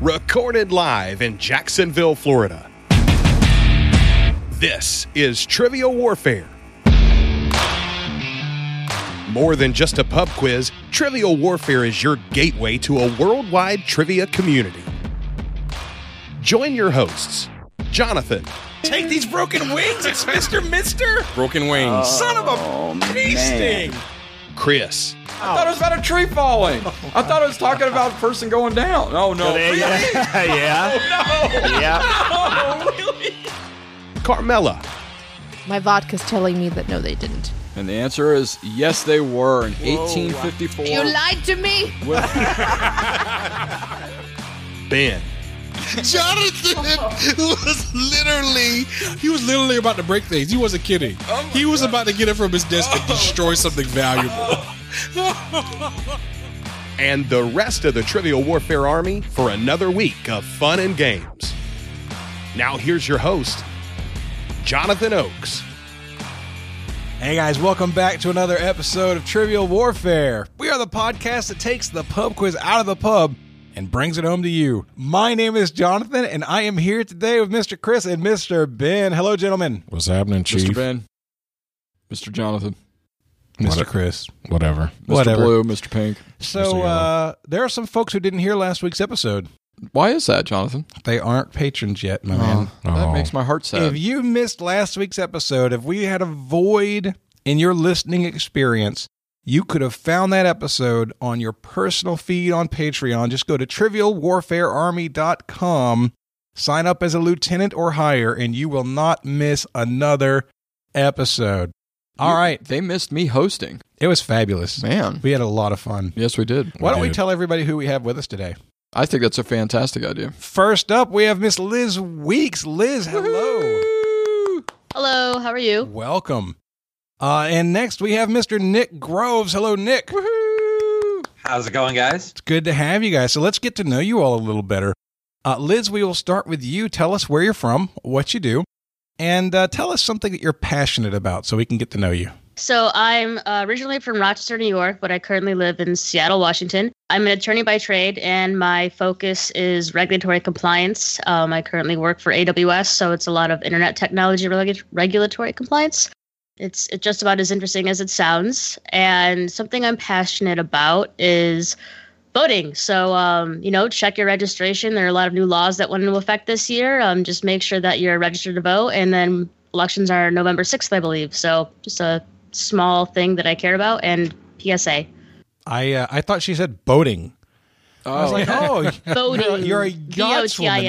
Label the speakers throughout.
Speaker 1: recorded live in Jacksonville, Florida. This is Trivial Warfare. More than just a pub quiz, Trivial Warfare is your gateway to a worldwide trivia community. Join your hosts, Jonathan,
Speaker 2: Take these broken wings. It's Mr. Mister.
Speaker 3: Broken wings.
Speaker 2: Son of
Speaker 3: Oh,
Speaker 2: a bee sting.
Speaker 1: Chris,
Speaker 4: I thought it was about a tree falling. I thought it was talking about a person going down. Oh no! Really?
Speaker 5: yeah, yeah, yeah.
Speaker 4: Oh, really?
Speaker 1: Carmela,
Speaker 6: My vodka's telling me that no, they didn't.
Speaker 4: And the answer is yes, they were in 1854.
Speaker 6: You lied to me.
Speaker 1: Ben,
Speaker 3: Jonathan was literally he was literally about to break things. He wasn't kidding. he was about to get it from his desk and destroy something valuable.
Speaker 1: and the rest of the Trivial Warfare Army for another week of fun and games. Now, here's your host, Jonathan Oakes.
Speaker 7: Hey guys, welcome back to another episode of Trivial Warfare. We are the podcast that takes the pub quiz out of the pub and brings it home to you. My name is Jonathan, and I am here today with Mr. Chris and Mr. Ben. Hello, gentlemen.
Speaker 3: What's happening,
Speaker 4: Mr.
Speaker 3: Chief?
Speaker 4: Ben, Mr. Jonathan,
Speaker 3: What-
Speaker 7: Mr. Chris.
Speaker 3: Whatever.
Speaker 4: Mr.
Speaker 7: Whatever.
Speaker 4: Blue, Mr. Pink.
Speaker 3: Mr.
Speaker 7: So
Speaker 3: Yellow.
Speaker 7: uh, there are some folks who didn't hear last week's episode.
Speaker 4: Why is that, Jonathan?
Speaker 7: They aren't patrons yet, my man.
Speaker 4: That
Speaker 3: Oh.
Speaker 4: makes my heart sad.
Speaker 7: If you missed last week's episode, if we had a void in your listening experience, you could have found that episode on your personal feed on Patreon. Just go to trivialwarfarearmy.com, sign up as a lieutenant or higher, and you will not miss another episode. All
Speaker 4: You-
Speaker 7: right.
Speaker 4: they missed me hosting.
Speaker 7: It was fabulous.
Speaker 4: Man,
Speaker 7: We had a lot of fun.
Speaker 4: yes, we did.
Speaker 7: Why don't we
Speaker 3: did.
Speaker 7: tell everybody who we have with us today?
Speaker 4: I think that's a fantastic idea.
Speaker 7: First up, we have Miss Liz Weeks. Liz, hello.
Speaker 6: Hello, how are you?
Speaker 7: Welcome. Uh, and next we have Mr. Nick Groves. Hello, Nick.
Speaker 8: How's it going, guys?
Speaker 7: It's good to have you guys. So let's get to know you all a little better. Uh, Liz, we will start with you. Tell us where you're from, what you do, and uh, tell us something that you're passionate about so we can get to know you.
Speaker 9: So I'm uh, originally from Rochester, New York, but I currently live in Seattle, Washington. I'm an attorney by trade, and my focus is regulatory compliance. Um, I currently work for AWS, so it's a lot of internet technology regu- regulatory compliance. It's it's just about as interesting as it sounds. And something I'm passionate about is voting. So um, you know, check your registration. There are a lot of new laws that went into effect this year. Um, just make sure that you're registered to vote, and then elections are November sixth, I believe. So just a small thing that I care about and PSA.
Speaker 7: I uh, I thought she said boating.
Speaker 4: Oh,
Speaker 7: I was like, oh,
Speaker 9: Voting.
Speaker 7: you're a yachtswoman.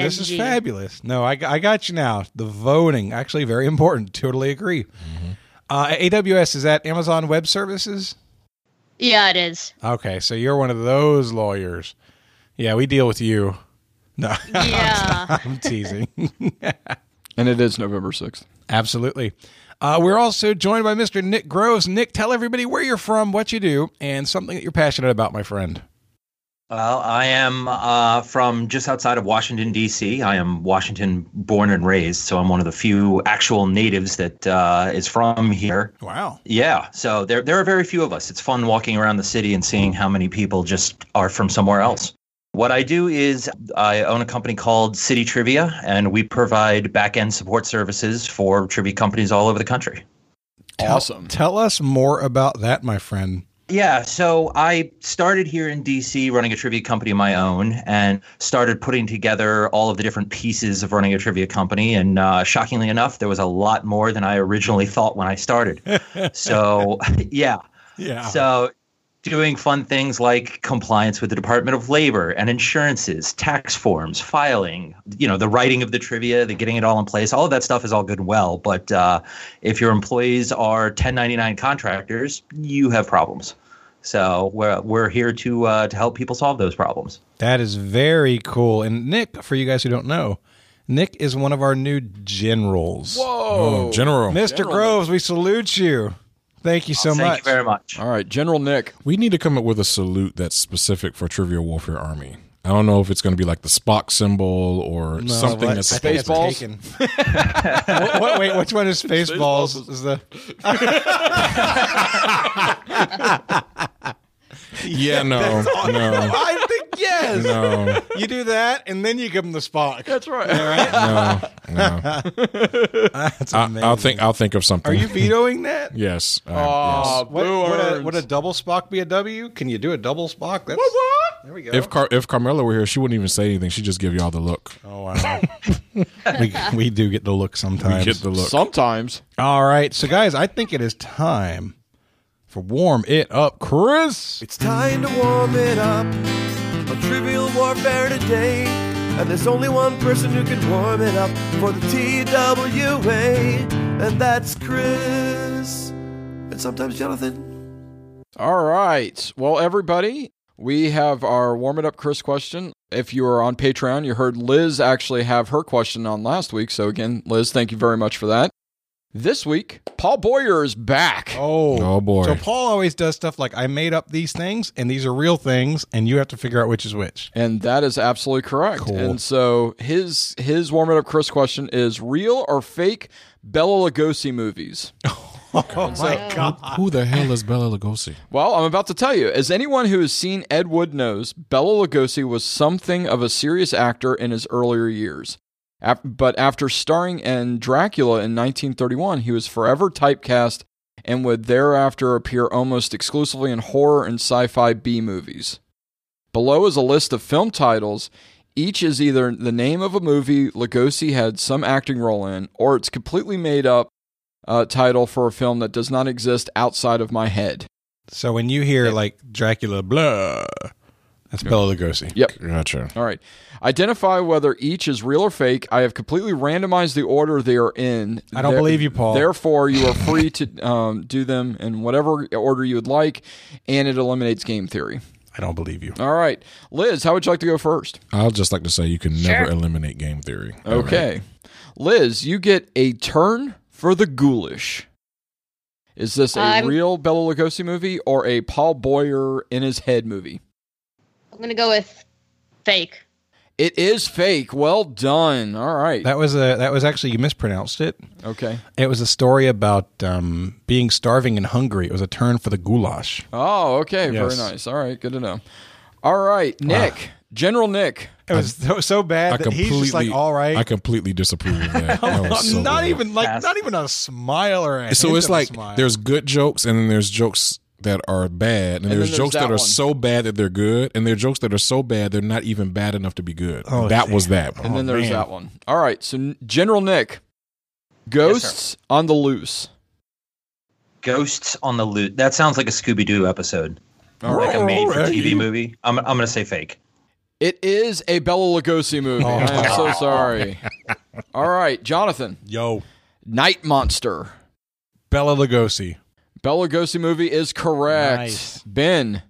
Speaker 7: This is
Speaker 9: V O T I N G.
Speaker 7: fabulous. No, I, I got you now. The voting, actually, very important. Totally agree.
Speaker 9: Mm-hmm.
Speaker 7: Uh, AWS is that Amazon Web Services.
Speaker 9: Yeah, it is.
Speaker 7: Okay, so you're one of those lawyers. Yeah, we deal with you. No,
Speaker 9: Yeah.
Speaker 7: I'm teasing.
Speaker 4: and it is November sixth.
Speaker 7: Absolutely. Uh, we're also joined by Mr. Nick Groves. Nick, tell everybody where you're from, what you do, and something that you're passionate about, my friend.
Speaker 8: Well, I am uh, from just outside of Washington, D.C. I am Washington born and raised, so I'm one of the few actual natives that uh, is from here.
Speaker 7: Wow.
Speaker 8: Yeah, so there, there are very few of us. It's fun walking around the city and seeing how many people just are from somewhere else. What I do is I own a company called City Trivia, and we provide back end support services for trivia companies all over the country.
Speaker 4: Awesome.
Speaker 7: Tell us more about that, my friend.
Speaker 8: Yeah, so I started here in DC running a trivia company of my own and started putting together all of the different pieces of running a trivia company. And uh, shockingly enough, there was a lot more than I originally thought when I started. so, yeah.
Speaker 7: Yeah.
Speaker 8: So, doing fun things like compliance with the Department of Labor and insurances, tax forms, filing, you know, the writing of the trivia, the getting it all in place, all of that stuff is all good and well. But uh, if your employees are 1099 contractors, you have problems. So we're we're here to uh, to help people solve those problems.
Speaker 7: That is very cool. And Nick, for you guys who don't know, Nick is one of our new generals. Oh.
Speaker 4: Whoa.
Speaker 3: General,
Speaker 7: Mr. Groves, we salute you. Thank you so
Speaker 8: Thank
Speaker 7: much.
Speaker 8: you very much.
Speaker 4: All right, General Nick.
Speaker 3: we need to come up with a salute that's specific for Trivial Warfare Army. I don't know if it's going to be like the Spock symbol or
Speaker 7: No,
Speaker 3: something
Speaker 7: what-
Speaker 3: that's
Speaker 7: I think it's
Speaker 4: Spaceballs?
Speaker 7: taken. What- what- wait, which one is Spaceballs?
Speaker 4: Spaceballs
Speaker 7: is the
Speaker 3: yeah, no, no.
Speaker 7: I think
Speaker 4: Yes.
Speaker 3: No,
Speaker 7: You do that, and then you give him the Spock.
Speaker 4: That's right.
Speaker 3: no, no.
Speaker 7: That's
Speaker 3: I,
Speaker 7: amazing.
Speaker 3: I'll think. I'll think of something.
Speaker 7: Are you vetoing that?
Speaker 3: Yes. I-
Speaker 4: Aw,
Speaker 7: What,
Speaker 4: boo
Speaker 7: would, a,
Speaker 4: earns.
Speaker 7: would a double Spock be a W? Can you do a double Spock? That's, There we go.
Speaker 3: yes. If Car- if Carmela were here, she wouldn't even say anything. She'd just give y'all the look.
Speaker 7: oh, wow. we, we do get the look sometimes.
Speaker 3: Get the look.
Speaker 5: Sometimes.
Speaker 7: All right. So, guys, I think it is time for Warm It Up, Chris.
Speaker 10: It's time to warm it up on Trivial Warfare today. And there's only one person who can warm it up for the TWA, and that's Chris. And sometimes Jonathan.
Speaker 4: All right. Well, everybody, we have our warm it up Chris question. If you are on Patreon, you heard Liz actually have her question on last week. So, again, Liz, thank you very much for that. This week, Paul Boyer is back.
Speaker 7: Oh,
Speaker 3: Oh boy.
Speaker 7: so Paul always does stuff like I made up these things, and these are real things, and you have to figure out which is which.
Speaker 4: And that is absolutely correct.
Speaker 7: Cool.
Speaker 4: And so his his warm it up Chris question is real or fake Bella Lugosi movies?
Speaker 7: Oh my god!
Speaker 3: Who the hell is Bella Lugosi?
Speaker 4: Well, I'm about to tell you. As anyone who has seen Ed Wood knows, Bela Lugosi was something of a serious actor in his earlier years. Af- but after starring in Dracula in 1931, he was forever typecast and would thereafter appear almost exclusively in horror and sci fi B movies. Below is a list of film titles. Each is either the name of a movie Lugosi had some acting role in, or it's completely made up uh, title for a film that does not exist outside of my head.
Speaker 7: So when you hear like Dracula, blah, that's Bella Lugosi.
Speaker 4: Yep.
Speaker 3: Gotcha.
Speaker 4: All right. Identify whether each is real or fake. I have completely randomized the order they are in.
Speaker 7: I don't believe you, Paul.
Speaker 4: Therefore, you are free to um, do them in whatever order you would like, and it eliminates game theory.
Speaker 7: I don't believe you.
Speaker 4: All right. Liz, how would you like to go first?
Speaker 3: I'll just like to say you can never eliminate game theory.
Speaker 4: Okay. Liz, you get a turn for the ghoulish. Is this a
Speaker 9: I'm-
Speaker 4: real Bela Lugosi movie or a Paul Boyer in his head movie?
Speaker 9: I'm gonna go with fake.
Speaker 4: It is fake. Well done. All right.
Speaker 7: That was a that was actually you mispronounced it.
Speaker 4: okay.
Speaker 7: It was a story about um, being starving and hungry. It was a turn for the goulash.
Speaker 4: Oh, okay.
Speaker 7: Yes. Ah.
Speaker 4: Very nice. All right. Good to know. All right. Nick, General Nick.
Speaker 7: It was so, so bad
Speaker 3: I
Speaker 7: that
Speaker 3: completely.
Speaker 7: he's just like, all right.
Speaker 3: I completely disapprove of that. That was so
Speaker 7: not
Speaker 3: bad.
Speaker 7: even like
Speaker 8: Pass.
Speaker 7: not even a smile or a
Speaker 3: So
Speaker 7: hint
Speaker 3: it's
Speaker 7: of a
Speaker 3: like
Speaker 7: smile.
Speaker 3: there's good jokes and then there's jokes that are bad
Speaker 4: then
Speaker 3: and, there's,
Speaker 4: there's
Speaker 3: jokes
Speaker 4: that
Speaker 3: that, are
Speaker 4: one.
Speaker 3: so bad that they're good and there are jokes that are so bad they're not even bad enough to be good.
Speaker 7: Oh,
Speaker 3: that was
Speaker 7: damn.
Speaker 3: that.
Speaker 4: And
Speaker 3: One. Oh,
Speaker 4: then there's
Speaker 7: man.
Speaker 4: that one. All right. So, N- General Nick, ghosts on the loose.
Speaker 8: Ghosts on the loot. That sounds like a Scooby Doo episode,
Speaker 4: All
Speaker 8: like
Speaker 4: right.
Speaker 8: a made for
Speaker 7: Alrighty.
Speaker 8: TV movie. I'm, I'm going to say fake.
Speaker 4: It is a Bela Lugosi movie.
Speaker 7: Oh.
Speaker 4: I am so sorry. All right. Jonathan,
Speaker 7: yo
Speaker 4: Night Monster.
Speaker 7: Bella Lugosi.
Speaker 4: Bela Lugosi movie is correct.
Speaker 7: Nice.
Speaker 4: Ben,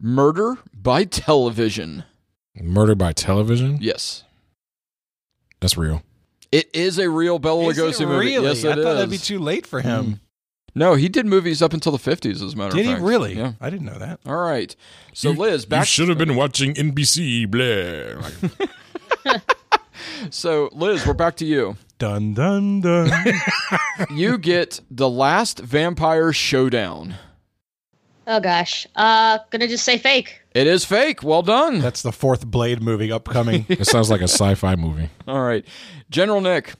Speaker 4: Murder by Television.
Speaker 3: Murder by television.
Speaker 4: Yes.
Speaker 3: That's real.
Speaker 4: It is a real Bela
Speaker 7: Is it
Speaker 4: Lugosi movie.
Speaker 7: really?
Speaker 4: Yes, it
Speaker 7: I
Speaker 4: is.
Speaker 7: thought that'd be too late for him.
Speaker 4: no, he did movies up until the 50s, as a matter
Speaker 7: Did
Speaker 4: of
Speaker 7: he
Speaker 4: fact.
Speaker 7: really?
Speaker 4: Yeah.
Speaker 7: I didn't know that.
Speaker 4: All right. So
Speaker 3: You-
Speaker 4: Liz, back
Speaker 3: you should have been watching NBC. Blah. Like,
Speaker 4: So Liz, we're back to you.
Speaker 7: Dun dun dun.
Speaker 4: You get the last vampire showdown.
Speaker 9: Oh gosh. Uh, gonna just say fake.
Speaker 4: It is fake. Well done.
Speaker 7: That's the fourth Blade movie upcoming.
Speaker 3: it sounds like a sci-fi movie.
Speaker 4: All right. General Nick,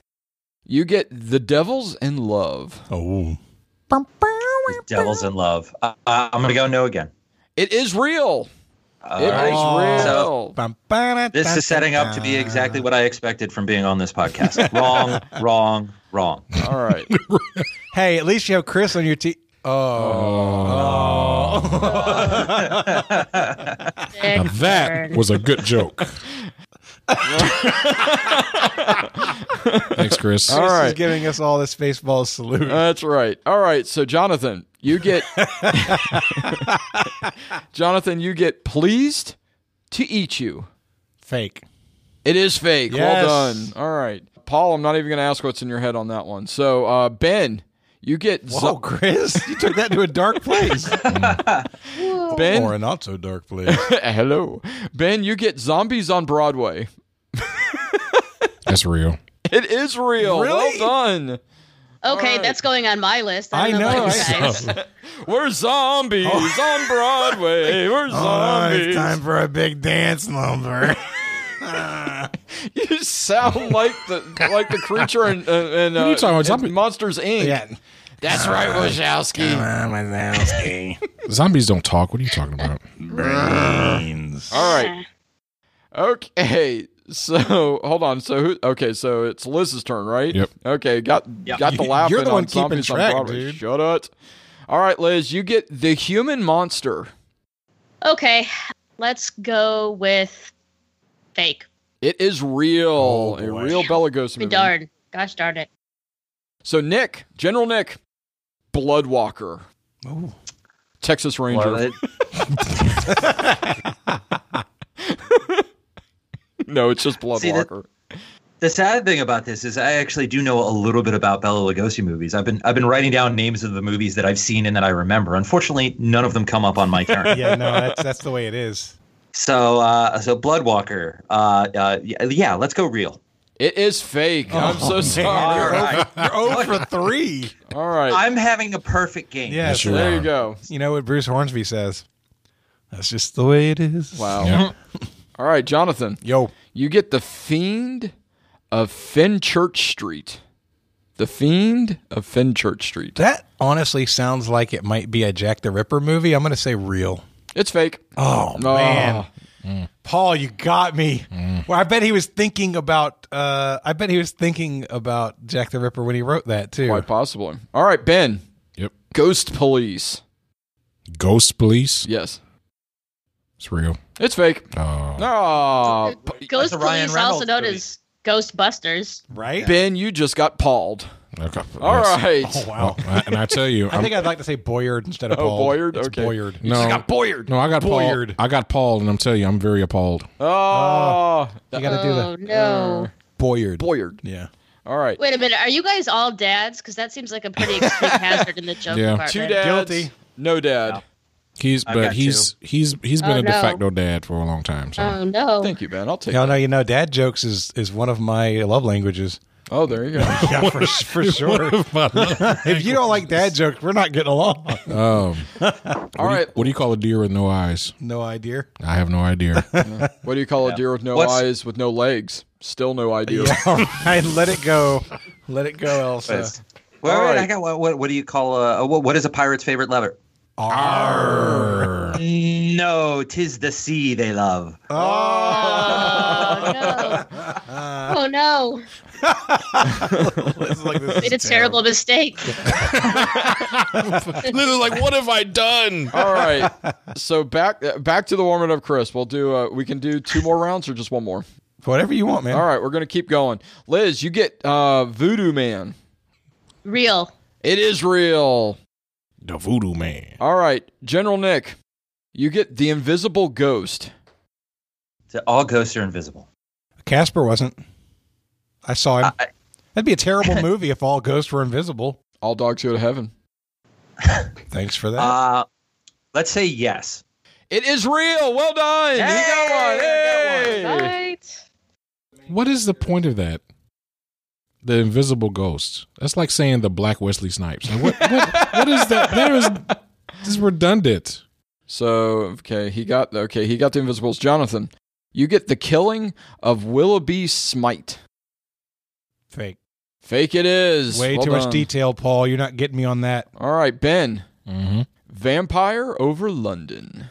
Speaker 4: you get the devils in love.
Speaker 7: oh,
Speaker 8: Devils in Love. Uh, uh, I'm going to go no again.
Speaker 4: It is real. It is
Speaker 8: Alright.
Speaker 4: real.
Speaker 8: This is setting up to be exactly what I expected from being on this podcast. wrong, wrong, wrong.
Speaker 4: All right.
Speaker 7: Hey, at least you have Chris on your team. Oh.
Speaker 9: Big
Speaker 3: Now that
Speaker 9: burn.
Speaker 3: was a good joke. Thanks, Chris.
Speaker 4: All
Speaker 7: Chris is
Speaker 4: right.
Speaker 7: giving us all this baseball salute.
Speaker 4: That's right. All right. So Jonathan, you get Jonathan, you get pleased to eat you.
Speaker 7: Fake.
Speaker 4: It is fake.
Speaker 7: Yes.
Speaker 4: Well done. All right. Paul, I'm not even going to ask what's in your head on that one. So, uh, Ben, you get
Speaker 7: Whoa,
Speaker 4: zo-
Speaker 7: Oh, Chris, you took that to a dark place. or
Speaker 4: Ben.
Speaker 7: a not so dark place.
Speaker 4: Hello. Ben, you get zombies on Broadway.
Speaker 3: That's real.
Speaker 4: It is real. Well
Speaker 7: Really?
Speaker 4: done.
Speaker 9: Okay, that's going on my list. I, don't know. about you guys.
Speaker 4: We're zombies on Broadway. We're zombies.
Speaker 7: Oh. it's time for a big dance number.
Speaker 4: you sound like the like the creature in, uh, in, uh,
Speaker 7: What are you talking about?
Speaker 4: in Monsters Inc.
Speaker 7: Yeah.
Speaker 4: That's right, Wachowski.
Speaker 3: Zombies don't talk. What are you talking about?
Speaker 4: All right. Okay. So hold on. So who? Okay. So it's Liz's turn, right?
Speaker 3: Yep.
Speaker 4: Okay. Got got the
Speaker 7: You're
Speaker 4: laugh.
Speaker 7: the
Speaker 4: in
Speaker 7: one
Speaker 4: on
Speaker 7: keeping
Speaker 4: Zombies on
Speaker 7: track,
Speaker 4: Broadway.
Speaker 7: dude.
Speaker 4: Shut it. All right, Liz. You get the human monster.
Speaker 9: Okay, let's go with fake.
Speaker 4: It is real.
Speaker 7: Oh,
Speaker 4: a real Belagos movie.
Speaker 9: Darn. Gosh darn it.
Speaker 4: So Nick, General Nick, Bloodwalker.
Speaker 7: Oh.
Speaker 4: Texas Ranger.
Speaker 8: Love it.
Speaker 4: No, it's just
Speaker 8: See, that-
Speaker 4: Bloodwalker.
Speaker 8: The sad thing about this is I actually do know a little bit about Bela Lugosi movies. I've been I've been writing down names of the movies that I've seen and that I remember. Unfortunately, none of them come up on my turn.
Speaker 7: yeah, no, that's that's the way it is.
Speaker 8: So uh, so Bloodwalker. Uh, uh, yeah, yeah, let's go real.
Speaker 4: It is fake.
Speaker 7: Oh,
Speaker 4: I'm so sorry.
Speaker 8: All right.
Speaker 7: You're 0 for three.
Speaker 4: All right.
Speaker 8: I'm having a perfect game.
Speaker 7: Yeah,
Speaker 3: sure
Speaker 4: there
Speaker 3: are.
Speaker 4: you go.
Speaker 7: You know what Bruce Hornsby says? That's just the way it is.
Speaker 4: Wow.
Speaker 3: Yeah.
Speaker 4: All right, Jonathan.
Speaker 7: Yo,
Speaker 4: You get the fiend of Fenchurch Street. The fiend of Fenchurch Street.
Speaker 7: that honestly sounds like it might be a Jack the Ripper movie. I'm going to say real.
Speaker 4: It's fake.
Speaker 7: Oh,
Speaker 4: No.
Speaker 7: man. Paul, you got me. Well, I bet he was thinking about uh I bet he was thinking about Jack the Ripper when he wrote that too.
Speaker 4: Quite possibly. All right, Ben.
Speaker 3: Yep.
Speaker 4: Ghost Police.
Speaker 3: Ghost police.
Speaker 4: Yes.
Speaker 3: It's real.
Speaker 4: It's fake.
Speaker 3: Oh.
Speaker 4: Oh,
Speaker 9: Ghost
Speaker 8: a Ryan
Speaker 9: Police,
Speaker 8: Reynolds
Speaker 9: also known
Speaker 8: movie.
Speaker 9: as Ghostbusters.
Speaker 7: Right?
Speaker 4: Ben, you just got palled.
Speaker 3: Okay.
Speaker 4: All
Speaker 3: Yes.
Speaker 4: right.
Speaker 7: Oh wow.
Speaker 3: Well, I- and I tell you,
Speaker 7: I
Speaker 3: I'm-
Speaker 7: think I'd like to say Boyard instead of
Speaker 4: Oh,
Speaker 7: Paul.
Speaker 4: Boyard?
Speaker 7: It's
Speaker 4: Okay.
Speaker 7: Boyard.
Speaker 3: no,
Speaker 4: boyered.
Speaker 3: no, I got Paul.
Speaker 7: Boyard.
Speaker 3: I got Paul, and I'm telling you, I'm very appalled.
Speaker 4: Ah, Oh,
Speaker 7: You got to do
Speaker 9: Oh
Speaker 7: the
Speaker 9: no!
Speaker 8: Mm.
Speaker 7: Boyard.
Speaker 4: boyered.
Speaker 7: yeah.
Speaker 4: All right.
Speaker 9: Wait a minute. Are you guys all dads? Because that seems like a pretty extreme hazard in the joke
Speaker 3: Yeah.
Speaker 9: department.
Speaker 4: Two dads.
Speaker 7: Guilty.
Speaker 4: No dad.
Speaker 3: He's,
Speaker 8: I've
Speaker 3: but
Speaker 8: got
Speaker 3: he's he's he's been
Speaker 9: Oh,
Speaker 3: a de
Speaker 9: no.
Speaker 3: facto dad for a long time. So
Speaker 9: Oh no!
Speaker 4: Thank you, Ben. I'll take.
Speaker 7: No,
Speaker 4: that.
Speaker 7: no, you know, dad jokes is is one of my love languages.
Speaker 4: Oh, there you go.
Speaker 7: Yeah, for, for sure. if you don't like dad jokes, we're not getting along.
Speaker 3: um,
Speaker 4: All right.
Speaker 3: what do you call a deer with no eyes?
Speaker 7: No idea.
Speaker 3: I have no idea.
Speaker 4: What do you call a deer with no
Speaker 8: What's-
Speaker 4: eyes, with no legs? Still no idea.
Speaker 7: Yeah, all right. Let it go. Let it go, Elsa.
Speaker 8: Well, Well,
Speaker 4: All
Speaker 8: wait,
Speaker 4: right.
Speaker 8: I got what, what? What do you call a what, what is a pirate's favorite lever? No, tis the sea they love.
Speaker 9: Oh no! oh no!
Speaker 7: It's like this
Speaker 9: Made a terrible mistake.
Speaker 3: Literally, like, what have I done?
Speaker 4: All right. So back uh, back to the warming up, Chris. We'll do. Uh, we can do two more rounds or just one more.
Speaker 7: Whatever you want, man.
Speaker 4: All right. We're gonna keep going. Liz, you get uh, Voodoo Man.
Speaker 9: Real.
Speaker 4: It is real.
Speaker 3: The voodoo man.
Speaker 4: All right, General Nick, you get the invisible ghost.
Speaker 8: So all ghosts are invisible.
Speaker 7: Casper wasn't. I saw him.
Speaker 8: I-
Speaker 7: That'd be a terrible movie if all ghosts were invisible.
Speaker 4: All dogs go to heaven.
Speaker 7: Thanks for that.
Speaker 8: Uh, let's say yes.
Speaker 4: It is real. Well done. you got one.
Speaker 8: Hey, I
Speaker 4: Hey.
Speaker 9: Right.
Speaker 3: What is the point of that? The invisible ghosts. That's like saying the black Wesley Snipes. Like, what, what, what is that? That is this is redundant.
Speaker 4: So okay, he got okay, he got the invisibles. Jonathan, you get the killing of Willoughby Smite.
Speaker 7: Fake.
Speaker 4: Fake it is.
Speaker 7: Way
Speaker 4: Well
Speaker 7: too
Speaker 4: done.
Speaker 7: much detail, Paul. You're not getting me on that.
Speaker 4: All right, Ben.
Speaker 3: Mm-hmm.
Speaker 4: Vampire over London.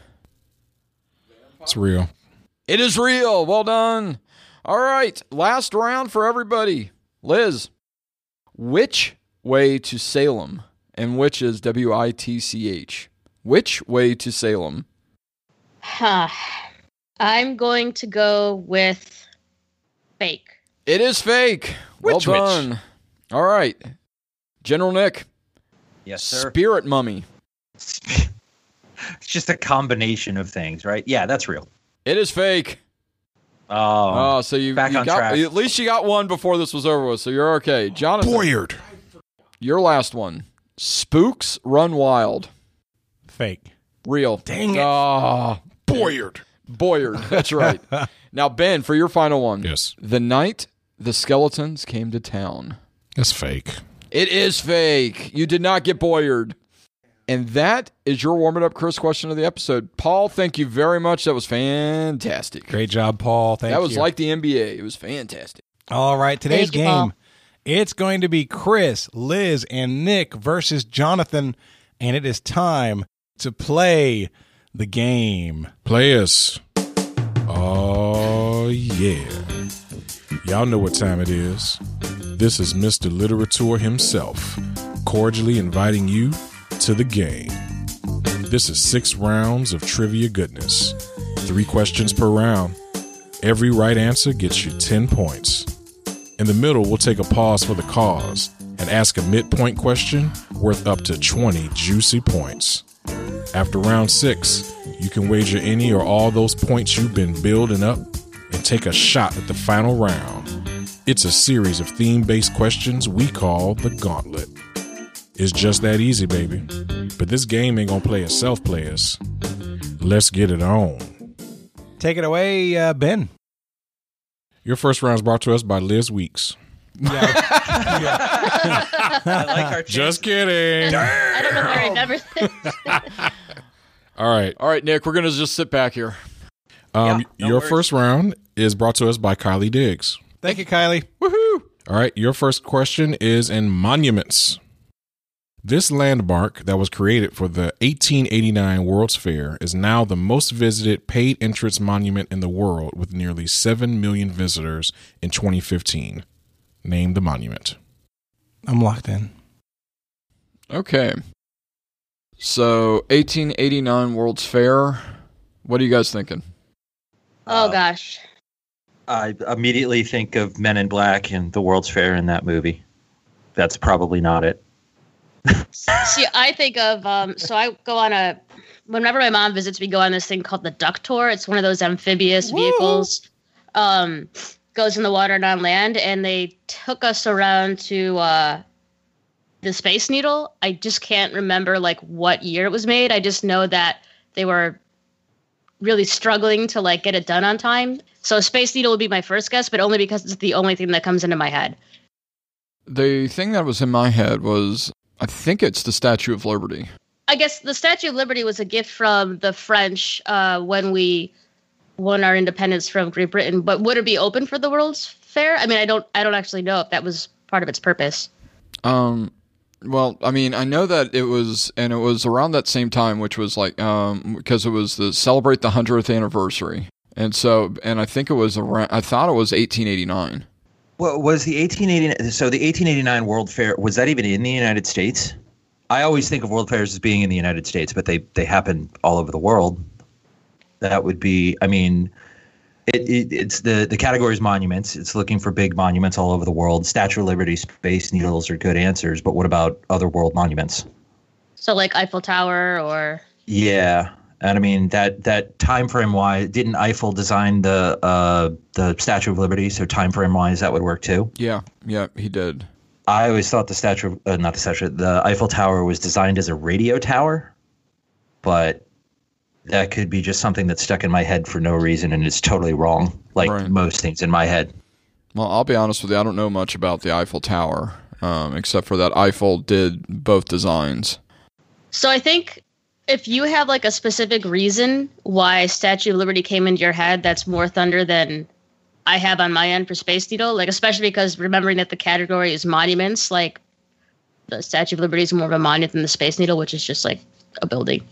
Speaker 3: It's real.
Speaker 4: It is real. Well done. All right, last round for everybody. Liz, which way to Salem? And which is W I T C H? Which way to Salem?
Speaker 9: Huh. I'm going to go with fake.
Speaker 4: It is fake.
Speaker 1: Which, which?
Speaker 4: well done. All right, General Nick.
Speaker 8: Yes, sir.
Speaker 4: Spirit mummy.
Speaker 8: it's just a combination of things, right? Yeah, that's real.
Speaker 4: It is fake.
Speaker 8: Oh,
Speaker 4: oh, so you,
Speaker 8: back
Speaker 4: you
Speaker 8: on
Speaker 4: got
Speaker 8: track.
Speaker 4: at least you got one before this was over with, so you're okay. Jonathan,
Speaker 3: Boyard.
Speaker 4: your last one. Spooks run wild.
Speaker 7: Fake.
Speaker 4: Real. Dang it. Oh,
Speaker 3: Boyard.
Speaker 4: Boyard. That's right. now Ben, for your final one.
Speaker 3: Yes.
Speaker 4: The night the skeletons came to town.
Speaker 3: That's fake.
Speaker 4: It is fake. You did not get Boyard. And that is your warm it up Chris question of the episode. Paul, thank you very much. That was fantastic.
Speaker 7: Great job, Paul. Thank
Speaker 4: that was
Speaker 7: you.
Speaker 4: like the NBA. It was fantastic.
Speaker 7: All right, today's
Speaker 4: Thank you,
Speaker 7: game.
Speaker 4: Paul.
Speaker 7: It's going to be Chris, Liz, and Nick versus Jonathan, and it is time to play the game.
Speaker 3: Play us. Oh, yeah. Y'all know what time it is. This is Mr. Literature himself, cordially inviting you to the game. This is six rounds of trivia goodness, three questions per round. Every right answer gets you 10 points. In the middle, we'll take a pause for the cause and ask a midpoint question worth up to 20 juicy points. After round six, you can wager any or all those points you've been building up and take a shot at the final round. It's a series of theme based questions we call the gauntlet. It's just that easy, baby. But this game ain't gonna play itself, players. Let's get it on.
Speaker 7: Take it away, uh, Ben.
Speaker 3: Your first round is brought to us by Liz Weeks.
Speaker 9: I
Speaker 3: like our Just kidding.
Speaker 9: I don't know if
Speaker 8: Oh.
Speaker 9: I remember this.
Speaker 3: All right.
Speaker 4: All right, Nick, we're going to just sit back here.
Speaker 3: Um, your first round is brought to us by Kylie Diggs.
Speaker 7: Thank you, Kylie. Woohoo!
Speaker 3: All right, your first question is in monuments. This landmark that was created for the 1889 World's Fair is now the most visited paid entrance monument in the world with nearly 7 million visitors in 2015. Name the monument.
Speaker 7: I'm locked in.
Speaker 4: Okay. So, 1889 World's Fair. What are you guys thinking?
Speaker 9: Oh gosh.
Speaker 8: Uh, I immediately think of Men in Black and the World's Fair in that movie. That's probably not it.
Speaker 9: See, I think of um so I go on a whenever my mom visits we go on this thing called the duck tour. It's one of those amphibious vehicles. Um goes in the water and on land and they took us around to uh the Space Needle. I just can't remember like what year it was made. I just know that they were really struggling to like get it done on time. So Space Needle would be my first guess, but only because it's the only thing that comes into my head.
Speaker 4: The thing that was in my head was I think it's the Statue of Liberty.
Speaker 9: I guess the Statue of Liberty was a gift from the French uh, when we won our independence from Great Britain. But would it be open for the World's Fair? I mean, I don't, I don't actually know if that was part of its purpose.
Speaker 4: Um, well, I mean, I know that it was, and it was around that same time, which was like, um, because it was the celebrate the hundredth anniversary, and so, and I think it was around. I thought it was 1889.
Speaker 8: What was the 1889? So the 1889 World Fair was that even in the United States? I always think of World Fairs as being in the United States, but they they happen all over the world. That would be, I mean, it, it it's the the category is monuments. It's looking for big monuments all over the world. Statue of Liberty, Space Needles are good answers, but what about other world monuments?
Speaker 9: So like Eiffel Tower or
Speaker 8: Yeah, and I mean that that time frame wise, didn't Eiffel design the uh, the Statue of Liberty? So time frame wise, that would work too.
Speaker 4: Yeah, yeah, he did.
Speaker 8: I always thought the Statue, of- uh, not the Statue, the Eiffel Tower was designed as a radio tower, but that could be just something that's stuck in my head for no reason and it's totally wrong, like most things in my head.
Speaker 4: Well, I'll be honest with you. I don't know much about the Eiffel Tower, um, except for that Eiffel did both designs.
Speaker 9: so. I think if you have like a specific reason why Statue of Liberty came into your head, that's more thunder than I have on my end for Space Needle. Like especially because remembering that the category is monuments, like the Statue of Liberty is more of a monument than the Space Needle, which is just like a building.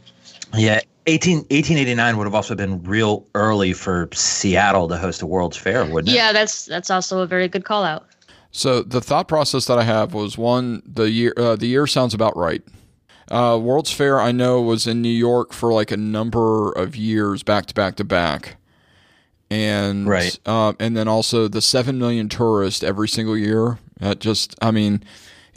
Speaker 8: Yeah, 18, 1889 would have also been real early for Seattle to host a World's Fair, wouldn't it?
Speaker 9: Yeah, that's that's also a very good call out.
Speaker 4: So the thought process that I have was one: the year, uh, the year sounds about right. Uh, World's Fair, I know, was in New York for like a number of years, back to back to back, and
Speaker 8: Right.
Speaker 4: uh, and then also the seven million tourists every single year. That just, I mean,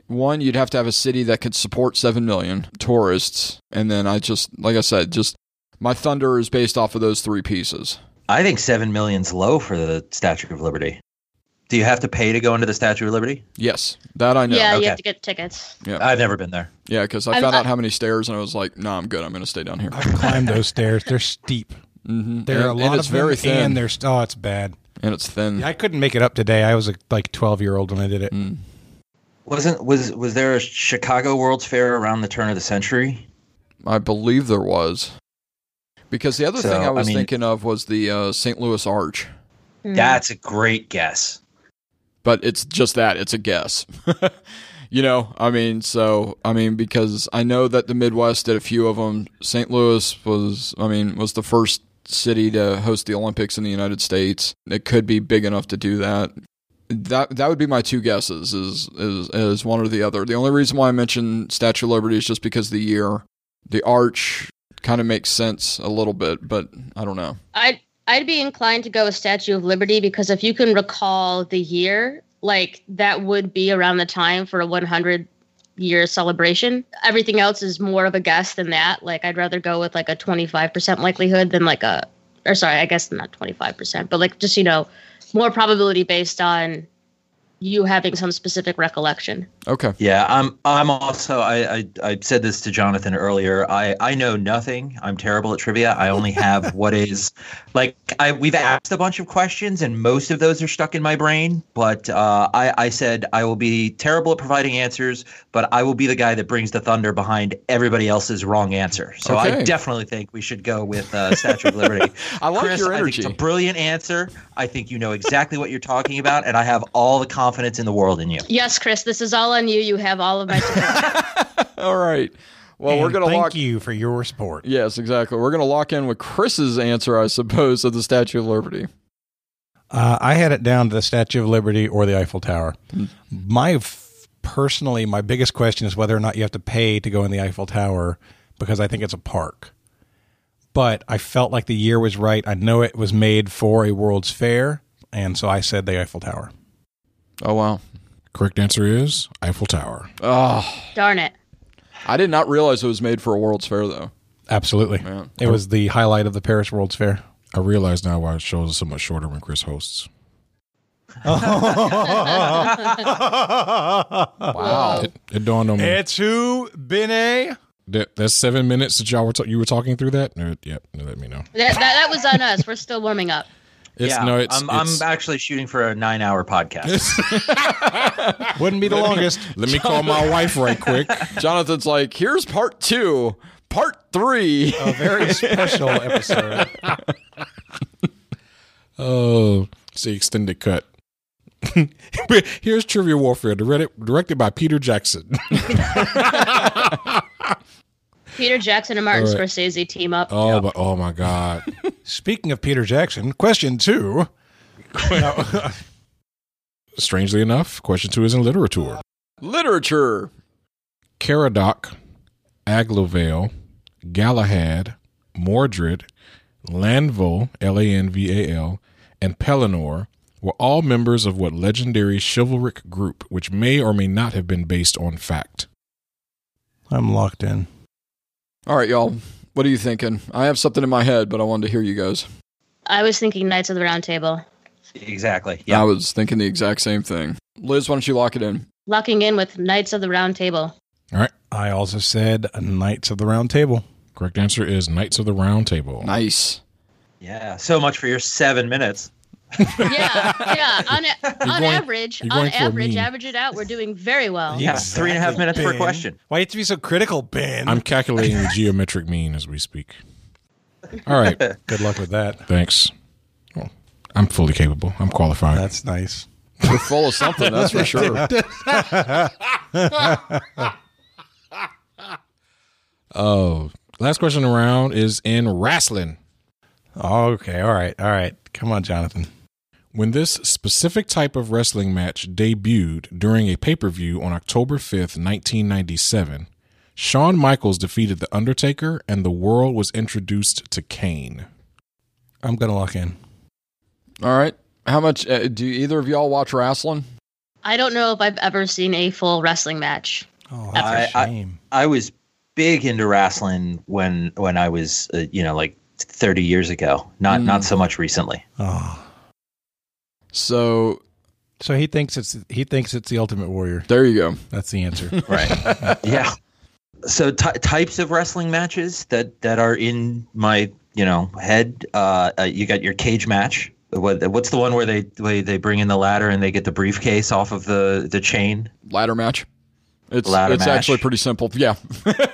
Speaker 4: one, you'd have to have a city that could support seven million tourists, and then I just, like I said, just my thunder is based off of those three pieces.
Speaker 8: I think seven million's low for the Statue of Liberty. Do you have to pay to go into the Statue of Liberty?
Speaker 4: Yes, that I know.
Speaker 9: Yeah, you have to get tickets.
Speaker 4: Yeah.
Speaker 8: I've never been there.
Speaker 4: Yeah, because I
Speaker 9: I'm-
Speaker 4: found out
Speaker 9: I-
Speaker 4: how many stairs, and I was like, "No, I'm good. I'm going to stay down here."
Speaker 7: Climb those stairs. They're steep.
Speaker 4: Mm-hmm.
Speaker 7: There are a
Speaker 4: And-
Speaker 7: lot
Speaker 4: and it's
Speaker 7: of them,
Speaker 4: very thin. Mm.
Speaker 7: and they're oh, it's bad.
Speaker 4: And it's thin. Mm.
Speaker 7: Yeah, I couldn't make it up today. I was a, like 12 year old when I did it.
Speaker 8: Wasn't was was there a Chicago World's Fair around the turn of the century?
Speaker 4: I believe there was. Because the other
Speaker 8: So,
Speaker 4: thing I
Speaker 8: I
Speaker 4: was
Speaker 8: mean-
Speaker 4: thinking of was the uh, St. Louis Arch.
Speaker 8: Mm. That's a great guess.
Speaker 4: But it's just that it's a guess. you know, I mean, so I mean because I know that the Midwest did a few of them. St. Louis was I mean was the first city to host the Olympics in the United States. It could be big enough to do that. That that would be my two guesses is is is one or the other. The only reason why I mentioned Statue of Liberty is just because of the year. The arch kind of makes sense a little bit, but I don't know.
Speaker 9: I'd I'd be inclined to go with Statue of Liberty because if you can recall the year, like that would be around the time for a 100 year celebration. Everything else is more of a guess than that. Like I'd rather go with like a 25% likelihood than like a or sorry, I guess not 25%, but like just you know, more probability based on you having some specific recollection.
Speaker 4: Okay.
Speaker 8: Yeah, I'm. I'm also. I. I, I said this to Jonathan earlier. I. I know nothing. I'm terrible at trivia. I only have what is. Like I. We've asked a bunch of questions, and most of those are stuck in my brain. But uh, I. I said I will be terrible at providing answers, but I will be the guy that brings the thunder behind everybody else's wrong answer. So I
Speaker 4: Okay.
Speaker 8: definitely think we should go with uh, Statue of Liberty.
Speaker 4: I like
Speaker 8: Chris,
Speaker 4: your
Speaker 8: I think it's a
Speaker 4: energy.
Speaker 8: brilliant answer. I think you know exactly what you're talking about, and I have all the confidence in the world in you.
Speaker 9: Yes, Chris, this is all on you. You have all of my support.
Speaker 4: All right. Well, we're
Speaker 7: And
Speaker 4: going to
Speaker 7: thank
Speaker 4: lock.
Speaker 7: you for your support.
Speaker 4: Yes, exactly. We're going to lock in with Chris's answer, I suppose, of the Statue of Liberty.
Speaker 7: Uh, I had it down to the Statue of Liberty or the Eiffel Tower. My f- personally, my biggest question is whether or not you have to pay to go in the Eiffel Tower because I think it's a park. But I felt like the year was right. I know it was made for a World's Fair, and so I said the Eiffel Tower.
Speaker 4: Oh wow!
Speaker 3: Correct answer is Eiffel Tower.
Speaker 4: Oh,
Speaker 9: Darn it.
Speaker 4: I did not realize it was made for a World's Fair though.
Speaker 7: Absolutely,
Speaker 4: Yeah.
Speaker 7: it was the highlight of the Paris World's Fair.
Speaker 3: I realize now why shows are so much shorter when Chris hosts.
Speaker 7: wow!
Speaker 3: It, it dawned on me.
Speaker 7: It's who Binet.
Speaker 3: that, that's seven minutes that y'all were ta- you were talking through that. No, yeah, no, let me know.
Speaker 9: That, that, that was on us. We're still warming up.
Speaker 3: It's no, it's,
Speaker 8: I'm,
Speaker 3: it's-
Speaker 8: I'm actually shooting for a nine hour podcast.
Speaker 7: Wouldn't be the longest.
Speaker 3: let me call my wife right quick.
Speaker 4: Jonathan's like, here's part two, part three.
Speaker 7: A very special episode.
Speaker 3: Oh, it's the extended cut. Here's Trivia Warfare, directed, directed by Peter Jackson.
Speaker 9: Peter Jackson and Martin
Speaker 3: All right.
Speaker 9: Scorsese team up.
Speaker 3: Oh, but oh my God.
Speaker 7: Speaking of Peter Jackson, question two. No.
Speaker 3: Strangely enough, question two is in literature.
Speaker 4: Literature.
Speaker 3: Caradoc, Aglovale, Galahad, Mordred, Lanval, L A N V A L, and Pellinor were all members of what legendary chivalric group, which may or may not have been based on fact?
Speaker 7: I'm locked in.
Speaker 4: All right, y'all. What are you thinking? I have something in my head, but I wanted to hear you guys.
Speaker 9: I was thinking Knights of the Round Table.
Speaker 8: exactly.
Speaker 4: I
Speaker 8: Yeah.
Speaker 4: was thinking the exact same thing. Liz, why don't you lock it in?
Speaker 9: Locking in with Knights of the Round Table.
Speaker 3: All right.
Speaker 7: I also said Knights of the Round Table.
Speaker 3: Correct answer is Knights of the Round Table.
Speaker 4: Nice.
Speaker 8: Yeah. So much for your seven minutes.
Speaker 9: Yeah, yeah. On, a, on
Speaker 3: going-
Speaker 9: average,
Speaker 3: you're
Speaker 9: on
Speaker 3: going for a
Speaker 9: average,
Speaker 3: meme.
Speaker 9: average it out. We're doing very well.
Speaker 8: Yeah. Three and a half minutes per
Speaker 7: Ben.
Speaker 8: question.
Speaker 7: Why you have to be so critical, Ben?
Speaker 3: I'm calculating the geometric mean as we speak. All right.
Speaker 7: Good luck with that.
Speaker 3: Thanks. Well, I'm fully capable. I'm qualified.
Speaker 7: That's nice.
Speaker 4: We're full of something, that's for sure.
Speaker 3: oh, last question around is in wrestling.
Speaker 7: Okay. All right. All right. Come on, Jonathan.
Speaker 3: When this specific type of wrestling match debuted during a pay per view on October 5th, 1997, Shawn Michaels defeated The Undertaker and the world was introduced to Kane.
Speaker 7: I'm going to lock in.
Speaker 4: All right. How much uh, do either of y'all watch wrestling?
Speaker 9: I don't know if I've ever seen a full wrestling match.
Speaker 7: Oh,
Speaker 8: I-
Speaker 7: that's a
Speaker 8: I-
Speaker 7: shame.
Speaker 8: I was big into wrestling when when I was uh, you know like 30 years ago. Not
Speaker 4: Mm.
Speaker 8: not so much recently.
Speaker 7: oh.
Speaker 4: So
Speaker 7: So he thinks it's he thinks it's the Ultimate Warrior.
Speaker 4: there you go.
Speaker 7: That's the answer.
Speaker 8: Right. yeah. So ty types of wrestling matches that that are in my you know head. Uh, uh, you got your cage match. what what's the one where they they they bring in the ladder and they get the briefcase off of the the chain
Speaker 4: ladder match. It's
Speaker 8: Ladder
Speaker 4: it's
Speaker 8: match.
Speaker 4: actually pretty simple. Yeah,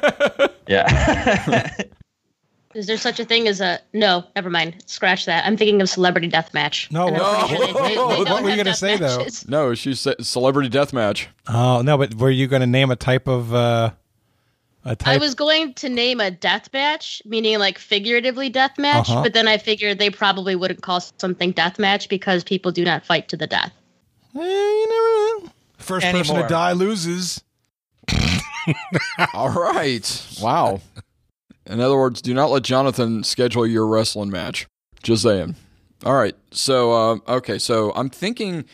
Speaker 9: Is there such a thing as a no? Never mind. Scratch that. I'm thinking of celebrity death match.
Speaker 11: No,
Speaker 9: And I'm
Speaker 11: what-
Speaker 9: pretty sure they- they- they
Speaker 11: what
Speaker 9: don't
Speaker 11: were you
Speaker 9: have
Speaker 11: gonna
Speaker 9: death
Speaker 11: say though?
Speaker 9: matches.
Speaker 4: No, she said celebrity death match.
Speaker 11: Oh no, but were you going to name a type of uh, a
Speaker 9: I
Speaker 11: type?
Speaker 9: was going to name a death match, meaning like figuratively death match,
Speaker 11: Uh-huh.
Speaker 9: but then I figured they probably wouldn't call something death match because people do not fight to the death.
Speaker 11: Eh, First person
Speaker 9: Anymore.
Speaker 11: to die loses.
Speaker 4: All right. Wow. In other words, do not let Jonathan schedule your wrestling match. Just saying. All right. So, uh, okay. So I'm thinking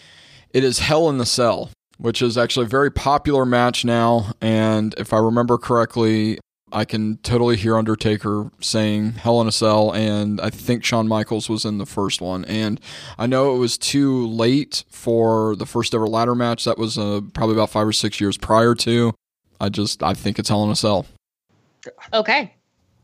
Speaker 4: it is Hell in the Cell, which is actually a very popular match now. And if I remember correctly, I can totally hear Undertaker saying Hell in a Cell. And I think Shawn Michaels was in the first one. And I know it was too late for the first ever ladder match. That was uh, probably about five or six years prior to. I just I think it's Hell in a Cell.
Speaker 9: Okay.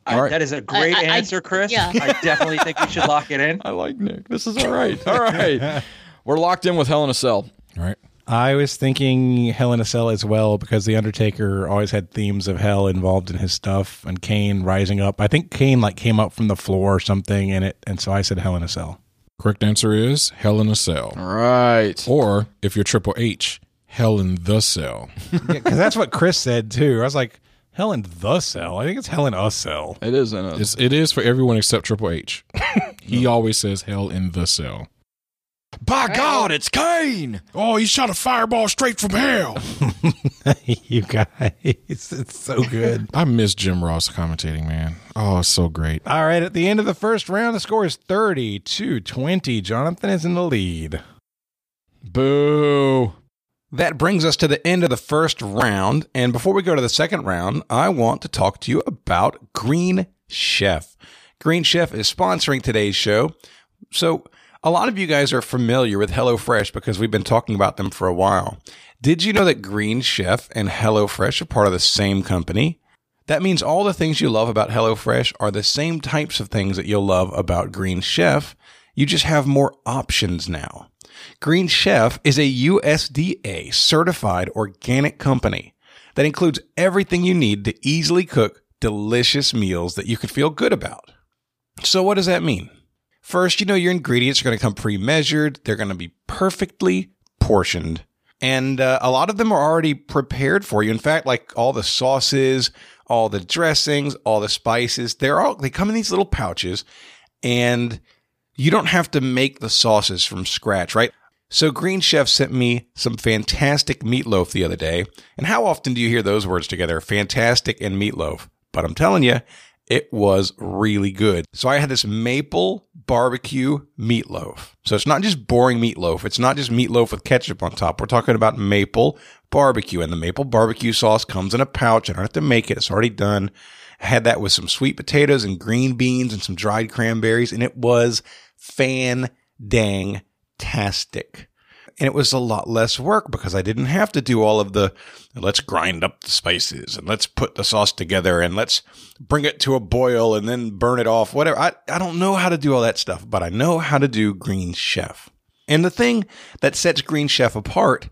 Speaker 4: All right.
Speaker 8: That is a great
Speaker 9: I- I-
Speaker 8: answer, Chris.
Speaker 9: yeah.
Speaker 8: I definitely think we should lock it in.
Speaker 4: I like Nick. This is all right. All right. We're locked in with Hell in a Cell.
Speaker 11: All right. I was thinking Hell in a Cell as well because the Undertaker always had themes of hell involved in his stuff, and Kane rising up. I think Kane like came up from the floor or something, and it, and so I said Hell in a Cell.
Speaker 3: Correct answer is Hell in a Cell. All
Speaker 4: right.
Speaker 3: Or if you're Triple H, Hell in the Cell.
Speaker 11: Because that's what Chris said too. I was like, Hell in the cell. I think it's Hell in a cell.
Speaker 4: It is in a.
Speaker 3: It's, it is for everyone except Triple H. he always says Hell in the Cell.
Speaker 4: By God, it's Kane!
Speaker 3: Oh, he shot a fireball straight from hell.
Speaker 11: you guys, it's so good.
Speaker 3: I miss Jim Ross commentating, man. Oh, it's so great.
Speaker 11: All right. At the end of the first round, the score is 30 to 20. Jonathan is in the lead.
Speaker 4: Boo.
Speaker 11: That brings us to the end of the first round. And before we go to the second round, I want to talk to you about Green Chef. Green Chef is sponsoring today's show. So, a lot of you guys are familiar with HelloFresh because we've been talking about them for a while. Did you know that Green Chef and HelloFresh are part of the same company? That means all the things you love about HelloFresh are the same types of things that you'll love about Green Chef. You just have more options now. Green Chef is a USDA certified organic company that includes everything you need to easily cook delicious meals that you can feel good about. So, what does that mean? First, you know your ingredients are going to come pre measured, they're going to be perfectly portioned. And uh, a lot of them are already prepared for you. In fact, like all the sauces, all the dressings, all the spices, they're all, they come in these little pouches and you don't have to make the sauces from scratch, right? So Green Chef sent me some fantastic meatloaf the other day. And how often do you hear those words together? Fantastic and meatloaf. But I'm telling you, it was really good. So I had this maple barbecue meatloaf. So it's not just boring meatloaf. It's not just meatloaf with ketchup on top. We're talking about maple barbecue. And the maple barbecue sauce comes in a pouch. I don't have to make it. It's already done. I had that with some sweet potatoes and green beans and some dried cranberries, and it was fan dang tastic. And it was a lot less work because I didn't have to do all of the let's grind up the spices and let's put the sauce together and let's bring it to a boil and then burn it off, whatever. I, I don't know how to do all that stuff, but I know how to do Green Chef. And the thing that sets Green Chef apart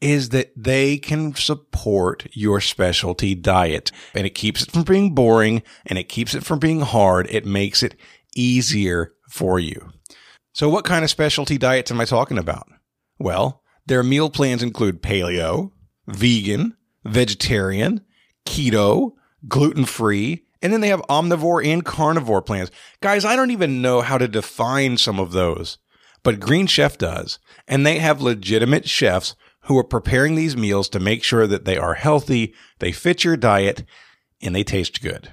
Speaker 11: is that they can support your specialty diet and it keeps it from being boring and it keeps it from being hard. It makes it easier for you. So, what kind of specialty diets am I talking about? Well, their meal plans include paleo, vegan, vegetarian, keto, gluten free, and then they have omnivore and carnivore plans. Guys, I don't even know how to define some of those, but Green Chef does. And they have legitimate chefs who are preparing these meals to make sure that they are healthy, they fit your diet, and they taste good.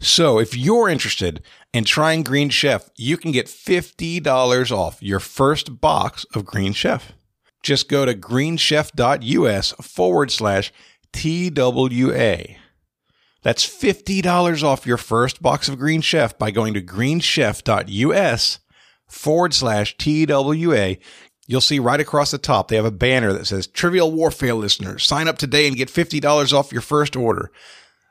Speaker 11: So if you're interested in trying Green Chef, you can get $50 off your first box of Green Chef. Just go to greenchef.us forward slash TWA. That's $50 off your first box of Green Chef by going to greenchef.us forward slash TWA. You'll see right across the top, they have a banner that says Trivial Warfare listeners. Sign up today and get $50 off your first order.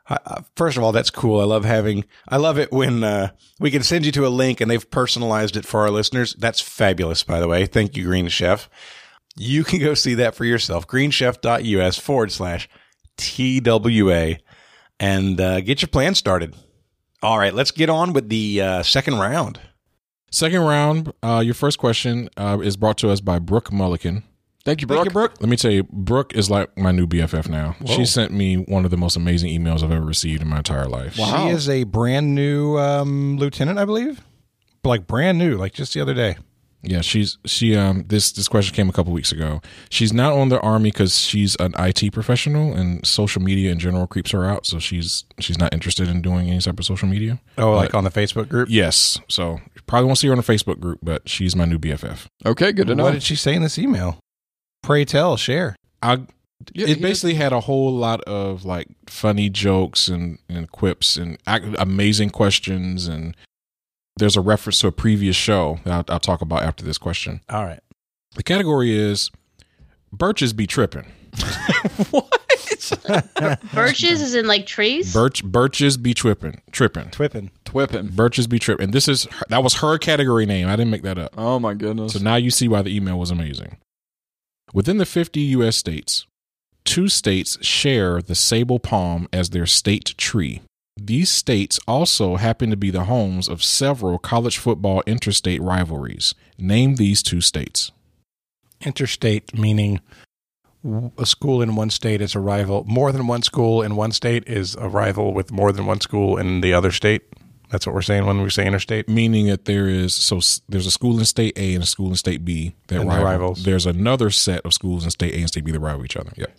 Speaker 7: I- I- Uh, First of all, that's cool. I love having. I love it when uh, we can send you to a link and they've personalized it for our listeners. That's fabulous, by the way. Thank you, Green Chef. You can go see that for yourself. Greenchef.us forward slash TWA and uh, get your plan started. All right, let's get on with the uh, second round.
Speaker 3: Second round, uh, your first question uh, is brought to us by Brooke Mulligan.
Speaker 4: Thank you,
Speaker 3: Brooke. Let me tell you, Brooke is like my new BFF now.
Speaker 7: Whoa.
Speaker 3: She sent me one of the most amazing emails I've ever received in my entire life.
Speaker 7: She is a brand new um, lieutenant, I believe. Like brand new, like just the other day.
Speaker 3: Yeah, she's she um this this question came a couple weeks ago. She's not on the army cuz she's an IT professional and social media in general creeps her out, so she's she's not interested in doing any type of social media.
Speaker 7: Oh, like
Speaker 3: But-
Speaker 7: on the Facebook group?
Speaker 3: Yes. So, you probably won't see her on the Facebook group, but she's my new BFF.
Speaker 4: Okay, good to know.
Speaker 7: What did she say in this email? Pray tell, share.
Speaker 3: I
Speaker 4: Yeah,
Speaker 3: it
Speaker 4: he-
Speaker 3: basically had a whole lot of like funny jokes and, and quips and ac- amazing questions and there's a reference to a previous show that I'll, I'll talk about after this question.
Speaker 7: All right.
Speaker 3: The category is birches be tripping.
Speaker 9: Birches is in like trees.
Speaker 3: Birch birches be tripping, tripping,
Speaker 7: Twipping.
Speaker 4: Twipping.
Speaker 3: birches be tripping. This is her- that was her category name. I didn't make that up.
Speaker 4: Oh my goodness.
Speaker 3: So now you see why the email was amazing. Within the 50 U.S. states, two states share the sable palm as their state tree. These states also happen to be the homes of several college football interstate rivalries. Name these two states.
Speaker 7: Interstate meaning w- a school in one state is a rival. More than one school in one state is a rival with more than one school in the other state. That's what we're saying when we say interstate.
Speaker 3: Meaning that there is so s- there's a school in state A and a school in state B that
Speaker 7: And they're
Speaker 3: rival.
Speaker 7: rivals.
Speaker 3: There's another set of schools in state A and state B that rival each other. Yep.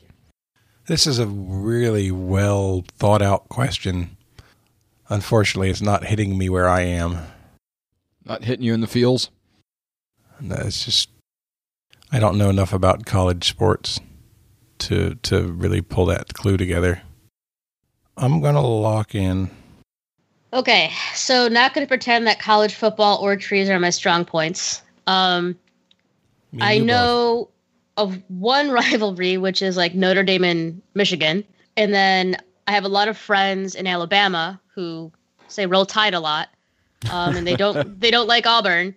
Speaker 7: This is a really well thought out question. Unfortunately, it's not hitting me where I am.
Speaker 4: Not hitting you in the feels.
Speaker 7: No, it's just I don't know enough about college sports to to really pull that clue together. I'm gonna lock in.
Speaker 9: Okay, so not going to pretend that college football or trees are my strong points. Um,
Speaker 7: Me and
Speaker 9: I
Speaker 7: you both.
Speaker 9: know of one rivalry, which is like Notre Dame and Michigan. And then I have a lot of friends in Alabama who say roll tide a lot. Um, and they don't they don't like Auburn.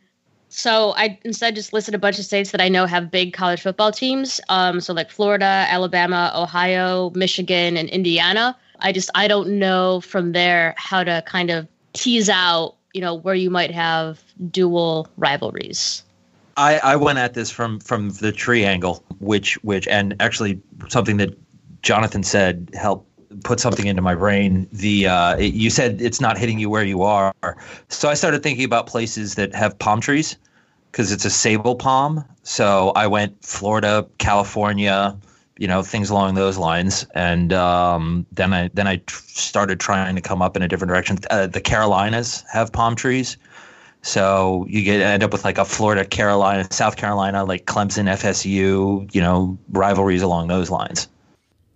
Speaker 9: So I instead just listed a bunch of states that I know have big college football teams. Um, so like Florida, Alabama, Ohio, Michigan, and Indiana. I just I don't know from there how to kind of tease out, you know, where you might have dual rivalries.
Speaker 8: I, I went at this from from the tree angle, which which and actually something that Jonathan said helped put something into my brain. The uh, it- you said it's not hitting you where you are, so I started thinking about places that have palm trees because it's a sable palm. So I went Florida, California, you know things along those lines, and um, then I then I tr- started trying to come up in a different direction. Uh, the Carolinas have palm trees. So you get end up with like a Florida, Carolina, South Carolina, like Clemson, FSU, you know, rivalries along those lines.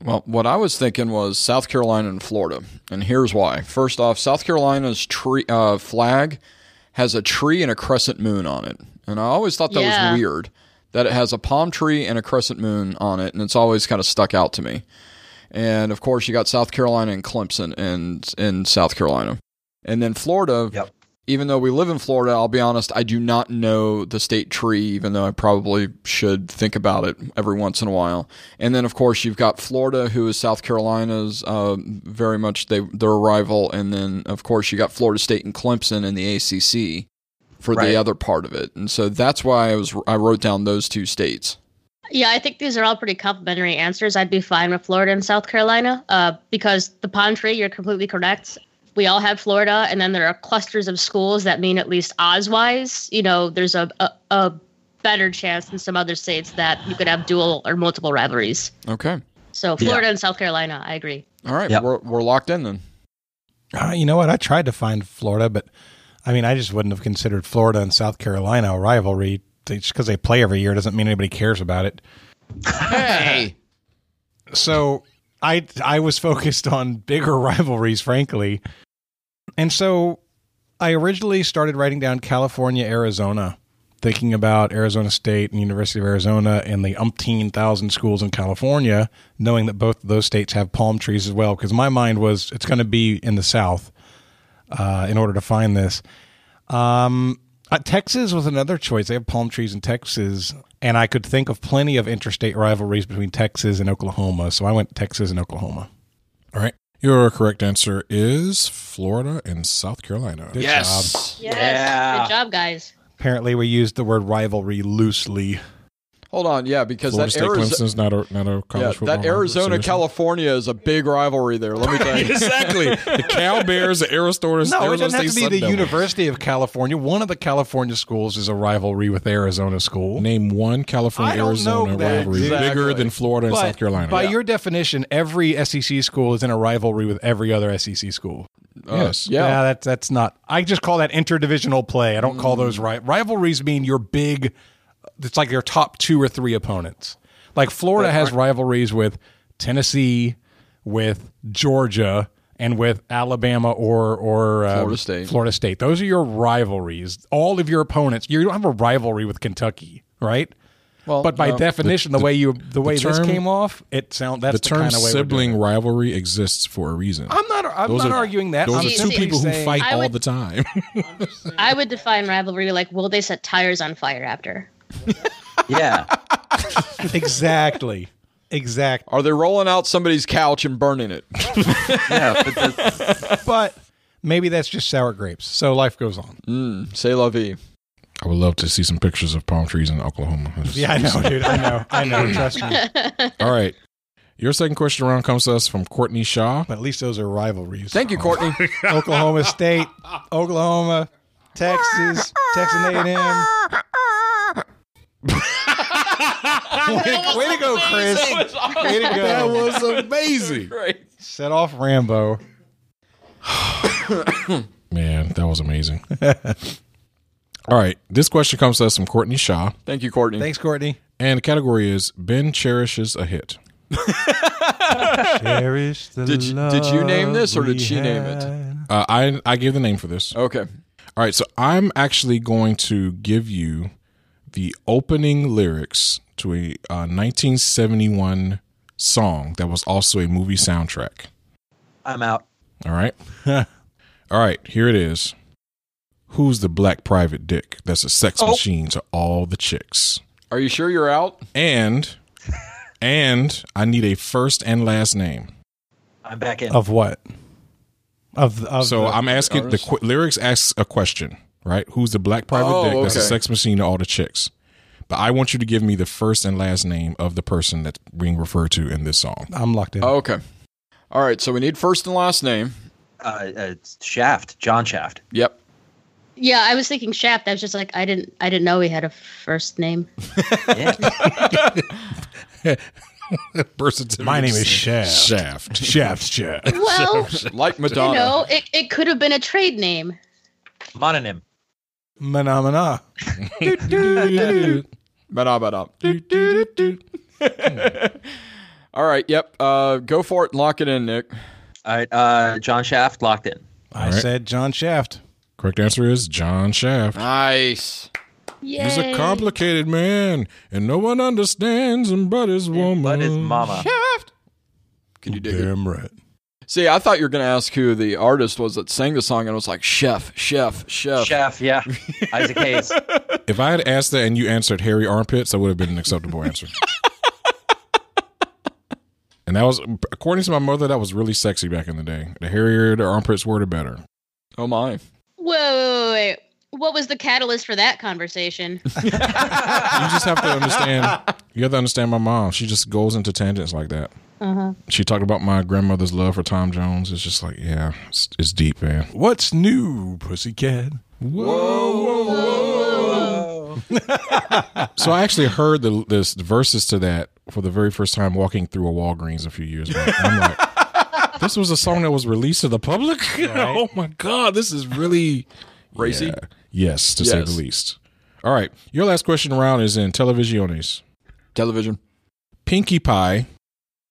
Speaker 4: Well, what I was thinking was South Carolina and Florida, and here's why. First off, South Carolina's tree uh, flag has a tree and a crescent moon on it, and I always thought that
Speaker 9: Yeah.
Speaker 4: was weird that it has a palm tree and a crescent moon on it, and it's always kind of stuck out to me. And of course, you got South Carolina and Clemson and in South Carolina, and then Florida.
Speaker 8: Yep.
Speaker 4: Even though we live in Florida, I'll be honest, I do not know the state tree, even though I probably should think about it every once in a while. And then, of course, you've got Florida, who is South Carolina's uh, very much they, their rival. And then, of course, you got Florida State and Clemson in the ACC for
Speaker 8: Right.
Speaker 4: the other part of it. And so that's why I was I wrote down those two states.
Speaker 9: Yeah, I think these are all pretty complimentary answers. I'd be fine with Florida and South Carolina uh, because the palm tree, you're completely correct. We all have Florida, and then there are clusters of schools that mean at least odds wise, you know, there's a, a, a better chance in some other states that you could have dual or multiple rivalries.
Speaker 4: Okay.
Speaker 9: So Florida and South Carolina, I agree.
Speaker 4: All right.
Speaker 8: Yep.
Speaker 4: We're, we're locked in then.
Speaker 7: Ah, you know what? I tried to find Florida, but I mean, I just wouldn't have considered Florida and South Carolina a rivalry. They- Just because they play every year doesn't mean anybody cares about it.
Speaker 4: Hey.
Speaker 7: So I I was focused on bigger rivalries, frankly, and so I originally started writing down California, Arizona, thinking about Arizona State and University of Arizona and the umpteen thousand schools in California, knowing that both of those states have palm trees as well, because my mind was it's going to be in the South uh, in order to find this. Um, uh, Texas was another choice. They have palm trees in Texas, and I could think of plenty of interstate rivalries between Texas and Oklahoma, so I went Texas and Oklahoma.
Speaker 3: All right. Your correct answer is Florida and South Carolina.
Speaker 7: Good job.
Speaker 9: Yes.
Speaker 7: Yeah.
Speaker 9: Good job, guys.
Speaker 7: Apparently, we used the word rivalry loosely.
Speaker 4: Hold on, yeah, because
Speaker 3: Florida
Speaker 4: that
Speaker 3: State
Speaker 4: Arizo-
Speaker 3: Clemson's not a not a college
Speaker 4: yeah,
Speaker 3: football.
Speaker 4: that Arizona California is a big rivalry there. Let me tell you
Speaker 3: exactly. The Cal Bears, the Arizona,
Speaker 7: No, it
Speaker 3: Arizona
Speaker 7: doesn't have
Speaker 3: State
Speaker 7: to be
Speaker 3: Sun
Speaker 7: the
Speaker 3: Devils.
Speaker 7: University of California. One of the California schools is a rivalry with Arizona school.
Speaker 3: Name one California Arizona rivalry bigger than Florida and
Speaker 7: But
Speaker 3: South Carolina.
Speaker 7: By your definition, every SEC school is in a rivalry with every other SEC school.
Speaker 3: Uh, Yes.
Speaker 7: Yeah.
Speaker 3: yeah.
Speaker 7: that's that's not. I just call that interdivisional play. I don't call those
Speaker 4: Mm.
Speaker 7: ri- rivalries. Mean your big. It's like your top two or three opponents. Like Florida has rivalries with Tennessee, with Georgia, and with Alabama or or uh,
Speaker 4: Florida State.
Speaker 7: Florida State. Those are your rivalries. All of your opponents. You don't have a rivalry with Kentucky, right?
Speaker 4: Well,
Speaker 7: but by
Speaker 4: no.
Speaker 7: definition, the,
Speaker 3: The-
Speaker 7: way you
Speaker 3: the-
Speaker 7: the way
Speaker 3: the
Speaker 7: this
Speaker 3: term-
Speaker 7: came off, it sound that's the,
Speaker 3: the term
Speaker 7: kind of way we're doing
Speaker 3: sibling
Speaker 7: it.
Speaker 3: rivalry exists for a reason.
Speaker 7: I'm not. I'm
Speaker 3: Those
Speaker 7: not
Speaker 3: are-
Speaker 7: arguing that.
Speaker 3: Those
Speaker 7: I'm
Speaker 3: are
Speaker 7: just
Speaker 3: two
Speaker 7: simply
Speaker 3: people who
Speaker 7: saying-
Speaker 3: fight
Speaker 9: I
Speaker 3: all
Speaker 9: would-
Speaker 3: the time.
Speaker 9: I would define rivalry like will they set tires on fire after?
Speaker 8: Yeah.
Speaker 7: exactly. Exactly.
Speaker 4: Are they rolling out somebody's couch and burning it?
Speaker 8: yeah, but the,
Speaker 7: But maybe that's just sour grapes. So life goes on.
Speaker 4: Mm, say la vie.
Speaker 3: I would love to see some pictures of palm trees in Oklahoma. That's-
Speaker 7: Yeah, I know, dude. I know. I know. Trust me.
Speaker 3: All right. Your second question round comes to us from Courtney Shaw.
Speaker 7: But at least those are rivalries.
Speaker 4: Thank you, Courtney.
Speaker 7: Oklahoma State, Oklahoma, Texas, Texas A&M. way, way to go, Chris. Way to
Speaker 3: That
Speaker 7: go.
Speaker 3: was amazing.
Speaker 4: Great.
Speaker 7: Set off Rambo.
Speaker 3: Man, that was amazing. All right. This question comes to us from Courtney Shaw.
Speaker 4: Thank you, Courtney.
Speaker 7: Thanks, Courtney.
Speaker 3: And the category is Ben cherishes a hit.
Speaker 10: Cherish the
Speaker 4: Did you- did you name this or did she name it?
Speaker 3: Uh, I I gave the name for this.
Speaker 4: Okay.
Speaker 3: All right, so I'm actually going to give you the opening lyrics to a uh, 1971 song that was also a movie soundtrack.
Speaker 8: I'm out.
Speaker 3: All right. all right, here it is. Who's the black private dick that's a sex machine to all the chicks?
Speaker 4: Are you sure you're out?
Speaker 3: And and I need a first and last name.
Speaker 8: I'm back in.
Speaker 7: Of what? Of, of
Speaker 3: so
Speaker 7: the-
Speaker 3: I'm asking the
Speaker 4: artist?
Speaker 3: qu- lyrics asks a question, right? Who's the black private
Speaker 4: Oh,
Speaker 3: dick that's a
Speaker 4: okay.
Speaker 3: sex machine to all the chicks? But I want you to give me the first and last name of the person that's being referred to in this song.
Speaker 7: I'm locked in.
Speaker 4: Okay. All right. So we need first and last name.
Speaker 8: Uh, uh, Shaft, John Shaft.
Speaker 4: Yep.
Speaker 9: Yeah, I was thinking Shaft. I was just like, I didn't, I didn't know he had a first name.
Speaker 8: Yeah.
Speaker 3: person to
Speaker 7: My name is Shaft.
Speaker 3: Shaft.
Speaker 7: Chef's chef.
Speaker 9: Well,
Speaker 4: Like
Speaker 9: you
Speaker 4: Madonna.
Speaker 9: know, it, it could have been a trade name.
Speaker 8: Mononym.
Speaker 7: Manamana.
Speaker 4: Ba-da, ba-da. All right. Yep. Uh, go for it and lock it in, Nick.
Speaker 8: All right, uh, John Shaft locked in.
Speaker 7: I
Speaker 3: All right.
Speaker 7: said John Shaft.
Speaker 3: Correct answer is John Shaft.
Speaker 4: Nice.
Speaker 9: Yeah.
Speaker 3: He's a complicated man, and no one understands him but his woman.
Speaker 8: But
Speaker 7: Mm,
Speaker 8: his mama.
Speaker 4: Can you dig it?
Speaker 7: Damn right.
Speaker 4: See, I thought you were going to ask who the artist was that sang the song, and I was like, Chef, Chef, Chef.
Speaker 8: Shaft, yeah. Isaac Hayes.
Speaker 3: If I had asked that and you answered Harry Armpits, that would have been an acceptable answer. And that was, according to my mother, that was really sexy back in the day. The hairier the armpits were, the better.
Speaker 4: Oh, my.
Speaker 9: Whoa, wait, wait, wait. what was the catalyst for that conversation?
Speaker 3: You just have to understand. You have to understand my mom. She just goes into tangents like that. She talked about my grandmother's love for Tom Jones. It's just like, yeah, it's, it's deep, man.
Speaker 7: What's new, pussycat?
Speaker 3: So I actually heard the this the verses to that for the very first time walking through a Walgreens a few years back. And I'm like, this was a song that was released to the public. oh my god, this is really
Speaker 4: Racy.
Speaker 3: Yeah. Yes, to say the
Speaker 4: Yes.
Speaker 3: least. All right, your last question round is in televisiones.
Speaker 4: Television.
Speaker 3: Pinkie Pie,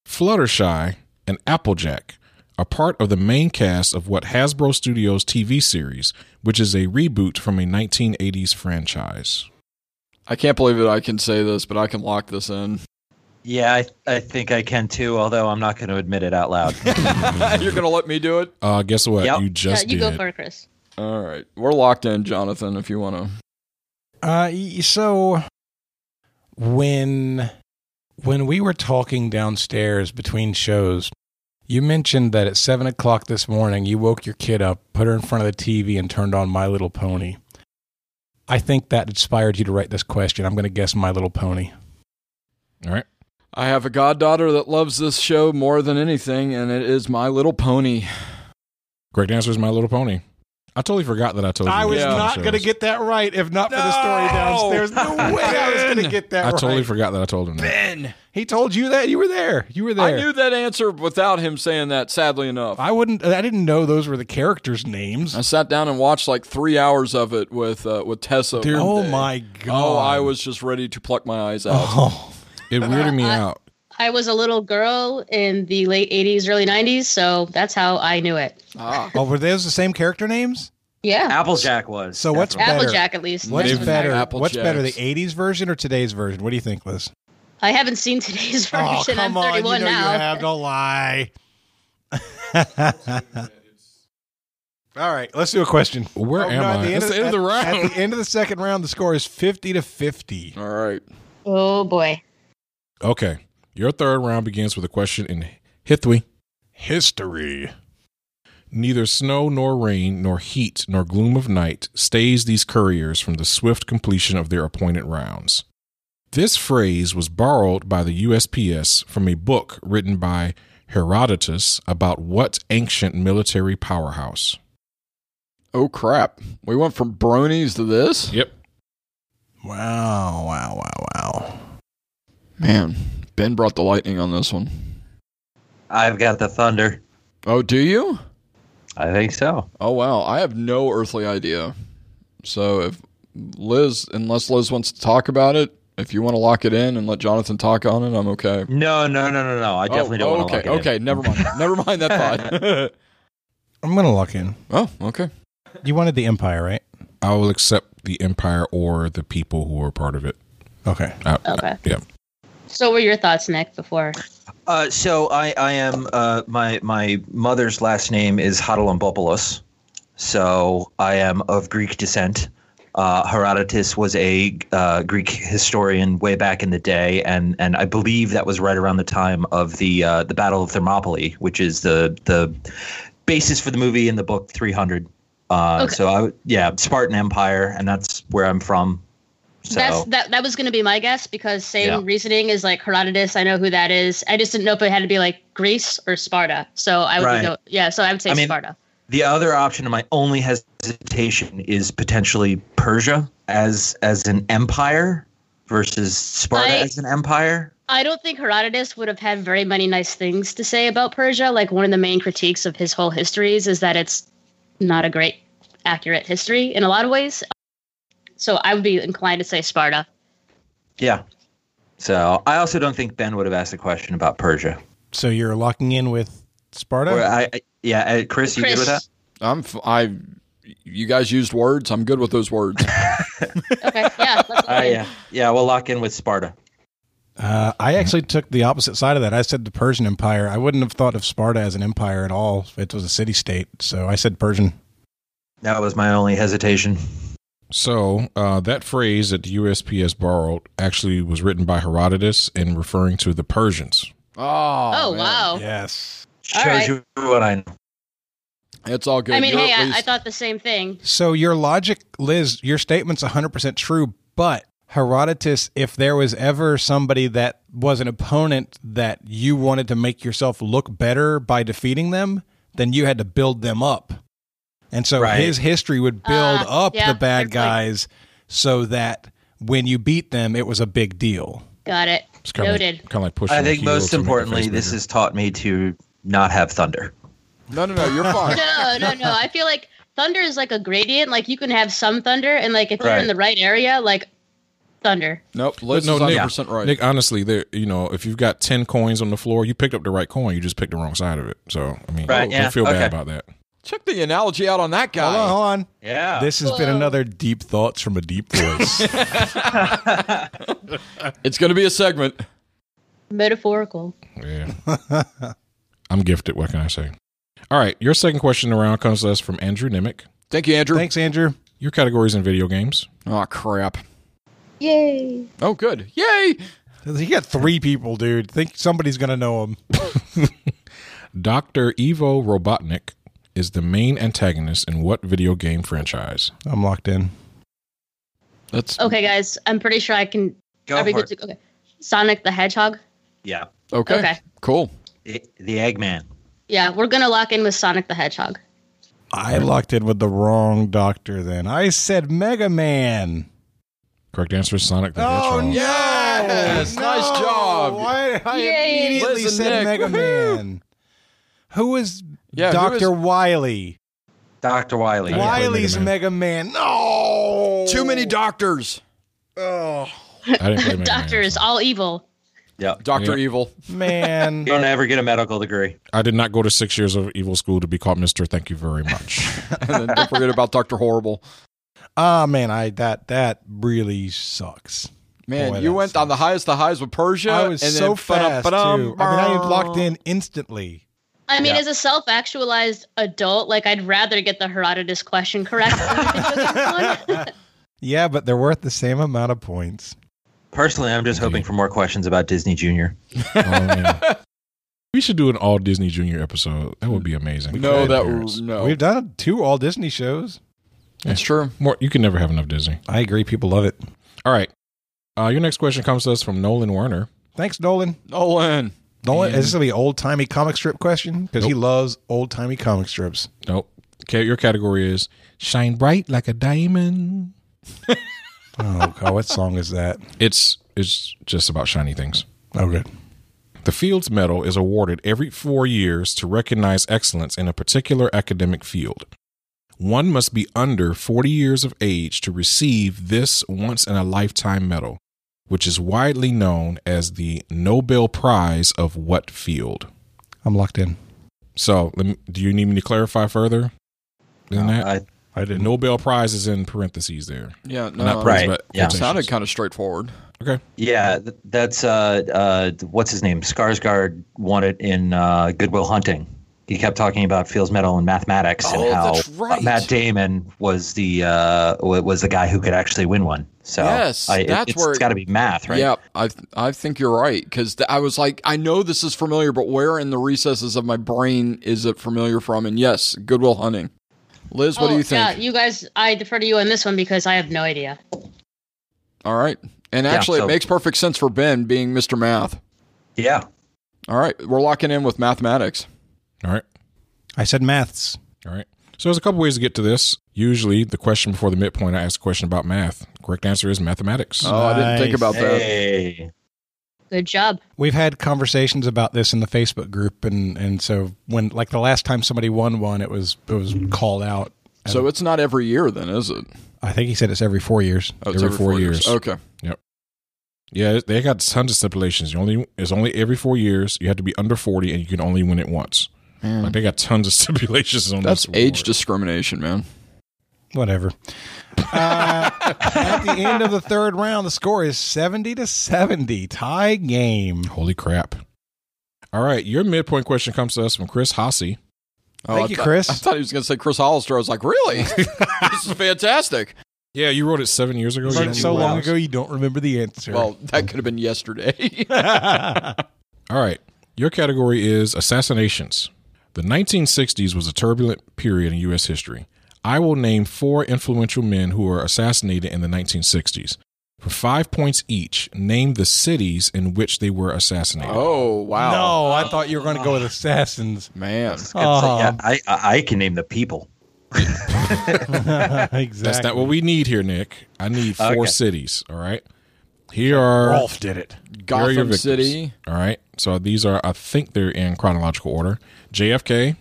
Speaker 3: Fluttershy, and Applejack are part of the main cast of what Hasbro Studios TV series, which is a reboot from a 1980s franchise.
Speaker 4: I can't believe that I can say this, but I can lock this in.
Speaker 8: Yeah, I, I think I can too, although I'm not going to admit it out loud.
Speaker 4: You're going to let me do it?
Speaker 3: Uh, guess what?
Speaker 8: Yep.
Speaker 3: You just
Speaker 9: you go
Speaker 3: did.
Speaker 9: for it, Chris.
Speaker 4: All right. We're locked in, Jonathan, if you want to.
Speaker 7: Uh, y- so when when we were talking downstairs between shows, you mentioned that at seven o'clock this morning you woke your kid up, put her in front of the TV, and turned on My Little Pony. I think that inspired you to write this question. I'm going to guess My Little Pony.
Speaker 3: All right.
Speaker 4: I have a goddaughter that loves this show more than anything, and it is My Little Pony.
Speaker 3: Correct answer is My Little Pony. I totally forgot that I told you.
Speaker 7: I was
Speaker 3: that.
Speaker 7: not
Speaker 3: Shows.
Speaker 7: going to get that right if not for the story downstairs. No way I was going to get that
Speaker 3: I
Speaker 7: right.
Speaker 3: totally forgot that I told him that.
Speaker 4: Ben!
Speaker 7: he told you that you were there. You were
Speaker 4: I
Speaker 7: there.
Speaker 4: knew that answer without him saying that, sadly enough.
Speaker 7: I wouldn't. I didn't know those were the characters' names.
Speaker 4: I sat down and watched like three hours of it with uh, with Tessa. one
Speaker 7: oh
Speaker 4: day.
Speaker 7: my god!
Speaker 4: Oh, I was just ready to pluck my eyes out.
Speaker 7: Oh,
Speaker 3: It weirded me out.
Speaker 9: I was a little girl in the late 80s, early 90s, so that's how I knew it.
Speaker 4: Ah.
Speaker 7: oh, were those the same character names?
Speaker 9: Yeah.
Speaker 8: Applejack was.
Speaker 7: So what's
Speaker 8: definitely.
Speaker 7: better?
Speaker 9: Applejack, at least.
Speaker 7: What's
Speaker 4: Maybe
Speaker 7: better?
Speaker 4: Apple
Speaker 7: what's better, the
Speaker 4: Jacks.
Speaker 7: '80s version or today's version? What do you think, Liz?
Speaker 9: I haven't seen today's
Speaker 7: Oh,
Speaker 9: version. I'm 31 now.
Speaker 7: Don't lie. All right, let's do a question.
Speaker 3: Where am
Speaker 7: Oh, at
Speaker 3: I? That's
Speaker 7: of
Speaker 3: the end of the
Speaker 7: at-
Speaker 3: round.
Speaker 7: At the end of the second round, the score is fifty to fifty.
Speaker 4: All right.
Speaker 9: Oh, boy.
Speaker 3: Okay. Your third round begins with a question in Hithwe.
Speaker 7: History.
Speaker 3: Neither snow nor rain, nor heat, nor gloom of night stays these couriers from the swift completion of their appointed rounds. This phrase was borrowed by the USPS from a book written by Herodotus about what ancient military powerhouse?
Speaker 4: Oh crap. We went from bronies to this?
Speaker 3: Yep.
Speaker 7: Wow! Wow! Wow! Wow!
Speaker 4: Man, Ben brought the lightning on this one.
Speaker 8: I've got the thunder.
Speaker 4: Oh, do you?
Speaker 8: I think so.
Speaker 4: Oh wow, I have no earthly idea. So if Liz, unless Liz wants to talk about it, if you want to lock it in and let Jonathan talk on it, I'm okay.
Speaker 8: No, no, no, no, no. I
Speaker 4: oh,
Speaker 8: definitely don't
Speaker 4: okay,
Speaker 8: want to
Speaker 4: okay, never mind, never mind that
Speaker 7: I'm gonna lock in.
Speaker 4: thought. oh, okay.
Speaker 7: You wanted the Empire, right?
Speaker 3: I will accept the empire or the people who were part of it.
Speaker 7: Okay.
Speaker 3: I- I-
Speaker 9: Okay.
Speaker 3: yeah.
Speaker 9: So, what were your thoughts, Nick, before?
Speaker 8: Uh, so I, I am uh, my my mother's last name is Hadalambopoulos, so I am of Greek descent. Uh, Herodotus was a uh, Greek historian way back in the day, and and I believe that was right around the time of the uh, the Battle of Thermopylae, which is the the basis for the movie and the book 300. Uh,
Speaker 9: Okay.
Speaker 8: So I would- yeah, Spartan Empire, and that's where I'm from. So
Speaker 9: That's, that that was going to be my guess because same
Speaker 8: Yeah.
Speaker 9: reasoning is like Herodotus. I know who that is. I just didn't know if it had to be like Greece or Sparta. So I would
Speaker 8: Right.
Speaker 9: go. Yeah. So I would say
Speaker 8: I mean-
Speaker 9: Sparta.
Speaker 8: The other option, my only hesitation, is potentially Persia as as an empire versus Sparta
Speaker 9: I-
Speaker 8: as an empire.
Speaker 9: I don't think Herodotus would have had very many nice things to say about Persia. Like one of the main critiques of his whole histories is that it's not a great, accurate history in a lot of ways. So I would be inclined to say Sparta.
Speaker 8: Yeah. So I also don't think Ben would have asked a question about Persia.
Speaker 7: So you're locking in with Sparta?
Speaker 8: Or I, I- yeah, uh, Chris, you good with that?
Speaker 4: I'm f- I. You guys used words. I'm good with those words.
Speaker 9: Okay. Yeah. let's
Speaker 8: Uh,
Speaker 9: look in.
Speaker 8: yeah, yeah, we'll lock in with Sparta.
Speaker 7: Uh, I actually took the opposite side of that. I said the Persian Empire. I wouldn't have thought of Sparta as an empire at all. It was a city state, so I said Persian.
Speaker 8: That was my only hesitation.
Speaker 3: So uh, that phrase that the USPS borrowed actually was written by Herodotus and referring to the Persians.
Speaker 4: Oh,
Speaker 9: Oh,
Speaker 4: man.
Speaker 9: wow.
Speaker 7: Yes.
Speaker 8: Shows
Speaker 9: right.
Speaker 8: you what I know.
Speaker 4: it's all good.
Speaker 9: I mean,
Speaker 4: You're
Speaker 9: hey,
Speaker 4: at
Speaker 9: I, I
Speaker 4: least-
Speaker 9: thought the same thing.
Speaker 7: So your logic, Liz, your statement's 100% true, but Herodotus, if there was ever somebody that was an opponent that you wanted to make yourself look better by defeating them, then you had to build them up. And so
Speaker 8: Right.
Speaker 7: his history would build
Speaker 9: Ah,
Speaker 7: up
Speaker 9: yeah,
Speaker 7: the bad
Speaker 9: good point.
Speaker 7: guys so that when you beat them, it was a big deal.
Speaker 9: Got it.
Speaker 3: It's kind of
Speaker 9: Noted.
Speaker 3: like, kind of like pushing.
Speaker 8: I
Speaker 3: a
Speaker 8: think
Speaker 3: heel
Speaker 8: most
Speaker 3: to make a
Speaker 8: importantly,
Speaker 3: face
Speaker 8: this
Speaker 3: bigger.
Speaker 8: has taught me to not have thunder.
Speaker 4: no, no, no. You're fine.
Speaker 9: no, no, no. I feel like thunder is like a gradient. Like you can have some thunder, and like if you're in
Speaker 8: Right.
Speaker 9: the right area, like thunder.
Speaker 4: nope. Liz
Speaker 3: no,
Speaker 4: is
Speaker 3: Nick-
Speaker 4: 100 percent right.
Speaker 3: Nick, honestly, there you know, if you've got ten coins on the floor, you picked up the right coin, you just picked the wrong side of it. So I mean,
Speaker 8: Right,
Speaker 3: don't
Speaker 8: yeah,
Speaker 3: feel bad
Speaker 8: okay.
Speaker 3: about that.
Speaker 4: Check the analogy out on that guy.
Speaker 7: Hold on, hold on.
Speaker 4: Yeah.
Speaker 7: This has been another deep thoughts from a deep voice.
Speaker 4: it's going to be a segment.
Speaker 9: Metaphorical.
Speaker 3: Yeah. I'm gifted. What can I say? All right. Your second question around comes to us from Andrew Nimick.
Speaker 4: Thank you, Andrew.
Speaker 7: Thanks, Andrew.
Speaker 3: Your categories in video games.
Speaker 4: Oh, crap.
Speaker 9: Yay.
Speaker 4: Oh, good. Yay.
Speaker 7: He got three people, dude. Think somebody's going to know him.
Speaker 3: Dr. Ivo Robotnik is the main antagonist in what video game franchise?
Speaker 7: I'm locked in.
Speaker 4: That's
Speaker 9: Okay, guys, I'm pretty sure I can.
Speaker 8: Go
Speaker 9: are we
Speaker 8: for
Speaker 9: good to- okay. Sonic the Hedgehog.
Speaker 8: Yeah.
Speaker 4: Okay.
Speaker 9: Oh, Okay.
Speaker 4: Cool.
Speaker 8: The, the Eggman.
Speaker 9: Yeah, we're gonna lock in with Sonic the Hedgehog.
Speaker 7: I locked in with the wrong doctor then. I said Mega Man.
Speaker 3: Correct answer is Sonic the
Speaker 7: Oh,
Speaker 3: Hedgehog.
Speaker 7: no.
Speaker 4: Yes. Nice job.
Speaker 7: Why I
Speaker 9: Yay.
Speaker 7: immediately
Speaker 4: Listen,
Speaker 7: said
Speaker 4: Nick,
Speaker 7: Mega
Speaker 4: woohoo.
Speaker 7: Man? Who is
Speaker 4: Yeah, who
Speaker 7: Dr.
Speaker 4: is-
Speaker 7: Wiley?
Speaker 8: Dr. Wiley.
Speaker 3: Yeah. Why-
Speaker 7: Wiley's Mega
Speaker 3: Mega
Speaker 7: Man. No.
Speaker 4: Too many doctors.
Speaker 7: Oh,
Speaker 3: I didn't play Mega
Speaker 9: Doctor
Speaker 3: Man,
Speaker 9: is
Speaker 3: so-
Speaker 9: all evil.
Speaker 8: Yeah.
Speaker 4: Dr.
Speaker 3: Yeah.
Speaker 4: Evil.
Speaker 7: man.
Speaker 8: You don't ever get a medical degree.
Speaker 3: I did not go to six years of evil school to be called Mister. Thank you very much.
Speaker 4: and then don't forget about Dr. Horrible.
Speaker 7: Ah, man, I that that really sucks.
Speaker 4: Man,
Speaker 7: Boy,
Speaker 4: you
Speaker 7: that
Speaker 4: went on the highest of highs with Persia.
Speaker 7: I was
Speaker 4: and
Speaker 7: so
Speaker 4: then
Speaker 7: fast too. I mean,
Speaker 4: ba-dum,
Speaker 7: I
Speaker 4: ba-dum.
Speaker 7: locked in instantly.
Speaker 9: I mean,
Speaker 4: Yeah.
Speaker 9: as a self-actualized adult, like I'd rather get the Herodotus question correct. than the chosen one.
Speaker 7: Yeah, but they're worth the same amount of points.
Speaker 8: Personally, I'm just hoping for more questions about Disney Jr.
Speaker 3: Oh, man. We should do an all Disney Junior episode. That would be amazing.
Speaker 4: No,
Speaker 3: Great
Speaker 4: that
Speaker 3: appearance.
Speaker 4: no.
Speaker 7: We've done two all Disney shows.
Speaker 4: That's true.
Speaker 3: more. You can never have enough Disney.
Speaker 7: I agree. People love it.
Speaker 3: All right. Uh, your next question comes to us from Nolan Werner.
Speaker 7: Thanks, Nolan.
Speaker 4: Nolan.
Speaker 7: Nolan,
Speaker 4: And-
Speaker 7: is this gonna be old timey comic strip question? Because he loves old timey comic strips.
Speaker 3: Nope. Okay, your category is shine bright like a diamond.
Speaker 7: Oh god, what song is that?
Speaker 3: It's it's just about shiny things.
Speaker 7: Oh good.
Speaker 3: The Fields Medal is awarded every four years to recognize excellence in a particular academic field. One must be under 40 years of age to receive this once in a lifetime medal, which is widely known as the Nobel Prize of what field?
Speaker 7: I'm locked in.
Speaker 3: So, let me, do you need me to clarify further than that?
Speaker 8: I,
Speaker 7: I
Speaker 3: the Nobel Prize is in parentheses there.
Speaker 4: Yeah, no.
Speaker 3: Not
Speaker 8: Right.
Speaker 3: prize, but
Speaker 8: yeah.
Speaker 4: It sounded kind of straightforward.
Speaker 3: Okay.
Speaker 8: yeah, th- that's uh, uh, what's his name? Skarsgård won it in uh, Goodwill Hunting. He kept talking about Fields Medal and mathematics
Speaker 4: Oh,
Speaker 8: and how
Speaker 4: that's right.
Speaker 8: uh, Matt Damon was the uh, wa- was the guy who could actually win one. So
Speaker 4: Yes,
Speaker 8: I, it-
Speaker 4: that's
Speaker 8: it's-
Speaker 4: where
Speaker 8: it's
Speaker 4: it-
Speaker 8: got to be math, right?
Speaker 4: Yeah, I th- I think you're right because th- I was like, I know this is familiar, but where in the recesses of my brain is it familiar from? And yes, Goodwill Hunting. Liz, what do
Speaker 9: Oh,
Speaker 4: you think?
Speaker 9: Yeah, you guys, I defer to you on this one because I have no idea.
Speaker 4: All right, and actually,
Speaker 8: so-
Speaker 4: it makes perfect sense for Ben being Mr. Math.
Speaker 8: Yeah.
Speaker 4: All right, we're locking in with mathematics.
Speaker 3: All right.
Speaker 7: I said maths.
Speaker 3: All right. So there's a couple ways to get to this. Usually, the question before the midpoint, I ask a question about math. Correct answer is mathematics.
Speaker 4: Oh, I didn't think
Speaker 7: Nice.
Speaker 4: about that.
Speaker 8: Hey.
Speaker 9: Good job.
Speaker 7: We've had conversations about this in the Facebook group, and and so when like the last time somebody won one, it was it was called out.
Speaker 4: So it's not every year, then, is it?
Speaker 7: I think he said it's every four years.
Speaker 4: Oh, it's
Speaker 3: Every four years.
Speaker 4: Okay.
Speaker 3: Yeah, they got tons of stipulations. You only it's only every four years. You have to be under forty, and you can only win it once. Like they got tons of stipulations on
Speaker 4: Mm. That's
Speaker 3: this. award.
Speaker 4: age discrimination, man.
Speaker 7: Whatever. Uh, at the end of the third round, the score is seventy to seventy, tie game.
Speaker 3: Holy crap! All right, your midpoint question comes to us from Chris Hossey.
Speaker 4: Oh,
Speaker 7: Thank
Speaker 4: I
Speaker 7: you,
Speaker 4: thought-
Speaker 7: Chris.
Speaker 4: I thought he was going to say Chris Hollister. I was like, really? this is fantastic.
Speaker 3: Yeah, you wrote it seven years ago.
Speaker 7: You wrote it
Speaker 3: Yeah.
Speaker 7: so
Speaker 3: Wow.
Speaker 7: long ago, you don't remember the answer.
Speaker 4: Well, that could have been yesterday.
Speaker 3: All right. Your category is assassinations. The 1960s was a turbulent period in U.S. history. I will name four influential men who were assassinated in the 1960s. For five points each, name the cities in which they were assassinated.
Speaker 4: oh, wow.
Speaker 7: no, I thought you were going to go with assassins.
Speaker 4: Man.
Speaker 8: I was gonna say,
Speaker 7: Oh.
Speaker 8: yeah, I, I I can name the people.
Speaker 7: exactly.
Speaker 3: That's not what we need here, Nick. I need four
Speaker 8: Okay.
Speaker 3: cities. All right. Here are
Speaker 7: Rolf did it.
Speaker 3: here are your
Speaker 4: Gotham
Speaker 3: victims.
Speaker 4: City.
Speaker 3: All right. So these are, I think they're in chronological order JFK,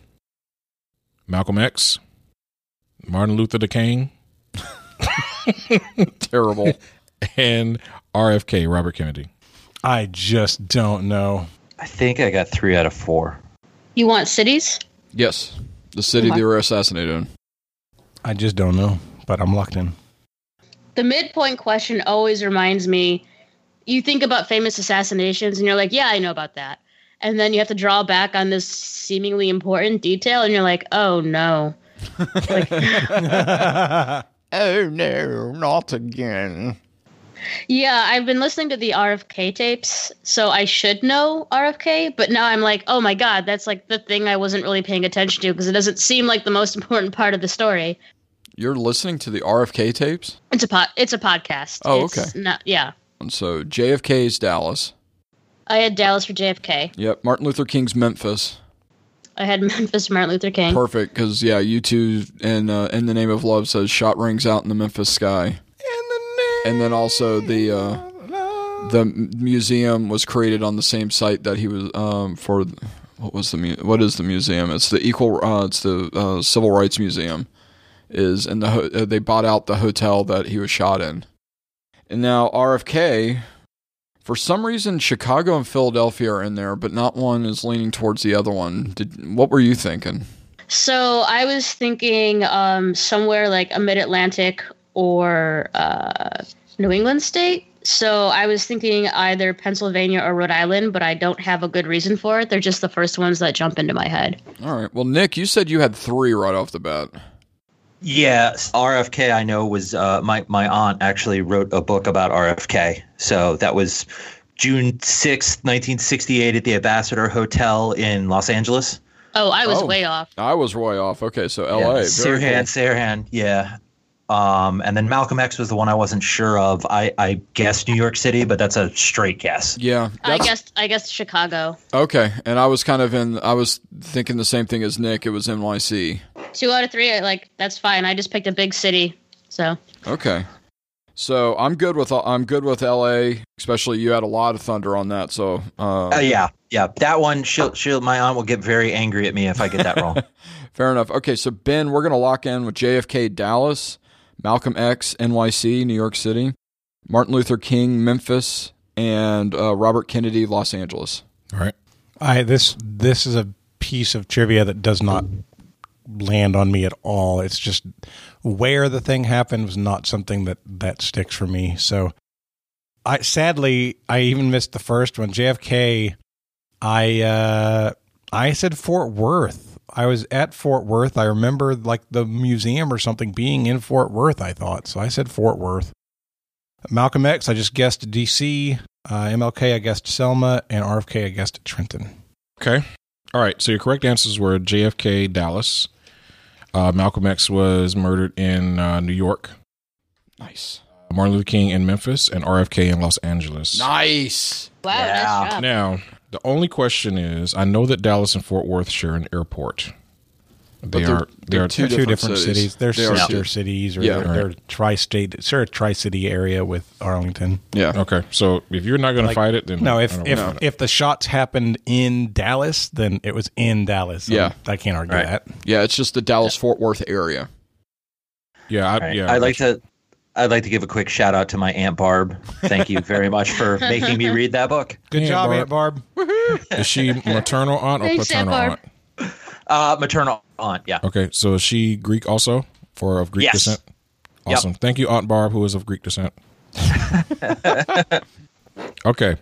Speaker 3: Malcolm X, Martin Luther King,
Speaker 4: Terrible.
Speaker 3: and RFK, Robert Kennedy.
Speaker 7: I just don't know.
Speaker 8: I think I got three out of four.
Speaker 9: You want cities?
Speaker 4: yes. The city
Speaker 6: my-
Speaker 4: they were assassinated in.
Speaker 7: I just don't know, but I'm locked in.
Speaker 9: The midpoint question always reminds me you think about famous assassinations and you're like, yeah, I know about that. And then you have to draw back on this seemingly important detail and you're like, oh no.
Speaker 12: oh no, not again.
Speaker 9: Yeah, I've been listening to the RFK tapes, so I should know RFK, but now I'm like, oh my god, that's like the thing I wasn't really paying attention to because it doesn't seem like the most important part of the story.
Speaker 4: You're listening to the RFK tapes?
Speaker 9: It's a pod, it's a podcast.
Speaker 4: Oh,
Speaker 9: It's
Speaker 4: okay.
Speaker 9: Not, yeah.
Speaker 4: And so JFK's Dallas.
Speaker 9: I had Dallas for JFK.
Speaker 4: Yep. Martin Luther King's Memphis.
Speaker 9: I had Memphis Martin Luther King.
Speaker 4: Perfect, because yeah, you two and uh, in the name of love says shot rings out in the Memphis sky. and then also the uh, the museum was created on the same site that he was um, for. What was the mu- what is the museum? It's the equal. Uh, it's the uh, Civil Rights Museum. Is and the ho- uh, they bought out the hotel that he was shot in, and now RFK. For some reason, Chicago and Philadelphia are in there, but not one is leaning towards the other one. Did, what were you thinking?
Speaker 9: So I was thinking um, somewhere like a Mid Atlantic or uh, New England state. So I was thinking either Pennsylvania or Rhode Island, but I don't have a good reason for it. They're just the first ones that jump into my head.
Speaker 4: All right. Well, Nick, you said you had three right off the bat.
Speaker 8: Yeah, RFK. I know was uh, my my aunt actually wrote a book about RFK. So that was June sixth, nineteen sixty eight, at the Ambassador Hotel in Los Angeles.
Speaker 9: Oh, I was
Speaker 8: Oh.
Speaker 9: way off.
Speaker 4: I was way off. Okay, so
Speaker 8: yeah.
Speaker 4: L.A. very
Speaker 8: Sirhan, Sirhan, yeah. Um, and then Malcolm X was the one I wasn't sure of. I I guessed New York City, but that's a straight guess.
Speaker 4: cool. Yeah.
Speaker 9: I guessed I guessed Chicago.
Speaker 4: Okay, and I was kind of in. I was thinking the same thing as Nick. It was NYC.
Speaker 9: Two out of three, like that's fine. I just picked a big city. So
Speaker 4: Okay, so I'm good with I'm good with L.A. Especially you had a lot of thunder on that. So uh,
Speaker 8: Uh, yeah, yeah. That one, she'll she'll my aunt will get very angry at me if I get that wrong.
Speaker 4: fair enough. Okay, so Ben, we're gonna lock in with JFK, Dallas, Malcolm X, NYC, New York City, Martin Luther King, Memphis, and uh, Robert Kennedy, Los Angeles.
Speaker 7: All right. I this this is a piece of trivia that does not land on me at all. It's just where the thing happened was not something that that sticks for me. So I sadly I even missed the first one. JFK I uh I said Fort Worth. I was at Fort Worth. I remember like the museum or something being in Fort Worth, I thought. So I said Fort Worth. Malcolm X, I just guessed DC. Uh, MLK, I guessed Selma. And RFK, I guessed Trenton.
Speaker 3: Okay. All right. So your correct answers were JFK, Dallas. Uh, Malcolm X was murdered in uh, New York.
Speaker 4: Nice.
Speaker 3: Martin Luther King in Memphis and RFK in Los Angeles.
Speaker 4: Nice.
Speaker 9: Wow, nice job.
Speaker 3: Now, the only question is I know that Dallas and Fort Worth share an airport. They
Speaker 7: But they're-
Speaker 3: are they
Speaker 7: they're
Speaker 3: are
Speaker 7: two different cities. They're
Speaker 3: They are
Speaker 7: sister
Speaker 3: two-
Speaker 7: cities or
Speaker 3: Yeah.
Speaker 7: they're, they're tri-state. It's sort of tri-city area with Arlington.
Speaker 4: Yeah.
Speaker 3: Okay. So if you're not going to
Speaker 7: Like-
Speaker 3: fight it, then
Speaker 7: no. If
Speaker 3: I don't
Speaker 7: if,
Speaker 3: know.
Speaker 7: if the shots happened in Dallas, then it was in Dallas. So
Speaker 4: Yeah.
Speaker 7: I can't argue
Speaker 4: Right.
Speaker 7: that.
Speaker 4: Yeah, it's just the Dallas Fort Worth area.
Speaker 3: Yeah, I,
Speaker 8: Right. I'd like to. I'd like to give a quick shout out to my aunt Barb. Thank you very much for making me read that book.
Speaker 7: Good
Speaker 3: Aunt
Speaker 7: job,
Speaker 3: Barb.
Speaker 7: Aunt Barb.
Speaker 3: is she maternal aunt or
Speaker 8: Thanks, Aunt
Speaker 3: paternal
Speaker 8: Barb.
Speaker 3: aunt?
Speaker 8: Uh, maternal aunt. Yeah.
Speaker 3: Okay, so is she Greek also, or of Greek
Speaker 8: Yes.
Speaker 3: descent?
Speaker 8: Yep.
Speaker 3: Awesome. Thank you, Aunt Barb, who is of Greek descent. okay,
Speaker 4: All
Speaker 3: score
Speaker 4: right,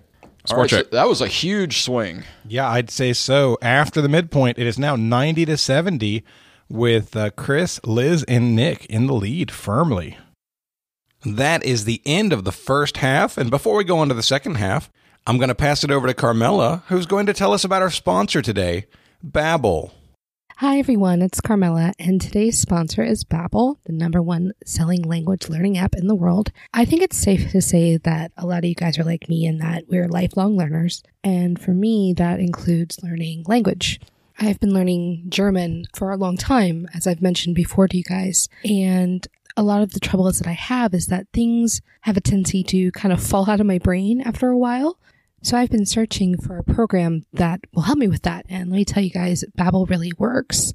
Speaker 4: so
Speaker 3: check.
Speaker 4: that was a huge swing.
Speaker 7: Yeah, I'd say so. After the midpoint, it is now 90 to 70 with uh, Chris, Liz, and Nick in the lead firmly. That is the end of the first half. And before we go on to the second half, I'm going to pass it over to Carmela, who's going to tell us about our sponsor today, Babbel.
Speaker 13: Hi everyone, it's Carmela, and today's sponsor is Babbel, the number one selling language learning app in the world. I think it's safe to say that a lot of you guys are like me in that we're lifelong learners, and for me, that includes learning language. I've been learning German for a long time, as I've mentioned before to you guys, and a lot of the trouble is that I have is that things have a tendency to kind of fall out of my brain after a while. So I've been searching for a program that will help me with that. And let me tell you guys, Babbel really works.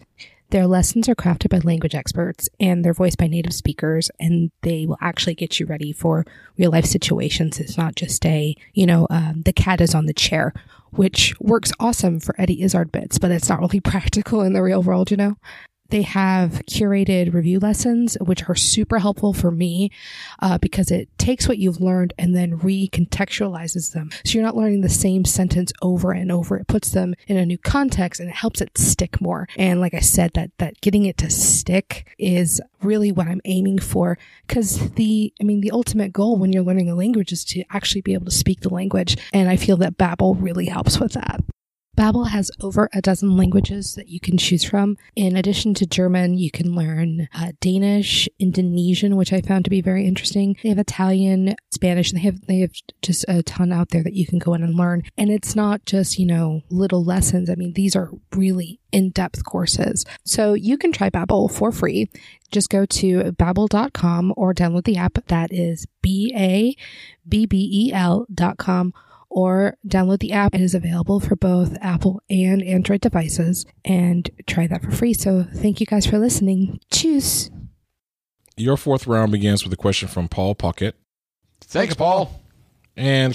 Speaker 13: Their lessons are crafted by language experts and they're voiced by native speakers and they will actually get you ready for real life situations. It's not just a, you know, um, the cat is on the chair which works awesome for Eddie Izzard bits, but it's not really practical in the real world, you know? They have curated review lessons, which are super helpful for me uh, because it takes what you've learned and then recontextualizes them. So you're not learning the same sentence over and over. It puts them in a new context and it helps it stick more. And like I said, that that getting it to stick is really what I'm aiming for. Because the, I mean, the ultimate goal when you're learning a language is to actually be able to speak the language. And I feel that Babbel really helps with that. Babbel has over a dozen languages that you can choose from. In addition to German, you can learn uh, Danish, Indonesian, which I found to be very interesting. They have Italian, Spanish, and they have they have just a ton out there that you can go in and learn. And it's not just you know little lessons. I mean, these are really in-depth courses. So you can try Babbel for free. Just go to babbel.com or download the app. That is B A B B E L dot com or download the app. It is available for both Apple and Android devices and try that for free. So thank you guys for listening. Cheers.
Speaker 3: Your fourth round begins with a question from Paul Pocket.
Speaker 4: Thanks, Paul.
Speaker 3: And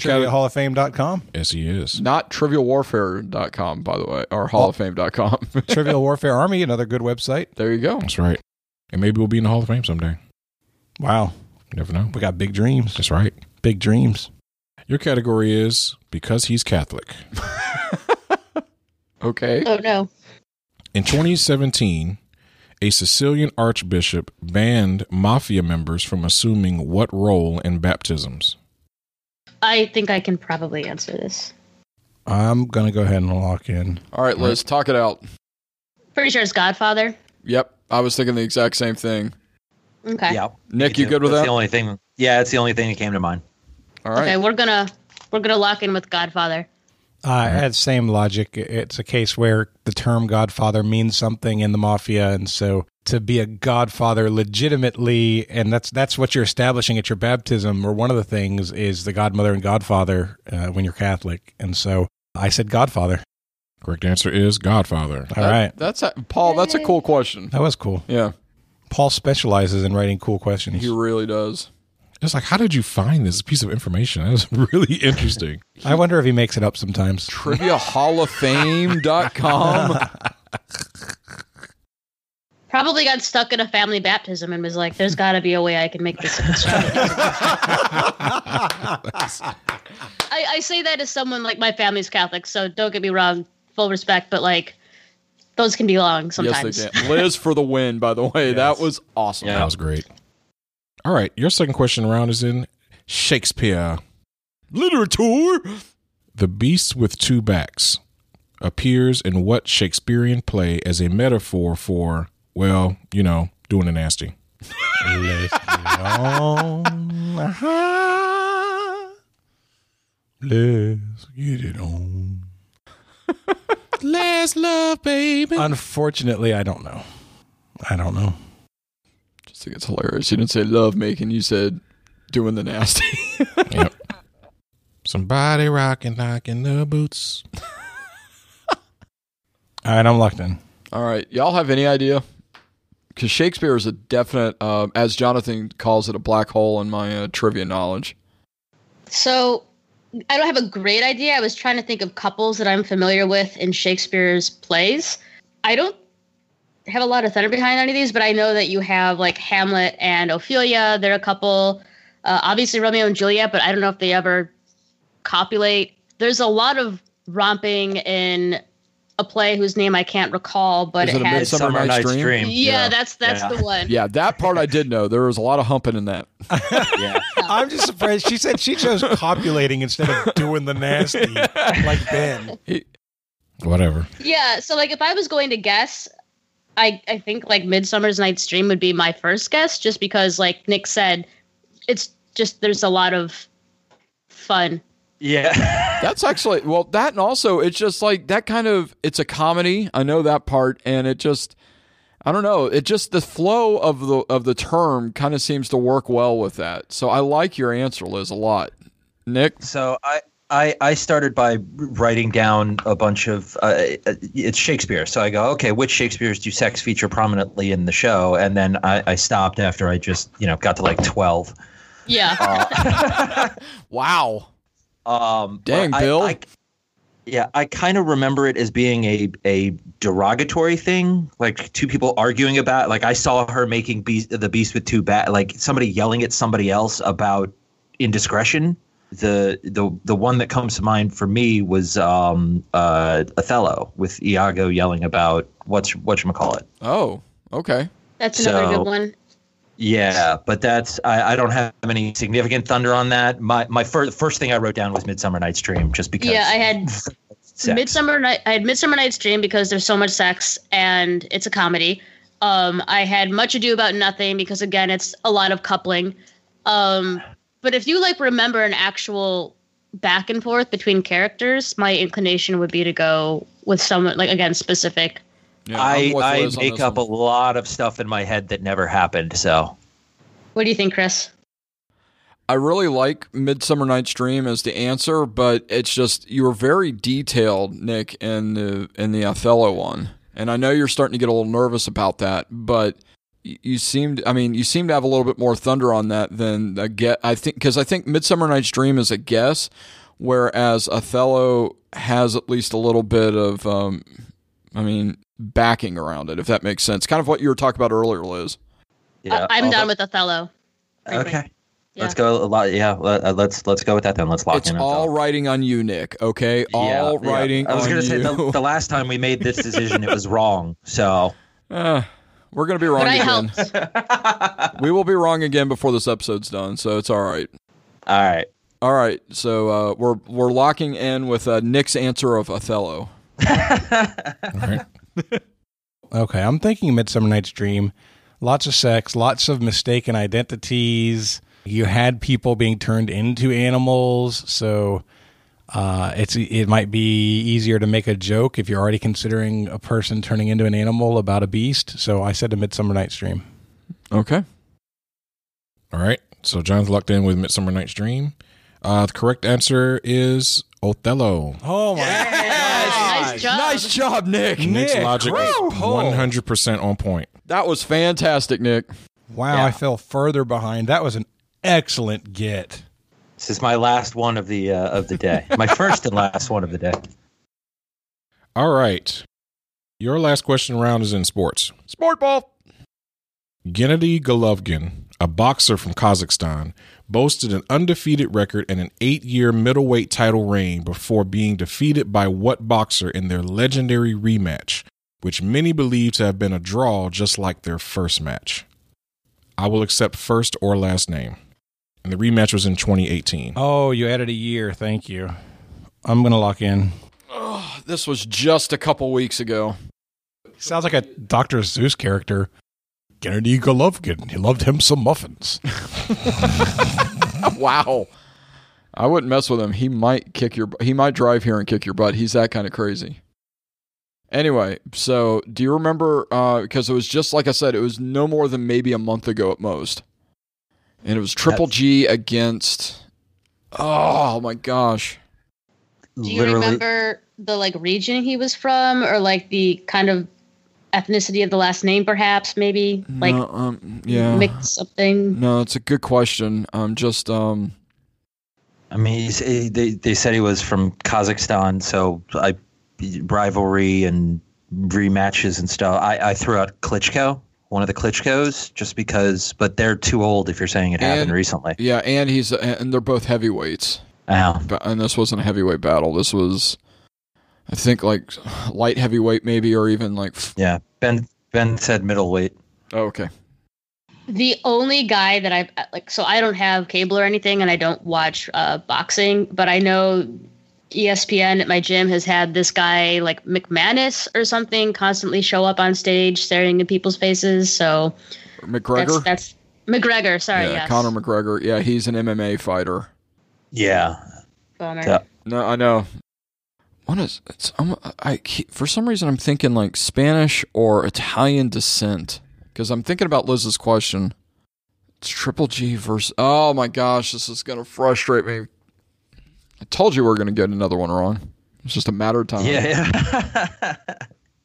Speaker 7: TriviaHallOfFame.com.
Speaker 3: Yes, he is.
Speaker 4: Not trivialwarfare.com, by the way, or hallofFame.com.
Speaker 7: Trivial Warfare Army, another good website.
Speaker 4: there you go.
Speaker 3: That's right. And maybe we'll be in the Hall of Fame someday.
Speaker 7: Wow.
Speaker 3: You never know.
Speaker 7: We got big dreams.
Speaker 3: That's right.
Speaker 7: Big dreams.
Speaker 3: Your category is because he's Catholic.
Speaker 4: okay.
Speaker 9: Oh no.
Speaker 3: In 2017, a Sicilian archbishop banned mafia members from assuming what role in baptisms?
Speaker 9: I think I can probably answer this.
Speaker 7: I'm going to go ahead and lock in.
Speaker 4: All right, Liz, talk it out.
Speaker 9: Pretty sure it's Godfather.
Speaker 4: Yep. I was thinking the exact same thing.
Speaker 9: Okay.
Speaker 8: Yeah.
Speaker 4: Nick, you good with
Speaker 8: That's
Speaker 4: that?
Speaker 8: the only thing. Yeah, it's the only thing that came to mind.
Speaker 4: All right.
Speaker 9: Okay, we're gonna we're gonna lock in with Godfather.
Speaker 7: I had same logic. It's a case where the term Godfather means something in the mafia, and so to be a Godfather legitimately, and that's that's what you're establishing at your baptism, or one of the things is the Godmother and Godfather uh, when you're Catholic, and so I said Godfather.
Speaker 3: Correct answer is Godfather.
Speaker 7: All right,
Speaker 4: That's a, Paul, that's a cool question.
Speaker 7: that was cool.
Speaker 4: Yeah.
Speaker 7: Paul specializes in writing cool questions.
Speaker 4: He really does.
Speaker 3: It's like, how did you find this piece of information? That is really interesting.
Speaker 7: I wonder if he makes it up sometimes.
Speaker 4: TriviaHallOfFame.com.
Speaker 9: Probably got stuck in a family baptism and was like, "There's got to be a way I can make this." a construction." I, I say that as someone like my family's Catholic, so don't get me wrong, full respect, but like those can be long sometimes.
Speaker 4: Yes, they can. Liz for the win, by the way. That was awesome.
Speaker 3: That was great. All right. Your second question round is in Shakespeare.
Speaker 4: Literature.
Speaker 3: The beast with two backs appears in what Shakespearean play as a metaphor for, well, you know, doing the nasty?
Speaker 7: Let's get on high. Let's get it on.
Speaker 3: Last love, baby.
Speaker 7: Unfortunately, I don't know. I don't know.
Speaker 4: Just think it's hilarious. You didn't say love making, you said doing the nasty.
Speaker 3: yep. Somebody rocking, knocking the boots.
Speaker 7: All right, I'm locked in.
Speaker 4: All right. Y'all have any idea? Because Shakespeare is a definite, uh, as Jonathan calls it, a black hole in my uh, trivia knowledge.
Speaker 9: So I don't have a great idea. I was trying to think of couples that I'm familiar with in Shakespeare's plays. I don't have a lot of thunder behind any of these, but I know that you have like Hamlet and Ophelia. They're a couple. Uh, obviously, Romeo and Juliet, but I don't know if they ever copulate. There's a lot of romping in a play whose name I can't recall, but
Speaker 4: Is
Speaker 9: it,
Speaker 4: it a
Speaker 9: has.
Speaker 4: Midsummer
Speaker 8: Summer
Speaker 4: Night's
Speaker 8: Night's
Speaker 4: Dream?
Speaker 8: Dream.
Speaker 9: Yeah, that's that's
Speaker 8: Yeah.
Speaker 9: the one.
Speaker 4: Yeah, that part I did know. There was a lot of humping in that.
Speaker 8: Yeah.
Speaker 7: I'm just surprised. She said she chose copulating instead of doing the nasty like Ben.
Speaker 3: Whatever.
Speaker 9: Yeah, so like if I was going to guess, I I think like Midsummer's Night's Dream would be my first guess, just because like Nick said, it's just there's a lot of fun.
Speaker 8: Yeah.
Speaker 4: That's actually well, that and also it's just like that kind of it's a comedy. I know that part, and it just I don't know. It just the flow of the of the term kind of seems to work well with that. So I like your answer, Liz, a lot. Nick,
Speaker 8: So I. I, I started by writing down a bunch of uh, it's Shakespeare. So I go, okay, which Shakespeare's do sex feature prominently in the show? And then I, I stopped after I just you know got to like twelve.
Speaker 9: Yeah.
Speaker 4: wow,
Speaker 8: Um,
Speaker 4: Dang,
Speaker 8: but I-
Speaker 4: Bill.
Speaker 8: I, Yeah, I kind of remember it as being a a derogatory thing, like two people arguing about. Like I saw her making beast, the beast with two bat, like somebody yelling at somebody else about indiscretion. The the the one that comes to mind for me was um, uh, Othello with Iago yelling about what's what you call it.
Speaker 4: Oh, okay.
Speaker 9: That's another
Speaker 8: So-
Speaker 9: good one.
Speaker 8: Yeah, but that's I, I don't have any significant thunder on that. My my first first thing I wrote down was Midsummer Night's Dream, just because.
Speaker 9: Yeah, I had
Speaker 8: Sex.
Speaker 9: Midsummer Night. I had Midsummer Night's Dream because there's so much sex and it's a comedy. Um, I had Much Ado About Nothing because again, it's a lot of coupling. Um, but if you like remember an actual back and forth between characters, my inclination would be to go with someone like again specific.
Speaker 8: I,
Speaker 9: I'm with
Speaker 8: I
Speaker 9: Liz on
Speaker 8: make
Speaker 9: this
Speaker 8: up a lot of stuff in my head that never happened. So
Speaker 9: What do you think, Chris?
Speaker 4: I really like Midsummer Night's Dream as the answer, but it's just you were very detailed, Nick, in the in the Othello one, and I know you're starting to get a little nervous about that, but y- you seemed I mean you seem to have a little bit more thunder on that than a get I think because I think Midsummer Night's Dream is a guess, whereas Othello has at least a little bit of um, I mean backing around it if that makes sense, kind of what you were talking about earlier, Liz.
Speaker 9: I, am done with Othello.
Speaker 8: Okay.
Speaker 9: Yeah.
Speaker 8: let's go. A lot, yeah, let, uh, let's let's go with that then. Let's lock
Speaker 4: It's
Speaker 8: in.
Speaker 4: all writing on you, Nick. Okay, all writing.
Speaker 8: I was
Speaker 4: on
Speaker 8: gonna say
Speaker 4: you.
Speaker 8: the, the last time we made this decision, it was wrong. So
Speaker 4: Uh, we're going to be wrong
Speaker 9: But I
Speaker 4: again.
Speaker 9: helped.
Speaker 4: we will be wrong again before this episode's done, so it's all right.
Speaker 8: All right.
Speaker 4: All right. So uh, we're we're locking in with uh, Nick's answer of Othello.
Speaker 7: Okay, I'm thinking Midsummer Night's Dream. Lots of sex, lots of mistaken identities. You had people being turned into animals, so uh, it's it might be easier to make a joke if you're already considering a person turning into an animal about a beast. So I said a Midsummer Night's Dream.
Speaker 4: Okay.
Speaker 3: All right. So John's locked in with Midsummer Night's Dream. Uh, the correct answer is Othello.
Speaker 7: Oh my
Speaker 9: Nice job.
Speaker 4: Nice job, Nick.
Speaker 3: Nick's logic was
Speaker 4: woo!
Speaker 3: 100% on point.
Speaker 4: That was fantastic, Nick.
Speaker 7: Wow, I fell further behind. That was an excellent get.
Speaker 8: this is my last one of the uh, of the day. My first and last one of the day.
Speaker 3: All right. Your last question round is in sports.
Speaker 4: Sport ball.
Speaker 3: Gennady Golovkin, a boxer from Kazakhstan, boasted an undefeated record and an eight year middleweight title reign before being defeated by what boxer in their legendary rematch, which many believe to have been a draw just like their first match? I will accept first or last name. And the rematch was in 2018.
Speaker 7: Oh, you added a year. Thank you. I'm gonna lock in.
Speaker 4: This was just a couple weeks ago.
Speaker 7: Sounds like a Dr. Zeus character. Gennady Golovkin. He loved him some muffins.
Speaker 4: wow. I wouldn't mess with him. He might kick your he might drive here and kick your butt. He's that kind of crazy. Anyway, so do you remember uh because it was just like I said, it was no more than maybe a month ago at most. And it was Triple G against Oh my gosh.
Speaker 9: Do you remember the like region he was from, or like the kind of ethnicity of the last name, perhaps? Maybe like
Speaker 4: no, um, yeah.
Speaker 9: mix something.
Speaker 4: no, it's a good question. I'm just um
Speaker 8: I mean, he's, he, they they said he was from Kazakhstan, so I rivalry and rematches and stuff. I, I threw out Klitschko, one of the Klitschko's, just because. But they're too old if you're saying it happened
Speaker 4: And-
Speaker 8: recently. Uh,
Speaker 4: yeah, and he's and they're both heavyweights.
Speaker 8: Wow.
Speaker 4: Ba- And this wasn't a heavyweight battle. This was I think like light heavyweight maybe or even like f-
Speaker 8: Yeah, Ben Ben said middleweight.
Speaker 4: Oh, okay.
Speaker 9: The only guy that I've like, so I don't have cable or anything, and I don't watch uh, boxing, but I know E ESPN at my gym has had this guy like McManus or something constantly show up on stage staring in people's faces. So
Speaker 4: McGregor.
Speaker 9: that's, that's McGregor. Sorry,
Speaker 4: yeah,
Speaker 9: yes.
Speaker 4: Conor McGregor. Yeah, he's an MMA fighter.
Speaker 8: Yeah.
Speaker 9: Bummer.
Speaker 4: No, I know. What is it's? I'm, I keep- for some reason I'm thinking like Spanish or Italian descent because I'm thinking about Liz's question. It's Triple G versus. Oh my gosh, this is gonna frustrate me. I told you we were gonna get another one wrong. It's just a matter of time.
Speaker 8: Yeah, yeah.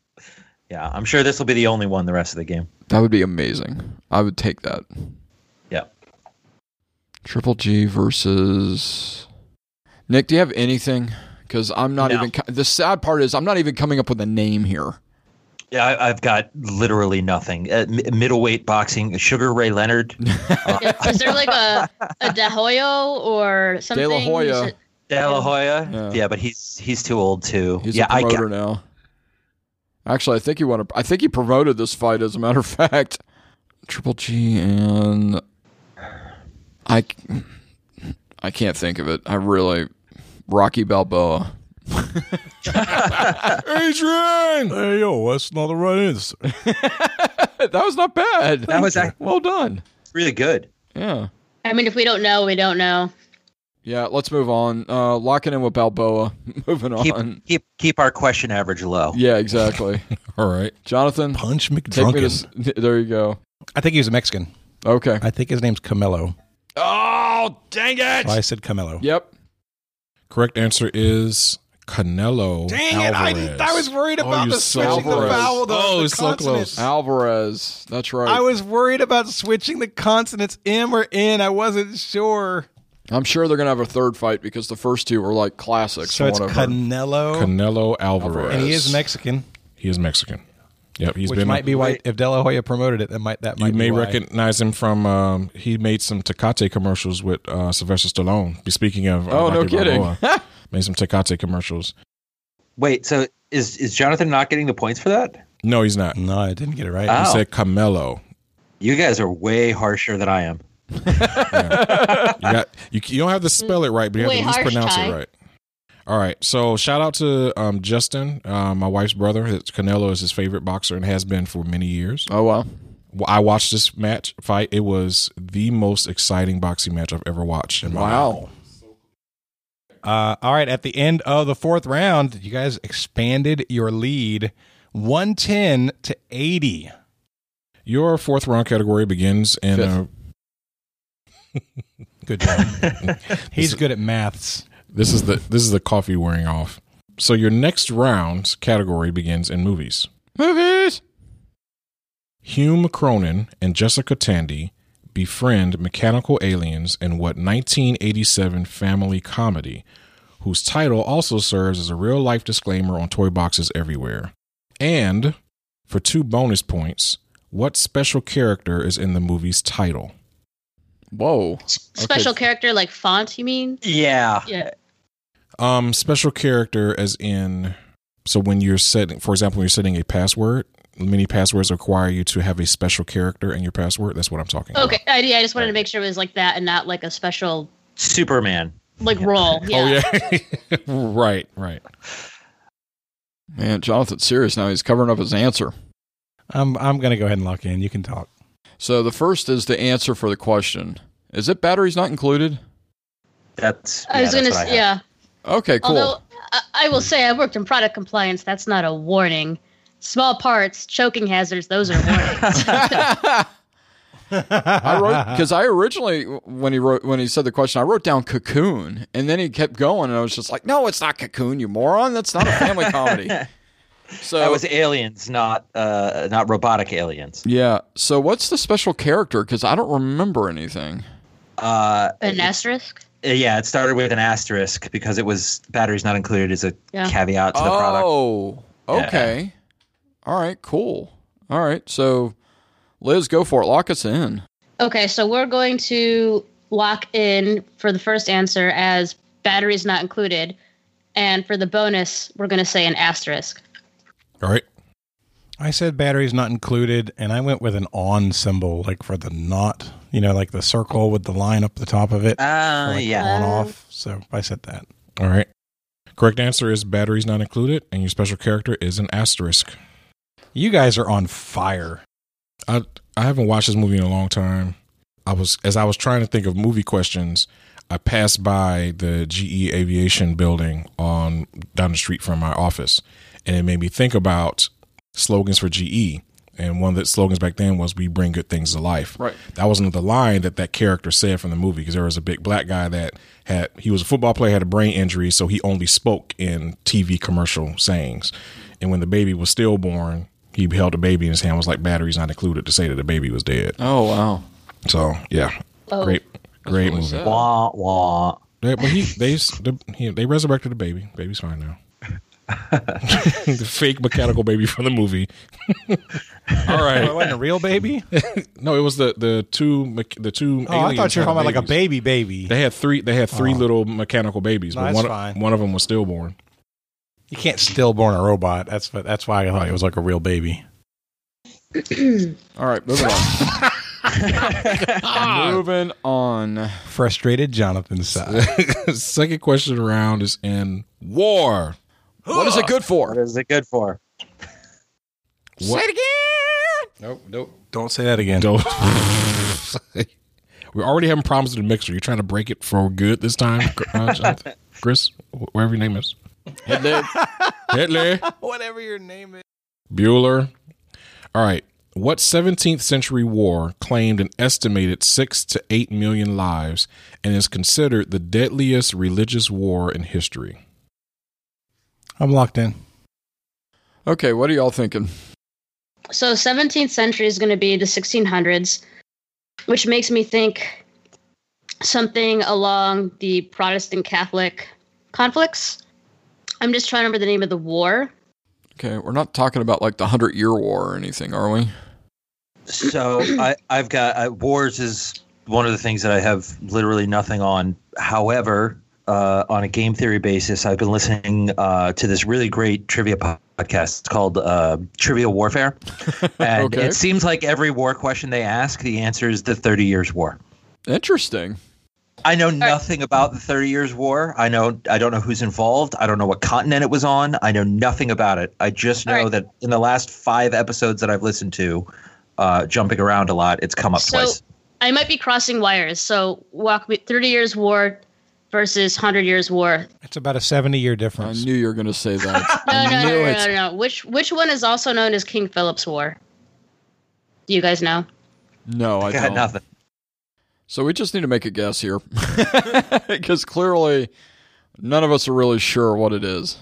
Speaker 8: yeah, I'm sure this will be the only one the rest of the game.
Speaker 4: that would be amazing. I would take that.
Speaker 8: Yeah.
Speaker 4: Triple G versus Nick. Do you have anything? because I'm not
Speaker 8: No.
Speaker 4: even. co- The sad part is I'm not even coming up with a name here.
Speaker 8: Yeah, I, I've got literally nothing. Uh, m- middleweight boxing, Sugar Ray Leonard.
Speaker 9: Is there like a a De Hoyo or something? Is it-
Speaker 8: De La Hoya. Yeah. but he's he's too old too.
Speaker 4: He's
Speaker 8: yeah,
Speaker 4: a
Speaker 8: I got-
Speaker 4: promoter now. Actually, I think he won. A, I think he promoted this fight. As a matter of fact, Triple G and I. c- I can't think of it. I really Rocky Balboa.
Speaker 3: Adrian! Hey, yo, that's not the right answer.
Speaker 4: that was not bad.
Speaker 8: That was act-
Speaker 4: well done.
Speaker 8: really good.
Speaker 4: Yeah.
Speaker 9: I mean, if we don't know, we don't know.
Speaker 4: Yeah, let's move on. Uh, locking in with Balboa. Moving
Speaker 8: Keep,
Speaker 4: on.
Speaker 8: keep keep our question average low.
Speaker 4: Yeah, exactly.
Speaker 3: All right.
Speaker 4: Jonathan.
Speaker 7: Punch
Speaker 4: Take me to, s-
Speaker 7: McDrunken.
Speaker 4: there you go.
Speaker 7: I think he was a Mexican.
Speaker 4: Okay.
Speaker 7: I think his name's Camelo.
Speaker 4: Oh, dang it.
Speaker 7: So I said Camelo.
Speaker 4: Yep.
Speaker 3: Correct answer is Canelo.
Speaker 7: Dang it, I
Speaker 3: Alvarez.
Speaker 7: didn't- I was worried about
Speaker 3: you
Speaker 7: the switching the vowel, the-
Speaker 3: oh,
Speaker 7: the
Speaker 3: it's so
Speaker 7: consonants.
Speaker 3: close.
Speaker 4: Alvarez. That's right.
Speaker 7: I was worried about switching the consonants M or N. I wasn't sure.
Speaker 4: I'm sure they're gonna have a third fight because the first two were like classics.
Speaker 7: So
Speaker 4: from
Speaker 7: it's
Speaker 4: what I've heard.
Speaker 7: Canelo.
Speaker 3: Canelo Alvarez.
Speaker 7: And he is Mexican,
Speaker 3: He is Mexican. Yep, he's
Speaker 7: which
Speaker 3: been.
Speaker 7: might be why if De La Hoya promoted it, that might that might
Speaker 3: you may
Speaker 7: be why.
Speaker 3: recognize him from. Um, he made some Tecate commercials with uh, Sylvester Stallone. Be Speaking of, uh,
Speaker 4: Oh, no kidding.
Speaker 3: Balboa, made some Tecate commercials.
Speaker 8: Wait, so is is Jonathan not getting the points for that?
Speaker 3: No, he's not.
Speaker 7: No, I didn't get it right.
Speaker 8: Oh.
Speaker 3: He said Camelo.
Speaker 8: You guys are way harsher than I am.
Speaker 3: You, got, you, you don't have to spell it right, but you have
Speaker 9: Wait,
Speaker 3: to at least
Speaker 9: harsh
Speaker 3: pronounce
Speaker 9: tie.
Speaker 3: it right. All right. So shout out to um, Justin, uh, my wife's brother. His- Canelo is his favorite boxer and has been for many years.
Speaker 4: Oh wow.
Speaker 3: Well, I watched this match fight. It was the most exciting boxing match I've ever watched. In my life.
Speaker 4: Wow.
Speaker 7: Uh, all right, at the end of the fourth round, you guys expanded your lead, one ten to eighty.
Speaker 3: Your fourth round category begins in a,
Speaker 7: Good job. He's good at maths.
Speaker 3: this is the this is the coffee wearing off. So your next round's category begins in movies.
Speaker 4: Movies.
Speaker 3: Hume Cronin and Jessica Tandy befriend mechanical aliens in what 1987 family comedy, whose title also serves as a real life disclaimer on toy boxes everywhere. And for two bonus points, what special character is in the movie's title?
Speaker 4: Whoa.
Speaker 9: Special character like font, you mean?
Speaker 8: Yeah.
Speaker 9: Yeah.
Speaker 3: Um, special character as in so when you're setting, for example, when you're setting a password, many passwords require you to have a special character in your password. That's what I'm talking about.
Speaker 9: Okay. I, yeah, I just wanted to make sure it was like that and not like a special
Speaker 8: Superman.
Speaker 9: like role. Yeah.
Speaker 3: Oh yeah, right, right.
Speaker 4: Man, Jonathan's serious now. He's covering up his answer.
Speaker 7: I'm I'm gonna go ahead and lock in. You can talk.
Speaker 4: So the first is the answer for the question. Is it batteries not included?
Speaker 8: That's.
Speaker 9: I was gonna. s- Yeah.
Speaker 4: Okay, cool.
Speaker 9: Although I, I will say, I worked in product compliance. That's not a warning. Small parts, choking hazards. Those are warnings.
Speaker 4: I wrote because I originally when he wrote when he said the question, I wrote down cocoon, and then he kept going, and I was just like, no, it's not cocoon, you moron. That's not a family comedy. So
Speaker 8: that was aliens, not uh, not robotic aliens.
Speaker 4: yeah. So what's the special character? Because I don't remember anything.
Speaker 8: Uh,
Speaker 9: An asterisk.
Speaker 8: yeah, it started with an asterisk because it was batteries not included as a
Speaker 9: Yeah.
Speaker 8: caveat to the product. Uh,
Speaker 4: oh, okay. All right, cool. All right, so Liz, go for it. Lock us in.
Speaker 9: Okay, so we're going to lock in for the first answer as batteries not included, and for the bonus, we're going to say an asterisk.
Speaker 3: All right.
Speaker 7: I said batteries not included, and I went with an on symbol, like for the not, you know, like the circle with the line up the top of it.
Speaker 8: Uh,
Speaker 4: Oh
Speaker 7: for, like,
Speaker 8: yeah.
Speaker 7: On off. So I said that.
Speaker 3: All right. Correct answer is batteries not included, and your special character is an asterisk.
Speaker 7: You guys are on fire.
Speaker 3: I I haven't watched this movie in a long time. I was as I was trying to think of movie questions, I passed by the GE Aviation building on down the street from my office, and it made me think about slogans for GE. And one of the slogans back then was "We bring good things to life."
Speaker 4: Right.
Speaker 3: That was another line that that character said from the movie because there was a big black guy that had he was a football player had a brain injury, so he only spoke in TV commercial sayings. And when the baby was stillborn, he held the baby in his hand was like batteries not included to say that the baby was dead.
Speaker 4: Oh wow.
Speaker 3: So yeah,
Speaker 9: Oh.
Speaker 3: great, great
Speaker 4: really
Speaker 3: movie.
Speaker 4: sad.
Speaker 8: Wah wah.
Speaker 3: They, but he, they, s- the- he- they resurrected the baby. Baby's fine now. the fake mechanical baby from the movie. All right,
Speaker 7: It wasn't a real baby.
Speaker 3: no, it was the the two mech- the two.
Speaker 7: Oh, I thought you were talking about like a baby baby.
Speaker 3: They had three. They had three
Speaker 7: Oh.
Speaker 3: little mechanical babies,
Speaker 7: No,
Speaker 3: but
Speaker 7: that's
Speaker 3: one
Speaker 7: fine.
Speaker 3: one of them was stillborn.
Speaker 7: You can't stillborn a robot. That's what- that's why I thought it was like a real baby.
Speaker 4: All right, moving on.
Speaker 3: Ah.
Speaker 7: Ah.
Speaker 4: moving on.
Speaker 7: Frustrated Jonathan's side.
Speaker 3: Second question round is in war.
Speaker 4: What is it good for? What
Speaker 8: is it good for?
Speaker 3: What? Say it again. Nope, nope.
Speaker 7: Don't say that again.
Speaker 3: Don't. We're already having problems with the mixer. You're trying to break it for good this time, uh, Jonathan? Chris, wh- whatever your name is. Hitler. Hitler.
Speaker 7: Whatever your name is.
Speaker 3: Bueller. All right. What 17th century war claimed an estimated 6 to 8 million lives and is considered the deadliest religious war in history?
Speaker 7: I'm locked in.
Speaker 4: Okay, what are y'all thinking?
Speaker 9: So 17th century is going to be the 1600s, which makes me think something along the Protestant Catholic conflicts. I'm just trying to remember the name of the war.
Speaker 4: Okay, we're not talking about like the Hundred Year War or anything, are we?
Speaker 8: So I, I've got uh, wars is one of the things that I have literally nothing on. However, uh, on a game theory basis, I've been listening uh, to this really great trivia po- podcast. It's called uh, Trivia Warfare, and
Speaker 4: Okay.
Speaker 8: it seems like every war question they ask, the answer is the Thirty Years' War.
Speaker 4: Interesting.
Speaker 8: I know nothing about the Thirty Years' War. I know I don't know who's involved. I don't know what continent it was on. I know nothing about it. I just know that in the last five episodes that I've listened to, uh, jumping around a lot, it's come up
Speaker 9: so
Speaker 8: twice.
Speaker 9: I might be crossing wires. So walk me 30 years war versus 100 years war.
Speaker 7: It's about a 70 year
Speaker 4: I
Speaker 7: difference.
Speaker 4: knew you were going to say that.
Speaker 9: No, no, no,
Speaker 4: knew
Speaker 9: no, no,
Speaker 4: it.
Speaker 9: no, no. Which which one is also known as King Philip's War? Do you guys know?
Speaker 4: No, I
Speaker 8: Got
Speaker 4: don't.
Speaker 8: nothing.
Speaker 4: So we just need to make a guess here, because clearly none of us are really sure what it is.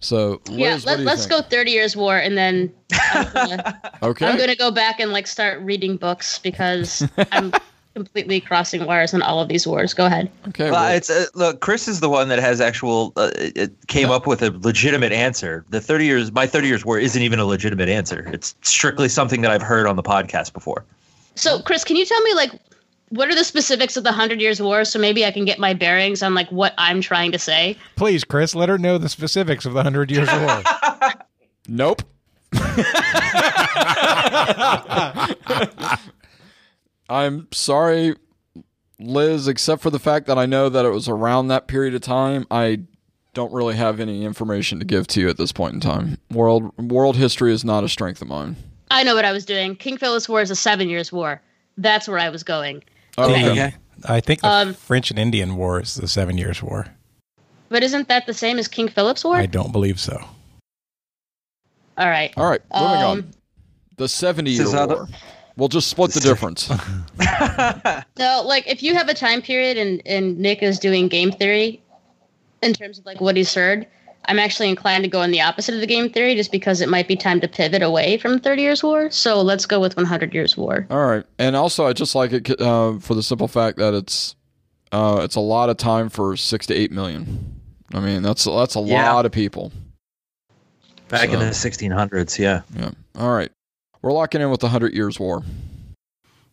Speaker 4: So Liz,
Speaker 9: yeah,
Speaker 4: what
Speaker 9: let,
Speaker 4: do you
Speaker 9: let's
Speaker 4: think?
Speaker 9: go 30 years war and then I'm gonna,
Speaker 4: Okay.
Speaker 9: I'm gonna go back and like start reading books because I'm completely crossing wires on all of these wars. Go ahead.
Speaker 4: Okay.
Speaker 8: Well, it's uh, look. Chris is the one that has actual. Uh, it- it came up with a legitimate answer. The thirty years, my thirty years war isn't even a legitimate answer. It's strictly something that I've heard on the podcast before.
Speaker 9: So Chris, can you tell me like what are the specifics of the Hundred Years War so maybe I can get my bearings on like what I'm trying to say?
Speaker 7: Please, Chris, let her know the specifics of the Hundred Years' War.
Speaker 4: nope. I'm sorry, Liz, except for the fact that I know that it was around that period of time. I don't really have any information to give to you at this point in time. World world history is not a strength of mine.
Speaker 9: I know what I was doing. King Philip's War is a seven years war. That's where I was going.
Speaker 4: Okay.
Speaker 7: I think the
Speaker 9: Um,
Speaker 7: French and Indian War is the Seven Years' War.
Speaker 9: But isn't that the same as King Philip's War?
Speaker 7: I don't believe so.
Speaker 9: All right.
Speaker 4: All right, moving
Speaker 9: Um,
Speaker 4: on. The 70 year
Speaker 8: This is how
Speaker 4: war.
Speaker 8: the-
Speaker 4: We'll just split the difference.
Speaker 9: No, like if you have a time period and, and Nick is doing game theory in terms of like what he's heard, I'm actually inclined to go in the opposite of the game theory just because it might be time to pivot away from 30 Years War. So let's go with 100 Years War.
Speaker 4: All right, and also I just like it uh, for the simple fact that it's uh, it's a lot of time for six to eight million. I mean, that's that's a
Speaker 8: Yeah.
Speaker 4: lot of people.
Speaker 8: Back in
Speaker 4: So-
Speaker 8: the sixteen hundreds, yeah.
Speaker 4: Yeah. All right, we're locking in with the Hundred Years' War.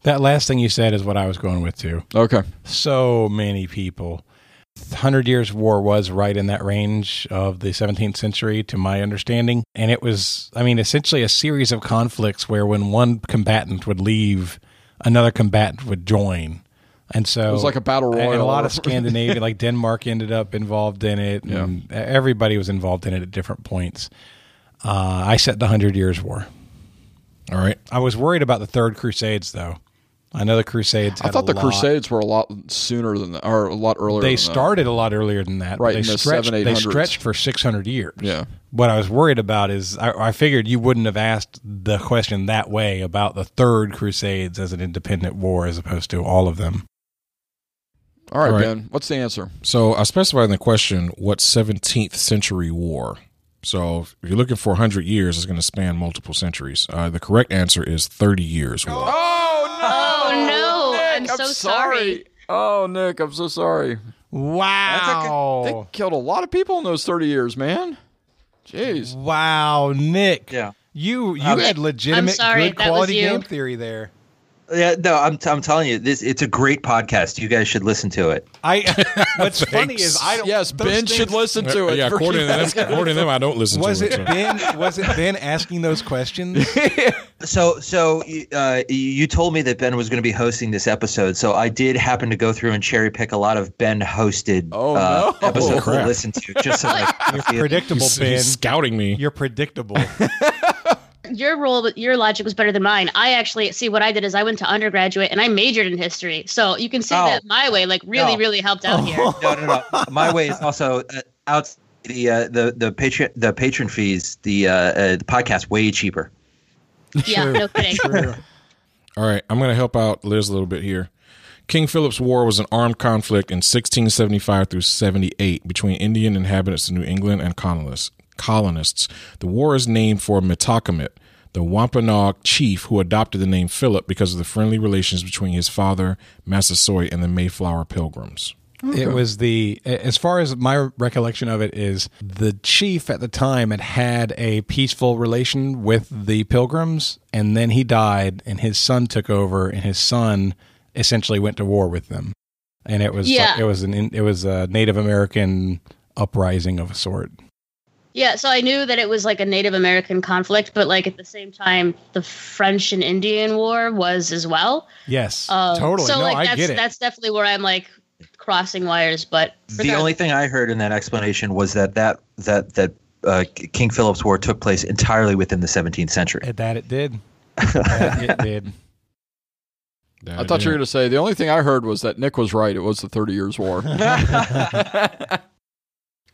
Speaker 7: That last thing you said is what I was going with too.
Speaker 4: Okay.
Speaker 7: So many people. Hundred Years' War was right in that range of the 17th century, to my understanding, and it was, I mean, essentially a series of conflicts where when one combatant would leave, another combatant would join, and so
Speaker 4: It was like a battle
Speaker 7: and- And a
Speaker 4: royal.
Speaker 7: lot of Scandinavia, like Denmark, ended up involved in it, and e, everybody was involved in it at different points. Uh, I set the Hundred Years' War.
Speaker 3: All right.
Speaker 7: I was worried about the Third Crusades, though. I know the Crusades.
Speaker 4: I
Speaker 7: had
Speaker 4: thought the
Speaker 7: a lot-
Speaker 4: Crusades were a lot sooner than that, or a lot earlier.
Speaker 7: They
Speaker 4: than that.
Speaker 7: started a lot earlier than that. but
Speaker 4: Right,
Speaker 7: They
Speaker 4: in the
Speaker 7: stretched.
Speaker 4: 700s,
Speaker 7: they stretched for six hundred years.
Speaker 4: Yeah.
Speaker 7: What I was worried about is I, I figured you wouldn't have asked the question that way about the Third Crusades as an independent war as opposed to all of them.
Speaker 4: All right,
Speaker 3: All right.
Speaker 4: Ben. What's the answer?
Speaker 3: So I specified in the question what 17th century war. So if you're looking for 100 years, it's going to span multiple centuries. Uh, the correct answer is 30 years war.
Speaker 9: Oh, no. I'm so sorry.
Speaker 4: Oh, Nick, I'm so sorry.
Speaker 7: Wow.
Speaker 3: Oh.
Speaker 4: They killed a lot of people in those 30 years, man. Jeez.
Speaker 7: Wow, Nick.
Speaker 8: Yeah.
Speaker 7: You you
Speaker 8: I'm-
Speaker 7: had legitimate
Speaker 8: I'm sorry,
Speaker 7: good
Speaker 8: that was
Speaker 7: quality
Speaker 8: you.
Speaker 7: game theory there.
Speaker 8: Yeah, no, I'm, I'm telling you, this it's a great podcast. You guys should listen to it.
Speaker 7: I what's funny is I don't
Speaker 4: Yes,
Speaker 7: those
Speaker 4: Ben
Speaker 7: things-
Speaker 4: should listen to it.
Speaker 3: Yeah,
Speaker 4: for
Speaker 3: according to them-
Speaker 4: keeping us-
Speaker 3: according to them, I don't listen to
Speaker 7: was
Speaker 3: it,
Speaker 7: Was
Speaker 3: so.
Speaker 7: it Ben was it Ben asking those questions?
Speaker 8: So, so uh, you told me that Ben was going to be hosting this episode, so I did happen to go through and cherry pick a lot of Ben hosted uh,
Speaker 3: no.
Speaker 8: episodes to
Speaker 3: Crap.
Speaker 8: listen to, just so I could feel-
Speaker 7: predictable,
Speaker 3: He's-
Speaker 7: Ben.
Speaker 3: he's scouting me.
Speaker 7: You're predictable.
Speaker 9: Your rule, your logic was better than mine. I actually see what I did is I went to undergraduate and I majored in history, so you can see
Speaker 8: Oh.
Speaker 9: that my way like really,
Speaker 8: No.
Speaker 9: really helped out here.
Speaker 8: No, no, no. My way is also uh, out the uh, the the patron the patron fees the uh, uh, the podcast way cheaper.
Speaker 9: Yeah, no kidding.
Speaker 3: All right, I'm going to help out Liz a little bit here. King Philip's War was an armed conflict in 1675 through 78 between Indian inhabitants of New England and colonists. colonists. The war is named for Metacomet, the Wampanoag chief who adopted the name Philip because of the friendly relations between his father, Massasoit, and the Mayflower Pilgrims.
Speaker 7: It was the as far as my recollection of it is the chief at the time had had a peaceful relation with the pilgrims and then he died and his son took over and his son essentially went to war with them. And it was
Speaker 9: Yeah.
Speaker 7: it was an it was a Native American uprising of a sort.
Speaker 9: Yeah, so I knew that it was like a Native American conflict, but like at the same time, the French and Indian War was as well.
Speaker 7: Yes.
Speaker 9: Um,
Speaker 8: Totally.
Speaker 9: So
Speaker 8: No,
Speaker 9: like
Speaker 8: I
Speaker 9: that's
Speaker 8: get it.
Speaker 9: that's definitely where I'm like crossing wires. But
Speaker 8: The only thing I heard in that explanation was that that that that uh, King Philip's War took place entirely within the 17th century.
Speaker 7: That it did. That it did.
Speaker 4: I thought you were going to say the only thing I heard was that Nick was right. It was the 30 Years' War.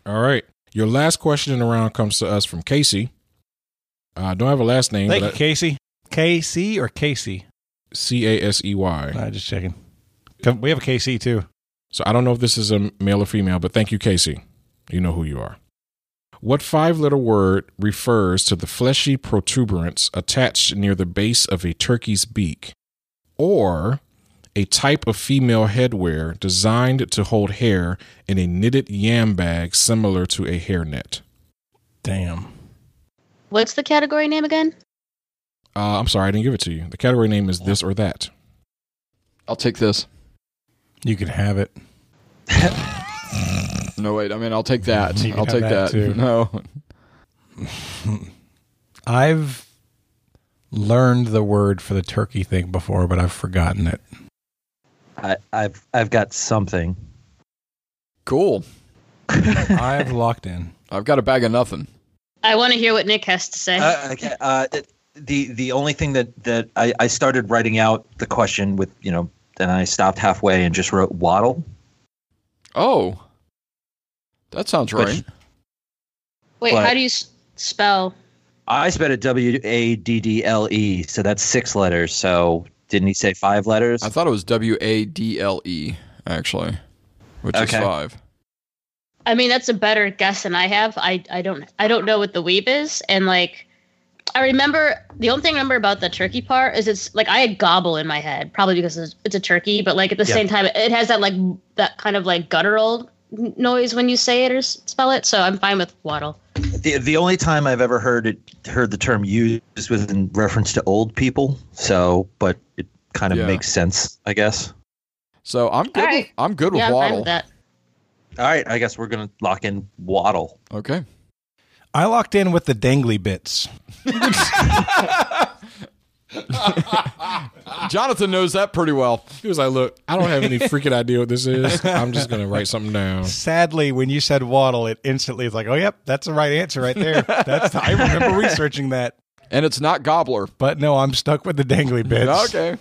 Speaker 3: All right. Your last question in the round comes to us from Casey. Uh, I don't have a last name.
Speaker 7: Thank
Speaker 3: but
Speaker 7: you, Casey. KC or Casey?
Speaker 3: C A S E Y.
Speaker 7: I just checking. Come- We have a KC too.
Speaker 3: So I don't know if this is a male or female, but thank you, Casey. You know who you are. What five letter word refers to the fleshy protuberance attached near the base of a turkey's beak or a type of female headwear designed to hold hair in a knitted yam bag similar to a hairnet?
Speaker 7: Damn.
Speaker 9: what's the category name again?
Speaker 3: Uh, I'm sorry, I didn't give it to you. The category name is this or that.
Speaker 4: I'll take this.
Speaker 7: You can have it.
Speaker 4: No, wait. I mean, I'll take that.
Speaker 7: You can
Speaker 4: I'll
Speaker 7: have
Speaker 4: take that.
Speaker 7: that, too.
Speaker 4: No.
Speaker 7: I've learned the word for the turkey thing before, but I've forgotten it.
Speaker 8: I, I've I've got something.
Speaker 4: Cool.
Speaker 7: I've locked in.
Speaker 4: I've got a bag of nothing.
Speaker 9: I want to hear what Nick has to say.
Speaker 8: Uh, okay, uh, the the only thing that that I, I started writing out the question with you know, and I stopped halfway and just wrote waddle.
Speaker 4: Oh. That sounds
Speaker 8: But-
Speaker 4: right.
Speaker 9: Wait,
Speaker 8: what?
Speaker 9: how do you s- spell?
Speaker 8: I spelled it W A D D L E, so that's six letters. So didn't he say five letters?
Speaker 4: I thought it was W A D L E, actually, which is
Speaker 8: Okay.
Speaker 4: five.
Speaker 9: I mean, that's a better guess than I have. I I don't I don't know what the weeb is, and like. I remember the only thing I remember about the turkey part is it's like I had gobble in my head, probably because it's, it's a turkey, but like at the
Speaker 8: Yeah.
Speaker 9: same time, it has that like that kind of like guttural n- noise when you say it or s- spell it. So I'm fine with waddle.
Speaker 8: The the only time I've ever heard it heard the term used was in reference to old people. So, but it kind of
Speaker 4: Yeah.
Speaker 8: makes sense, I guess.
Speaker 4: So I'm good.
Speaker 9: right.
Speaker 4: With, I'm good with
Speaker 9: yeah, I'm fine
Speaker 4: waddle.
Speaker 9: with that.
Speaker 8: All right, I guess we're gonna lock in waddle.
Speaker 4: Okay.
Speaker 7: I locked in with the dangly bits.
Speaker 4: Jonathan knows that pretty well.
Speaker 3: He was like, "Look, I don't have any freaking idea what this is. I'm just gonna write something down."
Speaker 7: Sadly, when you said waddle, it instantly is like, oh, yep, that's the right answer right there. That's I remember researching that.
Speaker 4: And it's not gobbler.
Speaker 7: But no, I'm stuck with the dangly bits.
Speaker 4: Okay.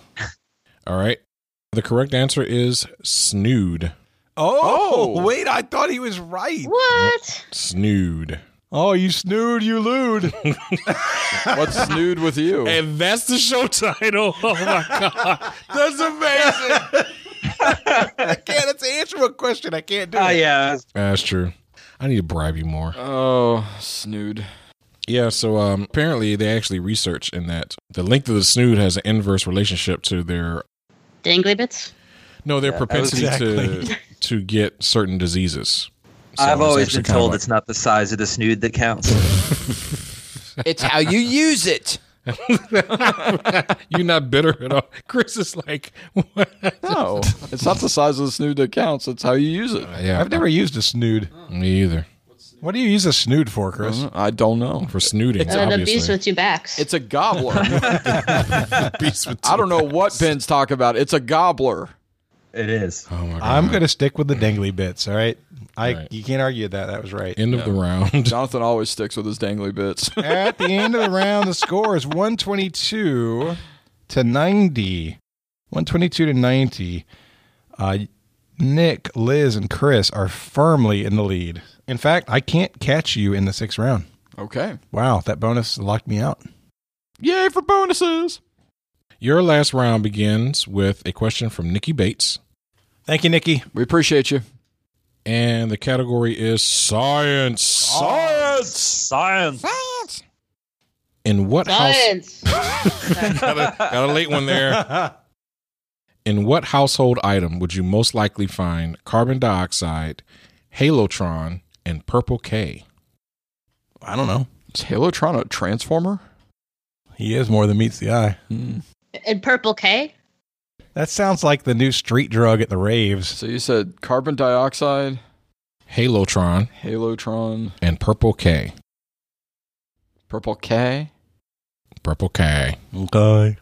Speaker 3: All right. The correct answer is snood.
Speaker 7: Oh,
Speaker 4: Oh.
Speaker 7: wait, I thought he was right.
Speaker 9: What?
Speaker 3: Snood.
Speaker 7: Oh, you snood, you lewd.
Speaker 4: What's snood with you?
Speaker 3: And that's the show title. Oh my god. That's amazing.
Speaker 7: I can't. It's an answer a question. I can't do
Speaker 8: Oh
Speaker 7: it.
Speaker 8: yeah,
Speaker 3: that's true. I need to bribe you more.
Speaker 4: Oh, snood.
Speaker 3: Yeah, so um, apparently they actually researched in that the length of the snood has an inverse relationship to their
Speaker 9: Dangly bits.
Speaker 3: No, their
Speaker 8: Yeah,
Speaker 3: propensity
Speaker 8: exactly.
Speaker 3: to to get certain diseases. So
Speaker 8: I've
Speaker 3: it's
Speaker 8: always
Speaker 3: actually
Speaker 8: been
Speaker 3: kinda
Speaker 8: told
Speaker 3: like-
Speaker 8: it's not the size of the snood that counts.
Speaker 14: It's how you use it.
Speaker 3: You're not bitter at all. Chris is like, what?
Speaker 4: no, it's not the size of the snood that counts. It's how you use it.
Speaker 3: yeah.
Speaker 7: I've never used a snood.
Speaker 3: Me either.
Speaker 7: What do you use a snood for, Chris?
Speaker 4: I don't know.
Speaker 3: For snooting,
Speaker 9: It's an abuse Uh, with two backs.
Speaker 4: It's a gobbler. I don't know what Ben's talking about. It's a gobbler.
Speaker 8: It is.
Speaker 3: Oh my
Speaker 7: I'm going to stick with the dangly bits. All right. I you can't argue with that. That was right.
Speaker 3: End of the round.
Speaker 4: Jonathan always sticks with his dangly bits.
Speaker 7: At the end of the round, the score is 122 to 90. 122 to 90. Uh, Nick, Liz, and Chris are firmly in the lead. In fact, I can't catch you in the sixth round.
Speaker 4: Okay.
Speaker 7: Wow, that bonus locked me out.
Speaker 4: Yay for bonuses.
Speaker 3: Your last round begins with a question from Nikki Bates.
Speaker 7: Thank you, Nikki.
Speaker 4: We appreciate you.
Speaker 3: And the category is science.
Speaker 8: Science. Science.
Speaker 3: Science. In what
Speaker 9: Science.
Speaker 3: house? got, a, got a late one there. In what household item would you most likely find carbon dioxide, halotron, and purple K?
Speaker 7: I don't know.
Speaker 4: Is halotron a transformer?
Speaker 7: He is more than meets the eye.
Speaker 9: And purple K.
Speaker 7: That sounds like the new street drug at the raves.
Speaker 4: So you said carbon dioxide,
Speaker 3: Halotron
Speaker 4: halotron,
Speaker 3: and purple K.
Speaker 4: purple K.
Speaker 3: Purple K.
Speaker 7: Okay.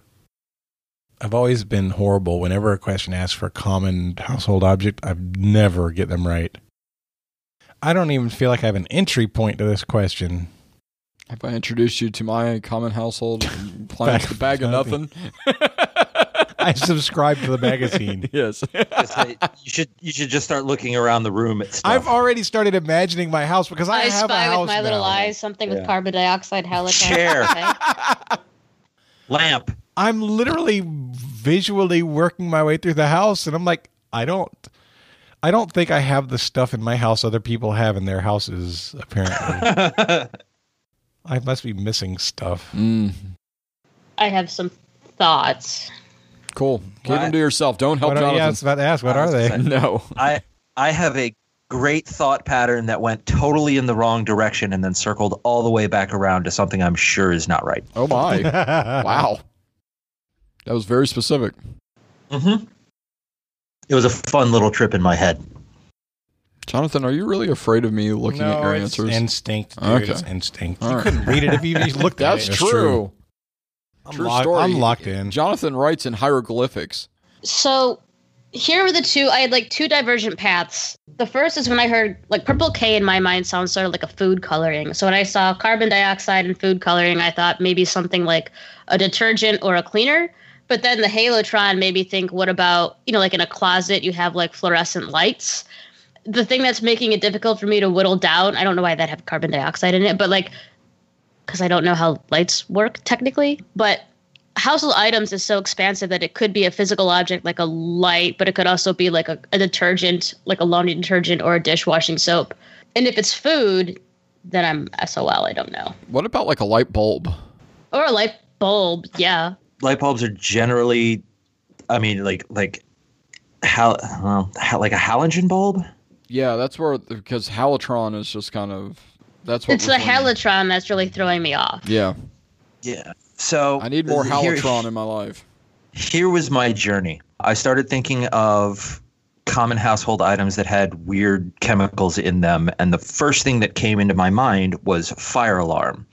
Speaker 7: I've always been horrible. Whenever a question asks for a common household object, I never get them right. I don't even feel like I have an entry point to this question.
Speaker 4: Have I introduced you to my common household plants,
Speaker 7: Bag
Speaker 4: the
Speaker 7: of
Speaker 4: bag of nothing?
Speaker 7: nothing. I subscribe to the magazine.
Speaker 4: yes.
Speaker 8: Just like, you should you should just start looking around the room at stuff.
Speaker 7: I've already started imagining my house because I,
Speaker 9: I,
Speaker 7: have a
Speaker 9: spy
Speaker 7: house
Speaker 9: with my little
Speaker 7: now.
Speaker 9: eyes something
Speaker 7: Yeah.
Speaker 9: with carbon dioxide, halotron.
Speaker 8: Chair.
Speaker 9: okay.
Speaker 8: Lamp.
Speaker 7: I'm literally visually working my way through the house, and I'm like, I don't, I don't think I have the stuff in my house other people have in their houses. Apparently, I must be missing stuff.
Speaker 4: Mm,
Speaker 9: I have some thoughts.
Speaker 4: Cool. Keep them to yourself. Don't help
Speaker 7: What are-
Speaker 4: Jonathan.
Speaker 7: yeah, I was about to ask, what are they?
Speaker 4: No.
Speaker 8: I I have a great thought pattern that went totally in the wrong direction and then circled all the way back around to something I'm sure is not right.
Speaker 4: Oh my. wow. That was very specific.
Speaker 8: Mm-hmm. It was a fun little trip in my head.
Speaker 4: Jonathan, are you really afraid of me looking
Speaker 7: No,
Speaker 4: at your
Speaker 7: it's
Speaker 4: answers?
Speaker 7: instinct, dude. It's instinct. You
Speaker 4: All right.
Speaker 7: couldn't read it if you just looked at
Speaker 4: That's
Speaker 7: it.
Speaker 4: True.
Speaker 7: That's true.
Speaker 4: True
Speaker 7: lock-
Speaker 4: story.
Speaker 7: I'm locked in.
Speaker 4: Jonathan writes in hieroglyphics.
Speaker 9: So here were the two. I had like two divergent paths. The first is when I heard like purple K in my mind sounds sort of like a food coloring. So when I saw carbon dioxide and food coloring, I thought maybe something like a detergent or a cleaner. But then the halotron made me think, what about, you know, like in a closet, you have like fluorescent lights? The thing that's making it difficult for me to whittle down, I don't know why that had carbon dioxide in it, but like, because I don't know how lights work technically, but household items is so expansive that it could be a physical object like a light, but it could also be like a, a detergent, like a laundry detergent or a dishwashing soap. And if it's food, then I'm SOL. I don't know.
Speaker 4: What about like a light bulb?
Speaker 9: Or a light bulb. Yeah.
Speaker 8: Light bulbs are generally, I mean, like like how well, ha- like a halogen bulb.
Speaker 4: Yeah, that's where because halotron is just kind of that's what
Speaker 9: It's the
Speaker 4: we're doing.
Speaker 9: halotron that's really throwing me off.
Speaker 4: Yeah.
Speaker 8: Yeah. So
Speaker 4: I need more
Speaker 8: Here-
Speaker 4: halotron in my life.
Speaker 8: here was my journey. I started thinking of common household items that had weird chemicals in them. And the first thing that came into my mind was fire alarm.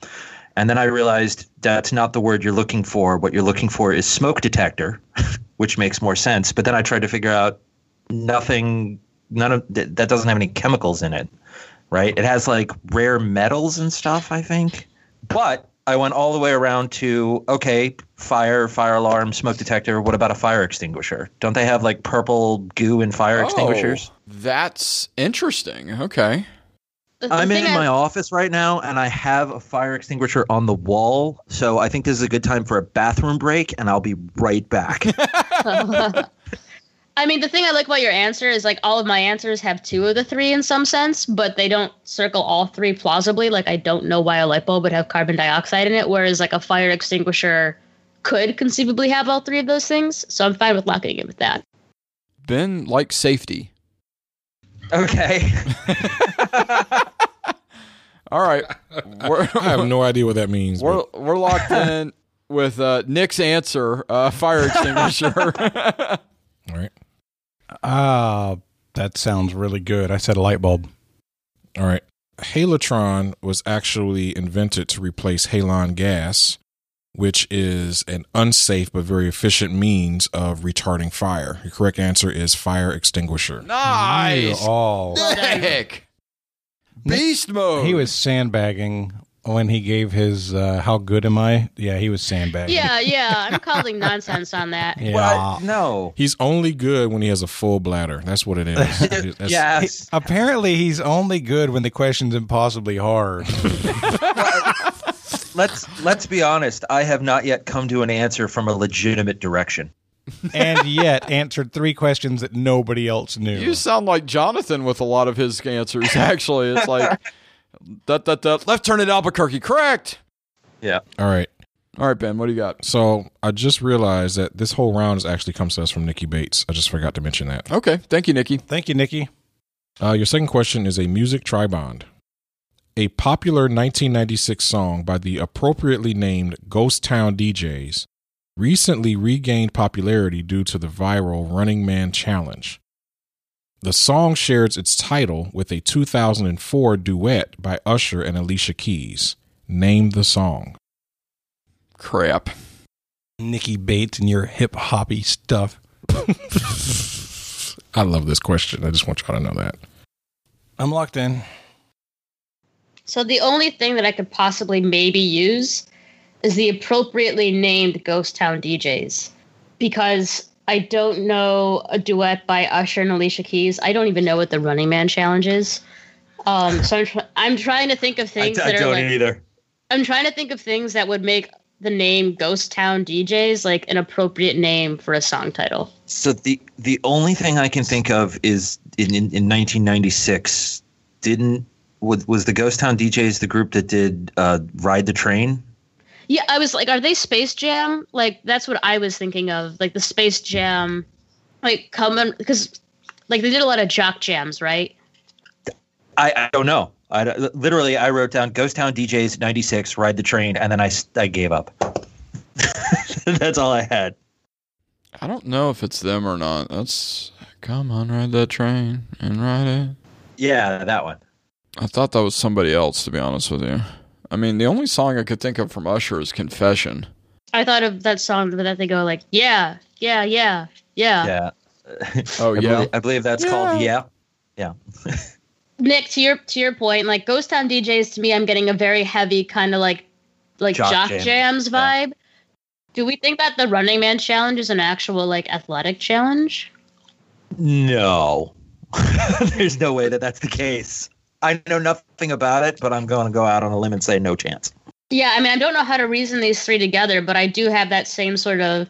Speaker 8: And then I realized that's not the word you're looking for. What you're looking for is smoke detector, which makes more sense. But then I tried to figure out nothing, none of th- that doesn't have any chemicals in it, right? It has like rare metals and stuff, I think. But I went all the way around to okay, fire, fire alarm, smoke detector. What about a fire extinguisher? Don't they have like purple goo in fire extinguishers?
Speaker 4: Oh, that's interesting. Okay.
Speaker 8: I'm in my office right now and I have a fire extinguisher on the wall. So I think this is a good time for a bathroom break and I'll be right back.
Speaker 9: I mean, the thing I like about your answer is like all of my answers have two of the three in some sense, but they don't circle all three plausibly. Like, I don't know why a light bulb would have carbon dioxide in it, whereas like a fire extinguisher could conceivably have all three of those things. So I'm fine with locking in with that.
Speaker 4: Ben likes safety.
Speaker 8: Okay.
Speaker 4: All right. We're,
Speaker 3: I have no idea what that means. but-
Speaker 4: we're, we're locked in with uh, Nick's answer uh, fire extinguisher.
Speaker 7: Ah, that sounds really good. I said a light bulb.
Speaker 3: All right. Halotron was actually invented to replace halon gas, which is an unsafe but very efficient means of retarding fire. Your correct answer is fire extinguisher.
Speaker 14: Nice.
Speaker 7: You all.
Speaker 14: Nick.
Speaker 4: Beast mode.
Speaker 7: Oh, He was sandbagging when he gave his uh, "How good am I?" Yeah, he was sandbagging.
Speaker 9: Yeah, yeah. I'm calling nonsense on that.
Speaker 7: Yeah.
Speaker 8: No.
Speaker 3: He's only good when he has a full bladder. That's what it is. That's-
Speaker 8: Yes.
Speaker 7: Apparently, he's only good when the question's impossibly hard.
Speaker 8: Let's let's be honest. I have not yet come to an answer from a legitimate direction.
Speaker 7: and yet answered three questions that nobody else knew.
Speaker 4: You sound like Jonathan with a lot of his answers, actually. It's like, dut, dut, dut, left turn at Albuquerque. Correct.
Speaker 8: Yeah.
Speaker 3: All right.
Speaker 4: All right, Ben, what do you got?
Speaker 3: So I just realized that this whole round is actually comes to us from Nikki Bates. I just forgot to mention that.
Speaker 4: Okay. Thank you, Nikki.
Speaker 7: Thank you, Nikki.
Speaker 3: Uh, your second question is a music tribond. A popular 1996 song by the appropriately named Ghost Town DJs recently regained popularity due to the viral Running Man Challenge. The song shares its title with a 2004 duet by Usher and Alicia Keys. Name the song.
Speaker 4: Crap.
Speaker 7: Nikki Bates and your hip hoppy stuff.
Speaker 3: I love this question. I just want y'all to know that.
Speaker 7: I'm locked in.
Speaker 9: So the only thing that I could possibly maybe use is the appropriately named Ghost Town DJs because I don't know a duet by Usher and Alicia Keys. I don't even know what the Running Man challenge is. Um, so I'm, tr- I'm trying to think of
Speaker 8: I,
Speaker 9: things
Speaker 8: I
Speaker 9: that are
Speaker 8: don't
Speaker 9: like
Speaker 8: either.
Speaker 9: I'm trying to think of things that would make the name Ghost Town DJs like an appropriate name for a song title.
Speaker 8: So the the only thing I can think of is in in, in 1996 didn't was, was the Ghost Town DJs the group that did uh, Ride the Train?
Speaker 9: Yeah, I was like, are they Space Jam? Like that's what I was thinking of, like the Space Jam, like coming because like they did a lot of jock jams, right?
Speaker 8: I, I don't know. I don't- literally I wrote down Ghost Town DJs 96 Ride the Train and then I s- I gave up. That's all I had.
Speaker 4: I don't know if it's them or not. That's come on, ride that train and ride it.
Speaker 8: Yeah, that one.
Speaker 4: I thought that was somebody else, to be honest with you. I mean, the only song I could think of from Usher is Confession.
Speaker 9: I thought of that song that they go like, yeah, yeah, yeah, yeah.
Speaker 8: Yeah.
Speaker 4: Oh,
Speaker 8: I
Speaker 4: yeah.
Speaker 8: believe, I believe that's called yeah. Yeah.
Speaker 9: Nick, to your to your point, like Ghost Town DJs to me, I'm getting a very heavy kind of like like
Speaker 8: Jock
Speaker 9: jock,
Speaker 8: jam.
Speaker 9: jams vibe. Do we think that the Running Man challenge is an actual like athletic challenge?
Speaker 8: No. There's no way that that's the case. I know nothing about it, but I'm going to go out on a limb and say no chance.
Speaker 9: Yeah, I mean, I don't know how to reason these three together, but I do have that same sort of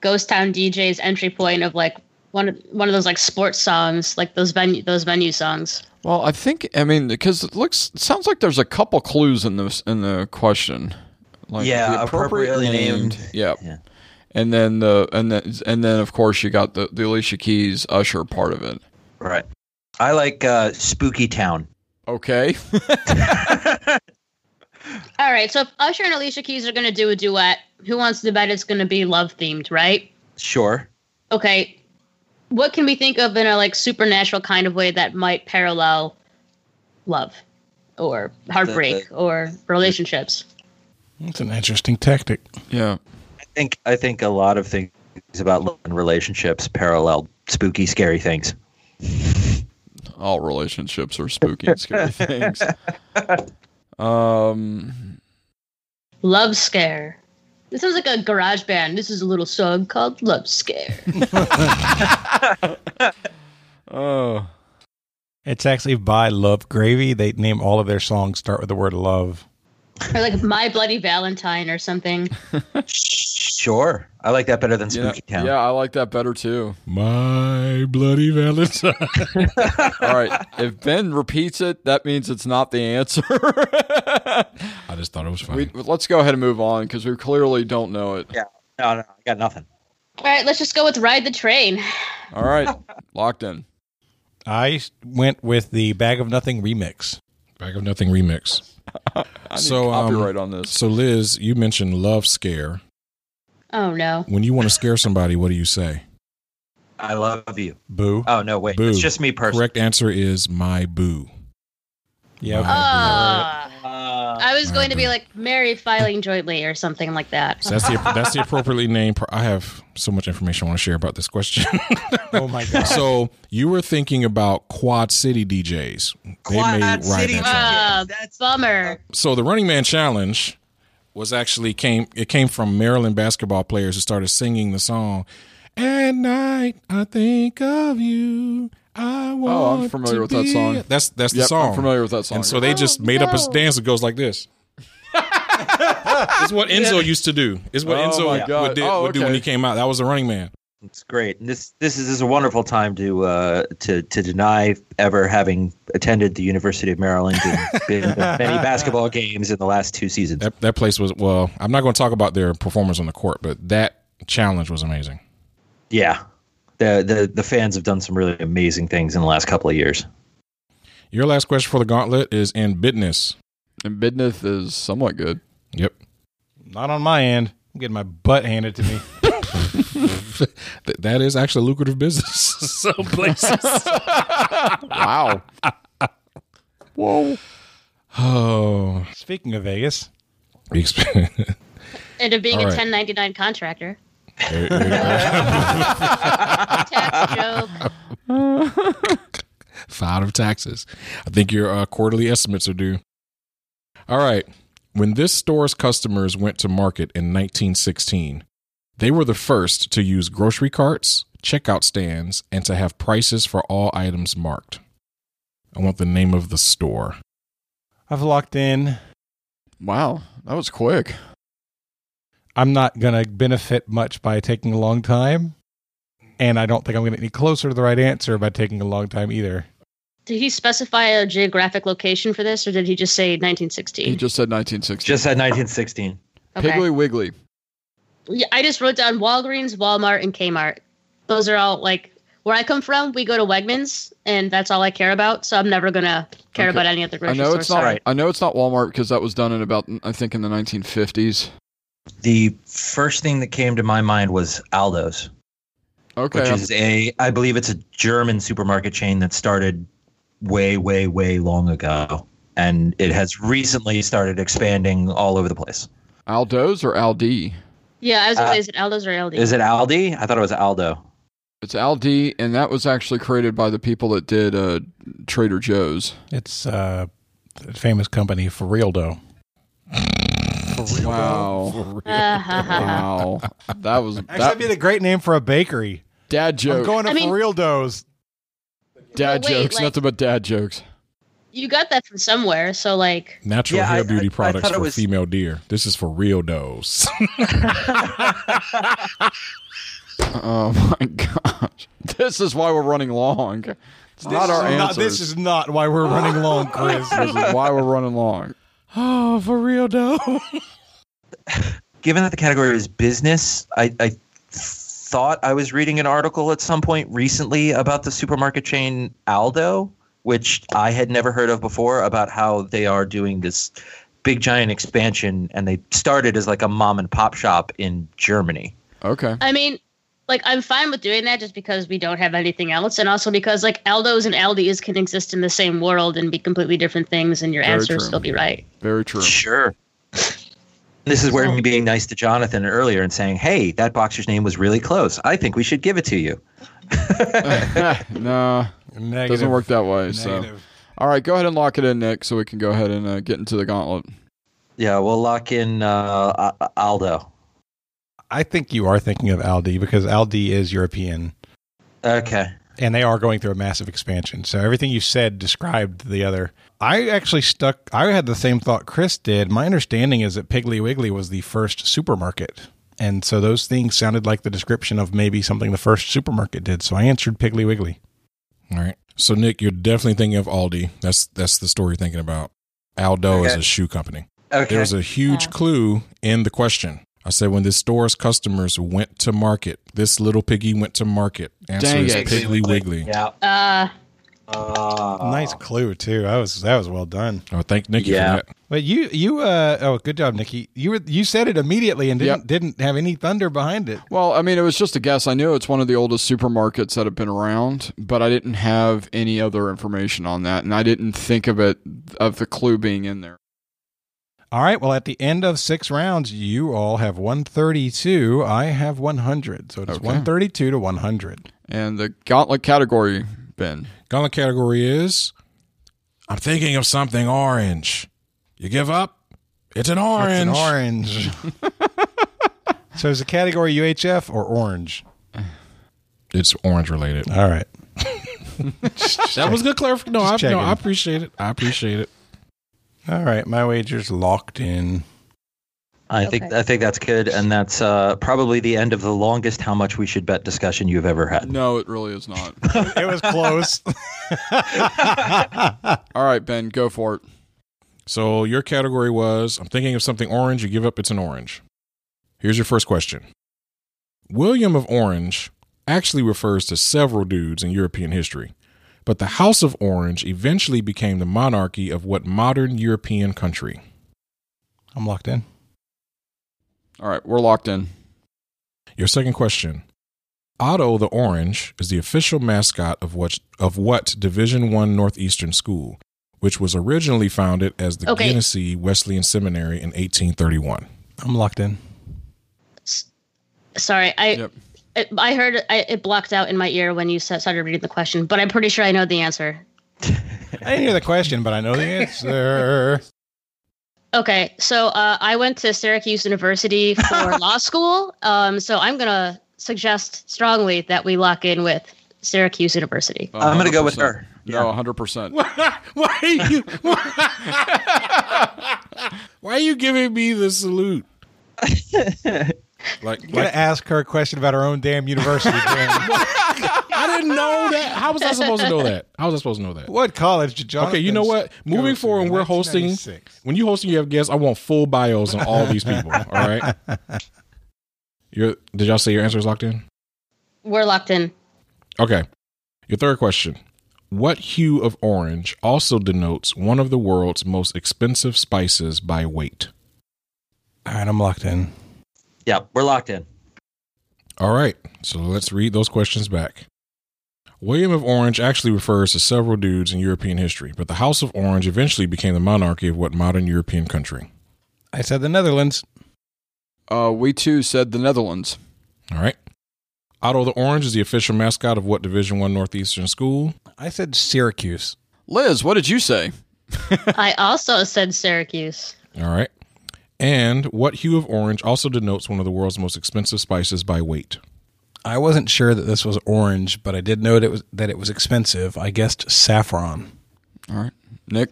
Speaker 9: Ghost Town DJs entry point of like one of one of those like sports songs, like those venue those venue songs.
Speaker 4: Well, I think I mean because it looks it sounds like there's a couple clues in this in the question. Like
Speaker 8: Yeah,
Speaker 4: the
Speaker 8: appropriately named.
Speaker 4: Yeah. And then the and then and then of course you got the, the Alicia Keys Usher part of it.
Speaker 8: Right. I like uh, Spooky Town.
Speaker 4: Okay.
Speaker 9: All right, so if Usher and Alicia Keys are gonna do a duet, who wants to bet it's gonna be love themed, right?
Speaker 8: Sure.
Speaker 9: Okay, what can we think of in a like supernatural kind of way that might parallel love or heartbreak or relationships?
Speaker 7: That's an interesting tactic.
Speaker 4: Yeah.
Speaker 8: I think I think a lot of things about love and relationships parallel spooky, scary things.
Speaker 4: All relationships are spooky and scary things. Um
Speaker 9: Love Scare. This sounds like a garage band. This is a little song called Love Scare.
Speaker 4: Oh.
Speaker 7: It's actually by Love Gravy. They name all of their songs start with the word love.
Speaker 9: or like My Bloody Valentine or something.
Speaker 8: Sure. I like that better than
Speaker 4: yeah,
Speaker 8: Spooky Town.
Speaker 4: yeah, I like that better too.
Speaker 3: My bloody Valentine.
Speaker 4: All right. If Ben repeats it, that means it's not the answer.
Speaker 3: I just thought it was funny.
Speaker 4: we, let's go ahead and move on because we clearly don't know it.
Speaker 8: Yeah. No, no, I got nothing.
Speaker 9: All right, let's just go with ride the train.
Speaker 4: All right, locked in.
Speaker 7: I went with the Bag of Nothing remix.
Speaker 3: Bag of Nothing remix.
Speaker 4: I need
Speaker 3: um,
Speaker 4: copyright on this.
Speaker 3: So, Liz, you mentioned love scare.
Speaker 9: Oh no.
Speaker 3: When you want to scare somebody, what do you say?
Speaker 8: I love you.
Speaker 3: Boo.
Speaker 9: Uh,
Speaker 8: Oh no, wait.
Speaker 3: Boo.
Speaker 8: It's just me personally.
Speaker 3: Correct answer is my boo.
Speaker 7: Yeah.
Speaker 9: Ah. I was
Speaker 3: All
Speaker 9: going
Speaker 3: right,
Speaker 9: to be like Mary filing jointly or something like that.
Speaker 3: So that's the that's the appropriately named. Pro- I have so much information I want to share about this question.
Speaker 7: oh my god!
Speaker 3: So you were thinking about Quad City DJs.
Speaker 9: Quad
Speaker 3: made Ride
Speaker 9: City
Speaker 3: That Challenge.
Speaker 9: Ah, bummer.
Speaker 3: So the Running Man Challenge was actually came it came from Maryland basketball players who started singing the song. At night, I think of you. I want.
Speaker 4: Oh, I'm familiar
Speaker 3: to
Speaker 4: with that
Speaker 3: be-
Speaker 4: song.
Speaker 3: That's that's the
Speaker 4: Yep,
Speaker 3: song.
Speaker 4: I'm familiar with that song.
Speaker 3: And so they just made up a dance that goes like this. it's what Enzo used to do. It's what
Speaker 8: Oh my
Speaker 3: Enzo
Speaker 8: God.
Speaker 3: would, did,
Speaker 8: Oh,
Speaker 3: would do when
Speaker 8: okay.
Speaker 3: he came out. That was a running man.
Speaker 8: It's great. And this this is, this is a wonderful time to uh, to to deny ever having attended the University of Maryland and been to many basketball games in the last two seasons.
Speaker 3: That that place was well. I'm not going to talk about their performance on the court, but that challenge was amazing.
Speaker 8: Yeah. The, the the fans have done some really amazing things in the last couple of years.
Speaker 3: Your last question for the gauntlet is in bidness.
Speaker 4: And bidness is somewhat good.
Speaker 3: Yep.
Speaker 7: Not on my end. I'm getting my butt handed to me.
Speaker 3: Th- that is actually lucrative business. so places.
Speaker 4: wow.
Speaker 3: Whoa. Oh.
Speaker 7: Speaking of Vegas,
Speaker 3: Exp-
Speaker 9: And of being
Speaker 3: All
Speaker 9: a
Speaker 3: right.
Speaker 9: 1099 contractor.
Speaker 3: There- there
Speaker 9: Tax
Speaker 3: you
Speaker 9: joke.
Speaker 3: go. Filed of taxes. I think your uh, quarterly estimates are due. All right. When this store's customers went to market in 1916, they were the first to use grocery carts, checkout stands, and to have prices for all items marked. I want the name of the store.
Speaker 7: I've locked in.
Speaker 4: Wow, that was quick.
Speaker 7: I'm not going to benefit much by taking a long time. And I don't think I'm going to get any closer to the right answer by taking a long time either.
Speaker 9: Did he specify a geographic location for this, or did he just say 1916?
Speaker 4: He just said 1960.
Speaker 8: Just said 1916.
Speaker 9: Okay.
Speaker 4: Piggly Wiggly.
Speaker 9: Yeah, I just wrote down Walgreens, Walmart, and Kmart. Those are all like where I come from. We go to Wegmans, and that's all I care about. So I'm never gonna care
Speaker 4: Okay.
Speaker 9: about any other
Speaker 4: I
Speaker 9: grocery
Speaker 4: know
Speaker 9: store.
Speaker 4: it's not.
Speaker 9: sorry.
Speaker 4: I know it's not Walmart because that was done in about I think in the 1950s.
Speaker 8: The first thing that came to my mind was Aldo's,
Speaker 4: Okay.
Speaker 8: which is a I believe it's a German supermarket chain that started way way way long ago and it has recently started expanding all over the place.
Speaker 4: Aldo's or Aldi?
Speaker 9: Yeah, I was gonna
Speaker 8: Uh,
Speaker 9: say, is it Aldo's or Aldi?
Speaker 8: Is it Aldi? I thought it was Aldo.
Speaker 4: It's Aldi, and that was actually created by the people that did uh, Trader Joe's.
Speaker 7: It's uh, a famous company for real, though.
Speaker 4: Wow.
Speaker 9: Uh-huh.
Speaker 4: wow. That was
Speaker 7: Actually,
Speaker 4: that,
Speaker 7: that'd be the great name for a bakery.
Speaker 4: dad joke.
Speaker 7: I'm going to
Speaker 9: I mean-
Speaker 7: for real does.
Speaker 4: dad
Speaker 9: But wait,
Speaker 4: jokes.
Speaker 9: like-
Speaker 4: nothing but dad jokes.
Speaker 9: You got that from somewhere. So like,
Speaker 3: Natural
Speaker 9: Yeah,
Speaker 3: hair
Speaker 9: I-
Speaker 3: beauty
Speaker 9: I- I
Speaker 3: products
Speaker 9: thought it
Speaker 3: for
Speaker 9: was-
Speaker 3: female deer. This is for real does.
Speaker 4: oh my gosh. This is why we're running long. It's not our
Speaker 7: is
Speaker 4: answers.
Speaker 7: this is not why we're running long, Chris.
Speaker 4: This is why we're running long.
Speaker 7: oh, for real though.
Speaker 8: given that the category is business, I, I thought I was reading an article at some point recently about the supermarket chain Aldo, which I had never heard of before, about how they are doing this big giant expansion and they started as like a mom and pop shop in Germany.
Speaker 4: Okay.
Speaker 9: I mean, like I'm fine with doing that just because we don't have anything else, and also because like Aldo's and Aldi's can exist in the same world and be completely different things, and your
Speaker 8: Very
Speaker 9: answer will
Speaker 8: true.
Speaker 9: still be right.
Speaker 4: Very true.
Speaker 8: Sure. This is where me being nice to Jonathan earlier and saying, "Hey, that boxer's name was really close. I think we should give it to you."
Speaker 4: no. Doesn't work that way. So, all right, go ahead and lock it in, Nick, so we can go ahead and uh, get into the gauntlet.
Speaker 8: Yeah, we'll lock in uh, A- Aldo.
Speaker 7: I think you are thinking of Aldi because Aldi is European
Speaker 8: Okay.
Speaker 7: and they are going through a massive expansion. So everything you said described the other. I actually stuck, I had the same thought Chris did. My understanding is that Piggly Wiggly was the first supermarket. And so those things sounded like the description of maybe something the first supermarket did. So I answered Piggly Wiggly.
Speaker 3: All right. So Nick, you're definitely thinking of Aldi. That's that's the store you're thinking about. Aldo is
Speaker 7: Okay.
Speaker 3: a shoe company.
Speaker 7: Okay.
Speaker 3: There's a huge clue in the question. I said when the store's customers went to market, this little piggy went to market. Answer
Speaker 7: Dang
Speaker 3: is
Speaker 7: it.
Speaker 3: Piggly Wiggly. Ah.
Speaker 8: Yeah.
Speaker 9: Uh,
Speaker 3: Um,
Speaker 7: nice clue too. That was that was well done.
Speaker 3: Oh, thank Nikki
Speaker 7: Yeah.
Speaker 3: for that.
Speaker 7: But you you uh oh good job Nikki. You were you said it immediately and didn't didn't have any thunder behind it.
Speaker 4: Well, I mean, it was just a guess. I knew it's one of the oldest supermarkets that have been around, but I didn't have any other information on that, and I didn't think of it of the clue being in there.
Speaker 7: All right. Well, at the end of six rounds, you all have 132. I have 100. So it's 132 to 100.
Speaker 4: And the gauntlet category, Ben.
Speaker 3: Gauntlet category is I'm thinking of something orange. You give up? It's an orange.
Speaker 7: It's an orange. so is the category UHF or orange?
Speaker 3: It's orange related.
Speaker 7: All right.
Speaker 3: that was good clarification. No, I,
Speaker 7: Just
Speaker 3: no, I
Speaker 7: checking.
Speaker 3: appreciate it. I appreciate it.
Speaker 7: All right. My wager's locked in.
Speaker 8: I think I think that's good, and that's uh, probably the end of the longest how much we should bet discussion you've ever had.
Speaker 4: No, it really is not.
Speaker 7: it was close.
Speaker 4: All right, Ben, go for it.
Speaker 3: So your category was I'm thinking of something orange, you give up, it's an orange. Here's your first question. William of Orange actually refers to several dudes in European history, but the House of Orange eventually became the monarchy of what modern European country?
Speaker 7: I'm locked in.
Speaker 4: All right, we're locked in.
Speaker 3: Your second question. Otto the Orange is the official mascot of what of what Division 1 Northeastern school, which was originally founded as the
Speaker 9: Okay.
Speaker 3: Genesee Wesleyan Seminary in 1831.
Speaker 7: I'm locked in.
Speaker 9: Sorry, I it, I heard I, it blocked out in my ear when you sa- started reading the question, but I'm pretty sure I know the answer.
Speaker 7: I didn't hear the question, but I know the answer.
Speaker 9: Okay, so uh, I went to Syracuse University for law school, um, so I'm gonna suggest strongly that we lock in with Syracuse University.
Speaker 8: I'm gonna go with her.
Speaker 4: No, 100%.
Speaker 3: Why are you? Why are you giving me the salute? like,
Speaker 7: You gotta ask her a question about her own damn university. Jen.
Speaker 3: I didn't know that. How was I supposed to know that? How was I supposed to know that?
Speaker 7: what college did Jonathan?
Speaker 3: okay, you know what? Moving forward, when we're hosting. When you hosting, you have guests. I want full bios on all these people. All right. Your did y'all say your answer is locked in?
Speaker 9: We're locked in.
Speaker 3: Okay. Your third question. What hue of orange also denotes one of the world's most expensive spices by weight?
Speaker 7: All right, I'm locked in.
Speaker 8: Yeah, we're locked in.
Speaker 3: All right, so let's read those questions back. William of Orange actually refers to several dudes in European history, but the House of Orange eventually became the monarchy of what modern European country?
Speaker 7: I said the Netherlands.
Speaker 4: Uh, we too said the Netherlands.
Speaker 3: All right. Otto the Orange is the official mascot of what Division One Northeastern school?
Speaker 7: I said Syracuse.
Speaker 4: Liz, what did you say?
Speaker 9: I also said Syracuse.
Speaker 3: All right. And what hue of orange also denotes one of the world's most expensive spices by weight?
Speaker 7: I wasn't sure that this was orange, but I did know that it was that it was expensive. I guessed saffron.
Speaker 4: All right, Nick.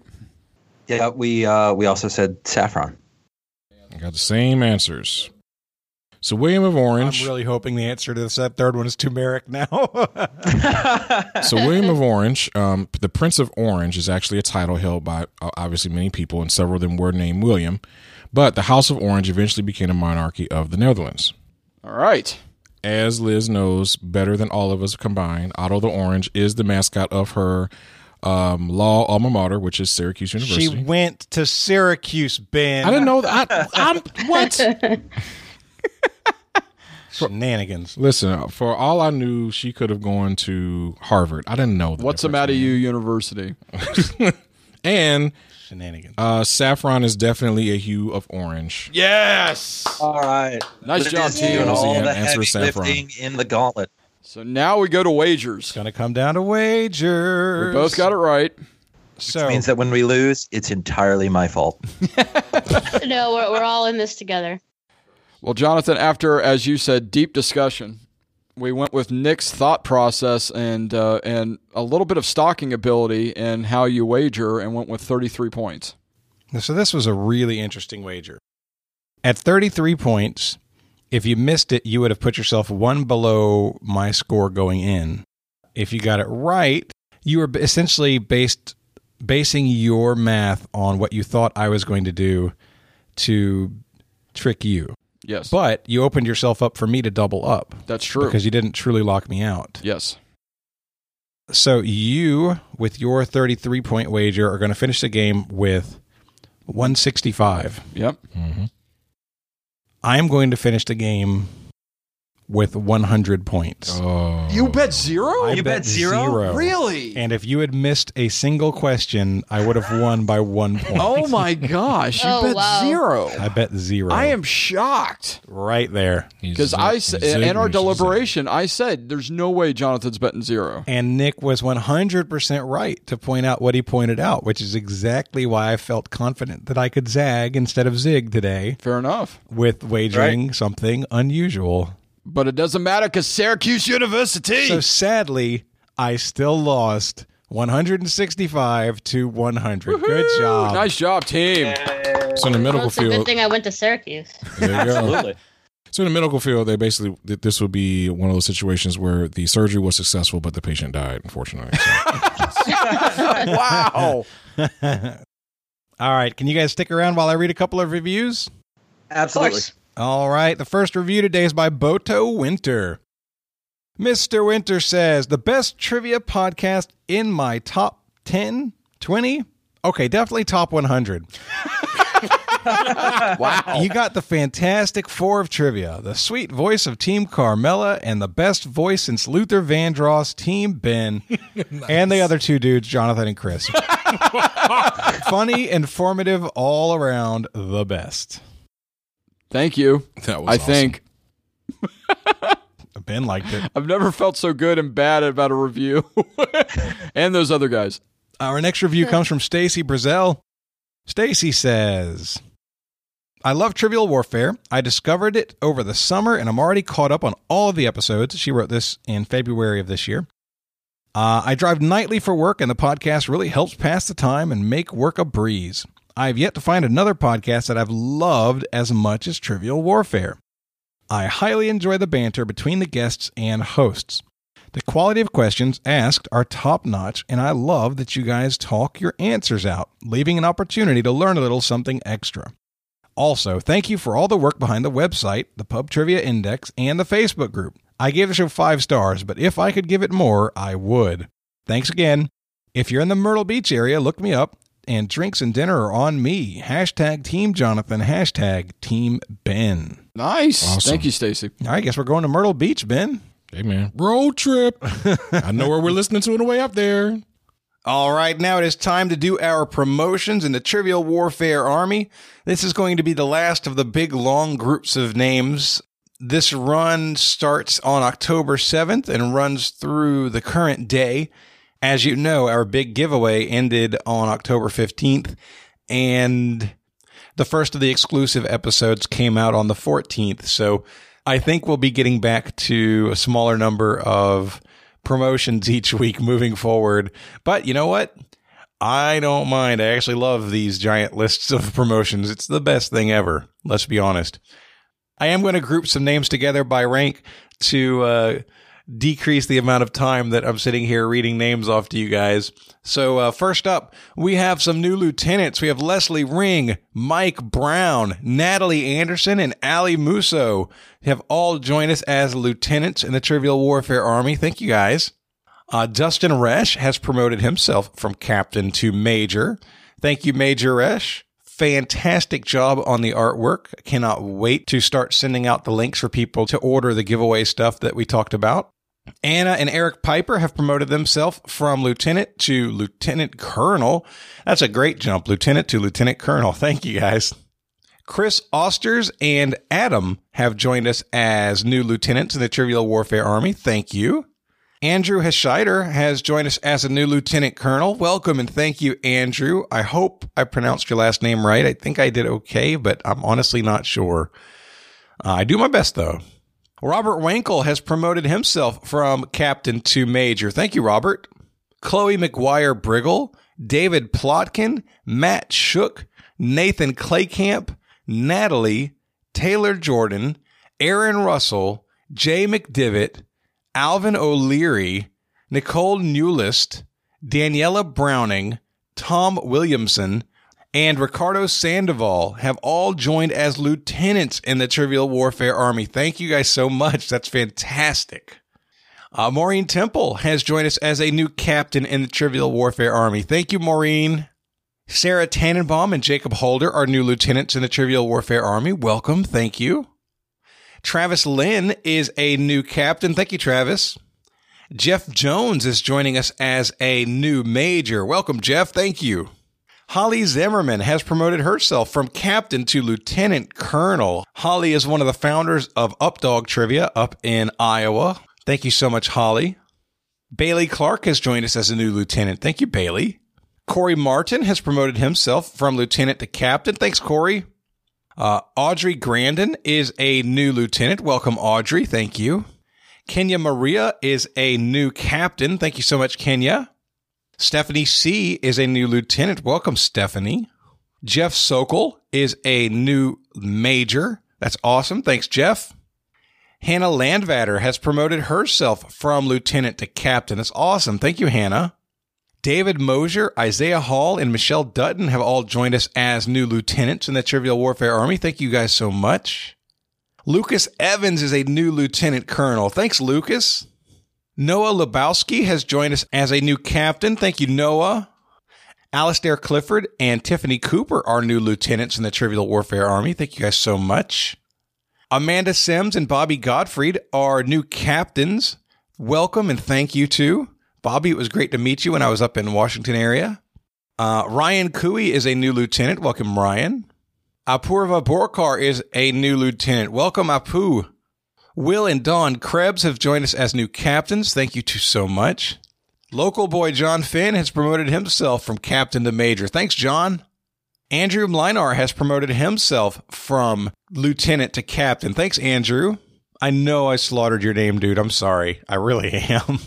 Speaker 8: Yeah, we uh, we also said saffron.
Speaker 3: I got the same answers. So William of Orange.
Speaker 7: I'm really hoping the answer to this that third one is turmeric now.
Speaker 3: so William of Orange, um, the Prince of Orange, is actually a title held by uh, obviously many people, and several of them were named William. But the House of Orange eventually became a monarchy of the Netherlands.
Speaker 4: All right.
Speaker 3: As Liz knows better than all of us combined, Otto the Orange is the mascot of her um, law alma mater, which is Syracuse University.
Speaker 7: she went to Syracuse, Ben.
Speaker 3: I didn't know that. I, I'm what?
Speaker 7: Shenanigans.
Speaker 3: Listen, for all I knew, she could have gone to Harvard. I didn't know that.
Speaker 4: What's the matter, you University?
Speaker 3: And
Speaker 7: shenanigans.
Speaker 3: Uh, saffron is definitely a hue of orange.
Speaker 4: Yes.
Speaker 8: All right.
Speaker 4: Nice
Speaker 8: Liz
Speaker 4: job,
Speaker 8: is
Speaker 4: team.
Speaker 8: doing all
Speaker 3: Yeah,
Speaker 8: the
Speaker 3: answer
Speaker 8: heavy
Speaker 3: saffron.
Speaker 8: lifting in the gauntlet.
Speaker 4: So now we go to wagers.
Speaker 7: Gonna come down to wagers.
Speaker 4: We both got it right.
Speaker 7: So
Speaker 8: means that when we lose, it's entirely my fault.
Speaker 9: no, we're we're all in this together.
Speaker 4: Well, Jonathan, after as you said, deep discussion, we went with Nick's thought process and uh, and a little bit of stocking ability and how you wager, and went with thirty three points.
Speaker 7: So this was a really interesting wager. At 33 points, if you missed it, you would have put yourself one below my score going in. If you got it right, you were essentially based basing your math on what you thought I was going to do to trick you.
Speaker 4: Yes.
Speaker 3: But you opened yourself up for me to double up.
Speaker 4: That's true.
Speaker 3: Because you didn't truly lock me out.
Speaker 4: Yes.
Speaker 3: So you, with your 33 point wager, are going to finish the game with 165.
Speaker 4: Yep.
Speaker 3: I am going to finish the game with 100 points.
Speaker 7: Oh.
Speaker 4: You bet zero?
Speaker 3: I
Speaker 4: Really?
Speaker 3: And if you had missed a single question, I would have won by one point.
Speaker 4: Oh my gosh. You
Speaker 15: Oh,
Speaker 4: bet
Speaker 15: wow.
Speaker 4: zero.
Speaker 3: I bet zero.
Speaker 4: I am shocked.
Speaker 3: right there.
Speaker 4: Because I said, in our deliberation, I said, there's no way Jonathan's betting zero.
Speaker 3: And Nick was 100% right to point out what he pointed out, which is exactly why I felt confident that I could zag instead of zig today.
Speaker 4: Fair enough.
Speaker 3: With wagering something unusual.
Speaker 4: But it doesn't matter because Syracuse University.
Speaker 3: So sadly, I still lost 165 to 100. Good job.
Speaker 4: Nice job, team.
Speaker 7: So in the
Speaker 9: Well,
Speaker 7: medical
Speaker 9: it's a good
Speaker 7: field,
Speaker 9: thing I went to Syracuse.
Speaker 7: There you go. Absolutely. so in the medical field, they basically th- this would be one of those situations where the surgery was successful, but the patient died. Unfortunately,
Speaker 3: wow. All right. Can you guys stick around while I read a couple of reviews?
Speaker 8: Absolutely. course.
Speaker 3: All right. The first review today is by Boto Winter. Mr. Winter says the best trivia podcast in my top 10, 20. Okay, definitely top 100. wow. You got the fantastic four of trivia, the sweet voice of Team Carmella, and the best voice since Luther Vandross, Team Ben, and the other two dudes, Jonathan and Chris. Funny, informative, all around, the best.
Speaker 4: Thank you.
Speaker 7: That
Speaker 4: I think
Speaker 3: Ben liked it.
Speaker 4: I've never felt so good and bad about a review. and those other guys.
Speaker 3: Our next review comes from Stacy Brazell. Stacy says, I love Trivial Warfare. I discovered it over the summer and I'm already caught up on all of the episodes. She wrote this in February of this year. Uh, I drive nightly for work, and the podcast really helps pass the time and make work a breeze. I have yet to find another podcast that I've loved as much as Trivial Warfare. I highly enjoy the banter between the guests and hosts. The quality of questions asked are top notch, and I love that you guys talk your answers out, leaving an opportunity to learn a little something extra. Also, thank you for all the work behind the website, the Pub Trivia Index, and the Facebook group. I gave the show five stars, but if I could give it more, I would. Thanks again. If you're in the Myrtle Beach area, look me up, and drinks and dinner are on me. Hashtag Team Jonathan, hashtag Team Ben.
Speaker 4: Nice.
Speaker 3: Awesome.
Speaker 4: Thank you, Stacy.
Speaker 3: All right, guess we're going to Myrtle Beach, Ben.
Speaker 7: Hey, man. Road trip. I know where we're listening to on the way up there.
Speaker 3: All right, now it is time to do our promotions in the Trivial Warfare Army. This is going to be the last of the big long groups of names. This run starts on October 7th and runs through the current day. As you know, our big giveaway ended on October 15th, and the first of the exclusive episodes came out on the 14th. So I think we'll be getting back to a smaller number of promotions each week moving forward. But you know what? I don't mind. I actually love these giant lists of promotions. It's the best thing ever. Let's be honest. I am going to group some names together by rank to uh, decrease the amount of time that I'm sitting here reading names off to you guys. So, uh, first up, we have some new lieutenants. We have Leslie Ring, Mike Brown, Natalie Anderson, and Ali Musso have all joined us as lieutenants in the Trivial Warfare Army. Thank you guys. Uh, Dustin Resch has promoted himself from captain to major. Thank you, Major Resch. Fantastic job on the artwork. Cannot wait to start sending out the links for people to order the giveaway stuff that we talked about. Anna and Eric Piper have promoted themselves from lieutenant to lieutenant colonel. That's a great jump, lieutenant to lieutenant colonel. Thank you guys. Chris Osters and Adam have joined us as new lieutenants in the Trivial Warfare Army. Thank you. Andrew Heshider has joined us as a new lieutenant colonel. Welcome and thank you, Andrew. I hope I pronounced your last name right. I think I did okay, but I'm honestly not sure. Uh, I do my best though. Robert Wankel has promoted himself from captain to major. Thank you, Robert. Chloe McGuire Briggle, David Plotkin, Matt Shook, Nathan Claycamp, Natalie, Taylor Jordan, Aaron Russell, Jay McDivitt, Alvin O'Leary, Nicole Newlist, Daniela Browning, Tom Williamson, and Ricardo Sandoval have all joined as lieutenants in the Trivial Warfare Army. Thank you guys so much. That's fantastic. Uh, Maureen Temple has joined us as a new captain in the Trivial Warfare Army. Thank you, Maureen. Sarah Tannenbaum and Jacob Holder are new lieutenants in the Trivial Warfare Army. Welcome. Thank you. Travis Lynn is a new captain. Thank you, Travis. Jeff Jones is joining us as a new major. Welcome, Jeff. Thank you. Holly Zimmerman has promoted herself from captain to lieutenant colonel. Holly is one of the founders of Updog Trivia up in Iowa. Thank you so much, Holly. Bailey Clark has joined us as a new lieutenant. Thank you, Bailey. Corey Martin has promoted himself from lieutenant to captain. Thanks, Corey. Uh, Audrey Grandin is a new lieutenant. Welcome, Audrey. Thank you. Kenya Maria is a new captain. Thank you so much, Kenya. Stephanie C is a new lieutenant. Welcome, Stephanie. Jeff Sokol is a new major. That's awesome. Thanks, Jeff. Hannah Landvatter has promoted herself from lieutenant to captain. That's awesome. Thank you, Hannah. David Mosier, Isaiah Hall, and Michelle Dutton have all joined us as new lieutenants in the Trivial Warfare Army. Thank you guys so much. Lucas Evans is a new lieutenant colonel. Thanks, Lucas. Noah Lebowski has joined us as a new captain. Thank you, Noah. Alistair Clifford and Tiffany Cooper are new lieutenants in the Trivial Warfare Army. Thank you guys so much. Amanda Sims and Bobby Gottfried are new captains. Welcome and thank you too. Bobby, it was great to meet you when I was up in Washington area. Uh, Ryan Cooey is a new lieutenant. Welcome, Ryan. Apurva Borkar is a new lieutenant. Welcome, Apu. Will and Don Krebs have joined us as new captains. Thank you two so much. Local boy John Finn has promoted himself from captain to major. Thanks, John. Andrew Mlinar has promoted himself from lieutenant to captain. Thanks, Andrew. I know I slaughtered your name, dude. I'm sorry. I really am.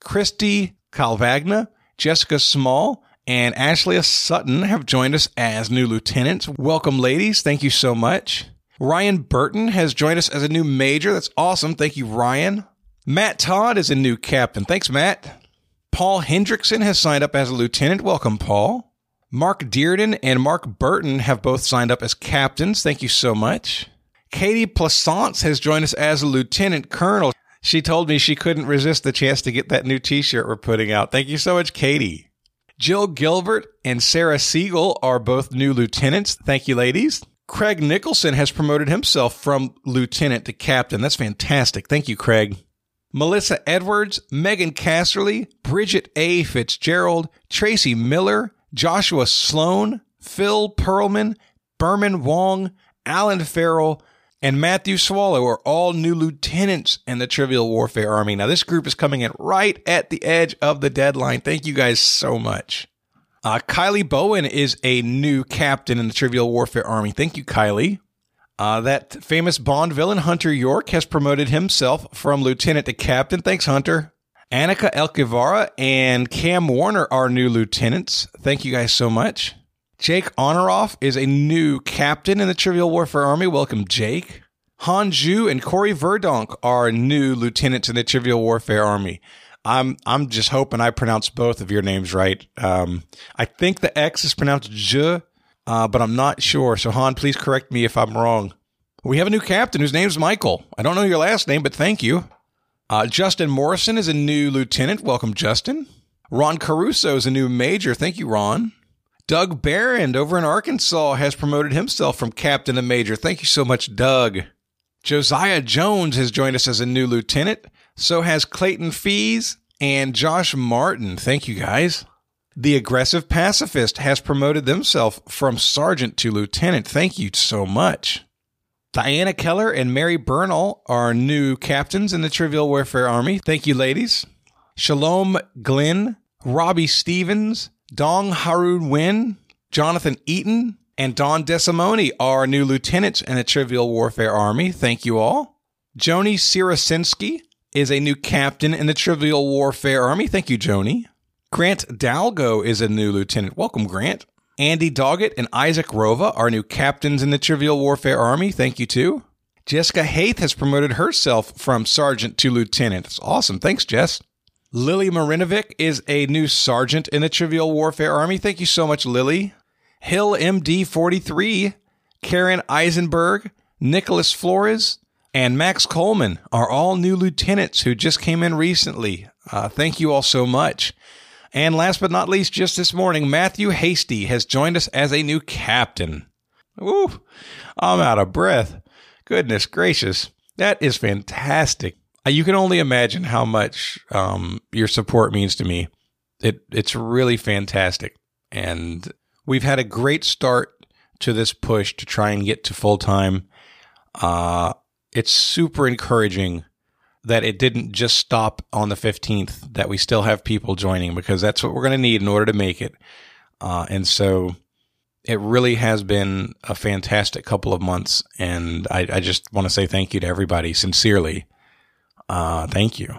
Speaker 3: Christy Calvagna, Jessica Small, and Ashley Sutton have joined us as new lieutenants. Welcome, ladies. Thank you so much. Ryan Burton has joined us as a new major. That's awesome. Thank you, Ryan. Matt Todd is a new captain. Thanks, Matt. Paul Hendrickson has signed up as a lieutenant. Welcome, Paul. Mark Dearden and Mark Burton have both signed up as captains. Thank you so much. Katie Plaisance has joined us as a lieutenant colonel. She told me she couldn't resist the chance to get that new t shirt we're putting out. Thank you so much, Katie. Jill Gilbert and Sarah Siegel are both new lieutenants. Thank you, ladies. Craig Nicholson has promoted himself from lieutenant to captain. That's fantastic. Thank you, Craig. Melissa Edwards, Megan Casserly, Bridget A. Fitzgerald, Tracy Miller, Joshua Sloan, Phil Perlman, Berman Wong, Alan Farrell, and Matthew Swallow are all new lieutenants in the Trivial Warfare Army. Now, this group is coming in right at the edge of the deadline. Thank you guys so much. Uh, Kylie Bowen is a new captain in the Trivial Warfare Army. Thank you, Kylie. Uh, that famous Bond villain, Hunter York, has promoted himself from lieutenant to captain. Thanks, Hunter. Annika Elkivara and Cam Warner are new lieutenants. Thank you guys so much. Jake Honoroff is a new captain in the Trivial Warfare Army. Welcome, Jake. Han Zhu and Corey Verdonk are new lieutenants in the Trivial Warfare Army. I'm I'm just hoping I pronounce both of your names right. Um, I think the X is pronounced J, uh, but I'm not sure. So Han, please correct me if I'm wrong. We have a new captain whose name's Michael. I don't know your last name, but thank you. Uh, Justin Morrison is a new lieutenant. Welcome, Justin. Ron Caruso is a new major. Thank you, Ron. Doug Barron over in Arkansas has promoted himself from captain to major. Thank you so much, Doug. Josiah Jones has joined us as a new lieutenant. So has Clayton Fees and Josh Martin. Thank you guys. The aggressive pacifist has promoted themselves from sergeant to lieutenant. Thank you so much. Diana Keller and Mary Bernal are new captains in the Trivial Warfare Army. Thank you, ladies. Shalom Glenn, Robbie Stevens, Dong Harun Win, Jonathan Eaton, and Don Desimone are new lieutenants in the Trivial Warfare Army. Thank you all. Joni Sirasinski is a new captain in the Trivial Warfare Army. Thank you, Joni. Grant Dalgo is a new lieutenant. Welcome, Grant. Andy Doggett and Isaac Rova are new captains in the Trivial Warfare Army. Thank you, too. Jessica Haith has promoted herself from sergeant to lieutenant. That's awesome. Thanks, Jess. Lily Marinovic is a new sergeant in the Trivial Warfare Army. Thank you so much, Lily. Hill MD43, Karen Eisenberg, Nicholas Flores, and Max Coleman are all new lieutenants who just came in recently. Uh, thank you all so much. And last but not least, just this morning, Matthew Hasty has joined us as a new captain. Woo! I'm out of breath. Goodness gracious. That is fantastic. Uh, You can only imagine how much um, your support means to me. It it's really fantastic. And we've had a great start to this push to try and get to full time. Uh, it's super encouraging that it didn't just stop on the 15th, that we still have people joining because that's what we're going to need in order to make it. Uh, and so it really has been a fantastic couple of months. And I, I just want to say thank you to everybody sincerely. Uh, thank you.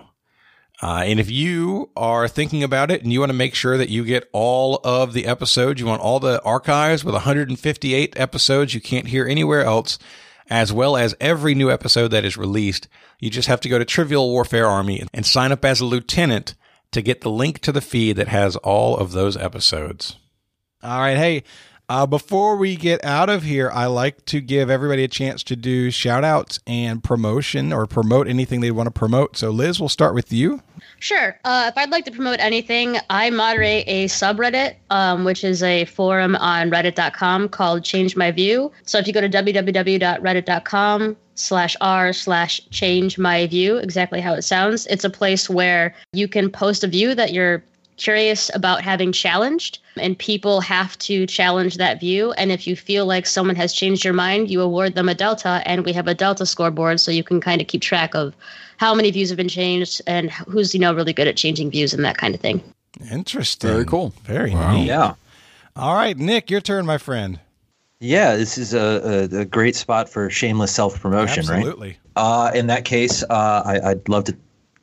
Speaker 3: Uh, and if you are thinking about it and you want to make sure that you get all of the episodes, you want all the archives with 158 episodes you can't hear anywhere else, as well as every new episode that is released, you just have to go to Trivial Warfare Army and sign up as a lieutenant to get the link to the feed that has all of those episodes. All right. Hey, uh, before we get out of here, I like to give everybody a chance to do shout outs and promotion or promote anything they want to promote. So, Liz, we'll start with you.
Speaker 9: Sure. Uh, if I'd like to promote anything, I moderate a subreddit, um, which is a forum on reddit.com called Change My View. So if you go to www.reddit.com slash r slash change my view, exactly how it sounds, it's a place where you can post a view that you're curious about having challenged, and people have to challenge that view. And if you feel like someone has changed your mind, you award them a delta, and we have a delta scoreboard so you can kind of keep track of how many views have been changed and who's you know really good at changing views and that kind of thing.
Speaker 3: Interesting. Very cool. Very neat.
Speaker 8: Yeah.
Speaker 3: All right, Nick, your turn, my friend.
Speaker 8: Yeah, this is a, a, a great spot for shameless self promotion, right?
Speaker 3: Absolutely.
Speaker 8: Uh, in that case, uh, I, I'd love to,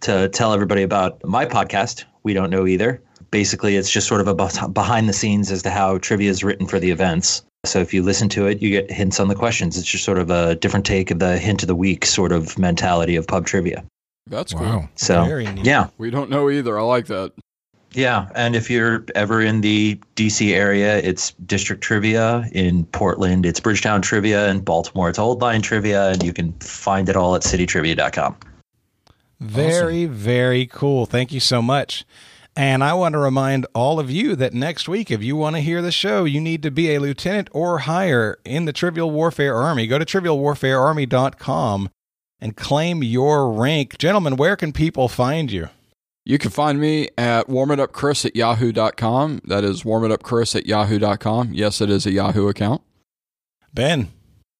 Speaker 8: to tell everybody about my podcast, We Don't Know Either. Basically, it's just sort of a beh- behind the scenes as to how trivia is written for the events. So if you listen to it, you get hints on the questions. It's just sort of a different take of the hint of the week sort of mentality of pub trivia.
Speaker 4: That's cool.
Speaker 8: So, Very neat. yeah.
Speaker 4: We don't know either. I like that.
Speaker 8: Yeah, and if you're ever in the DC area, it's District Trivia. In Portland, it's Bridgetown Trivia. In Baltimore, it's Old Line Trivia, and you can find it all at citytrivia.com.
Speaker 3: Very, very cool. Thank you so much. And I want to remind all of you that next week, if you want to hear the show, you need to be a lieutenant or higher in the Trivial Warfare Army. Go to trivialwarfarearmy.com and claim your rank. Gentlemen, where can people find you?
Speaker 4: You can find me at warmitupchris at yahoo.com. That is warmitupchris at yahoo.com. Yes, it is a Yahoo account.
Speaker 3: Ben.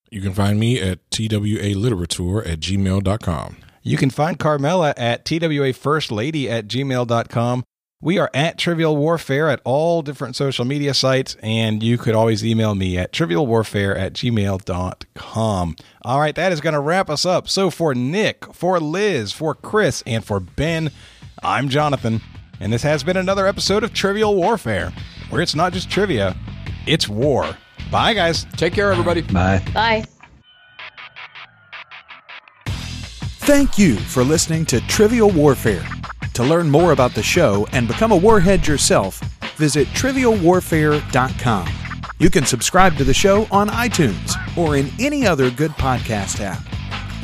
Speaker 7: You can find me at twaliterature at gmail.com.
Speaker 3: You can find Carmela at twafirstlady at gmail.com. We are at Trivial Warfare at all different social media sites, and you could always email me at trivialwarfare at gmail.com. All right, that is going to wrap us up. So for Nick, for Liz, for Chris, and for Ben, I'm Jonathan, and this has been another episode of Trivial Warfare, where it's not just trivia, it's war. Bye, guys.
Speaker 4: Take care, everybody.
Speaker 8: Bye.
Speaker 9: Bye.
Speaker 11: Thank you for listening to Trivial Warfare. To learn more about the show and become a warhead yourself, visit trivialwarfare.com. You can subscribe to the show on iTunes or in any other good podcast app.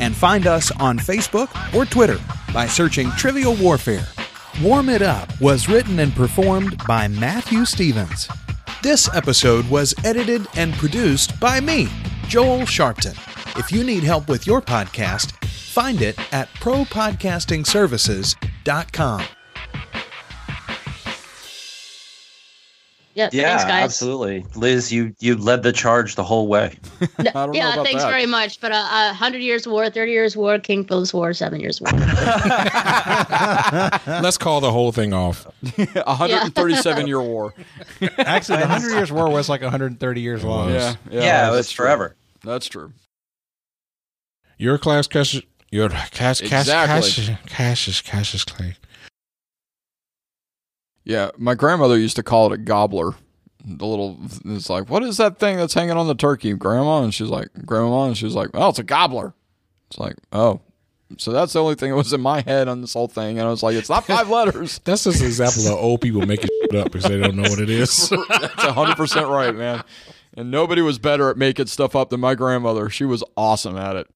Speaker 11: And find us on Facebook or Twitter by searching Trivial Warfare. Warm It Up was written and performed by Matthew Stevens. This episode was edited and produced by me, Joel Sharpton. If you need help with your podcast, find it at propodcastingservices.com.
Speaker 9: Yeah. thanks, guys.
Speaker 8: absolutely, Liz. You you led the charge the whole way.
Speaker 9: No-
Speaker 4: I don't know
Speaker 9: yeah,
Speaker 4: about
Speaker 9: thanks
Speaker 4: that.
Speaker 9: very much. But a uh, uh, hundred years war, thirty years war, King Philip's war, seven years war.
Speaker 7: Let's call the whole thing off.
Speaker 4: 137
Speaker 9: Yeah.
Speaker 4: year war.
Speaker 3: Actually, the 100 Years War was like 130 years long.
Speaker 4: Yeah.
Speaker 8: Yeah, it was
Speaker 4: that's true.
Speaker 8: forever.
Speaker 4: That's true.
Speaker 7: Your class, Cassius. Your Cass, Cass,
Speaker 4: Exactly.
Speaker 7: Cassius, Cassius, Cassius Clay.
Speaker 4: Yeah, my grandmother used to call it a gobbler. The little, it's like, what is that thing that's hanging on the turkey, Grandma? And she's like, Grandma, and she's like, oh, it's a gobbler. It's like, oh, So that's the only thing that was in my head on this whole thing, and I was like, it's not five letters.
Speaker 7: That's just an example of old people making shit up because they don't know what it is.
Speaker 4: That's hundred percent right, man. And nobody was better at making stuff up than my grandmother. She was awesome at it.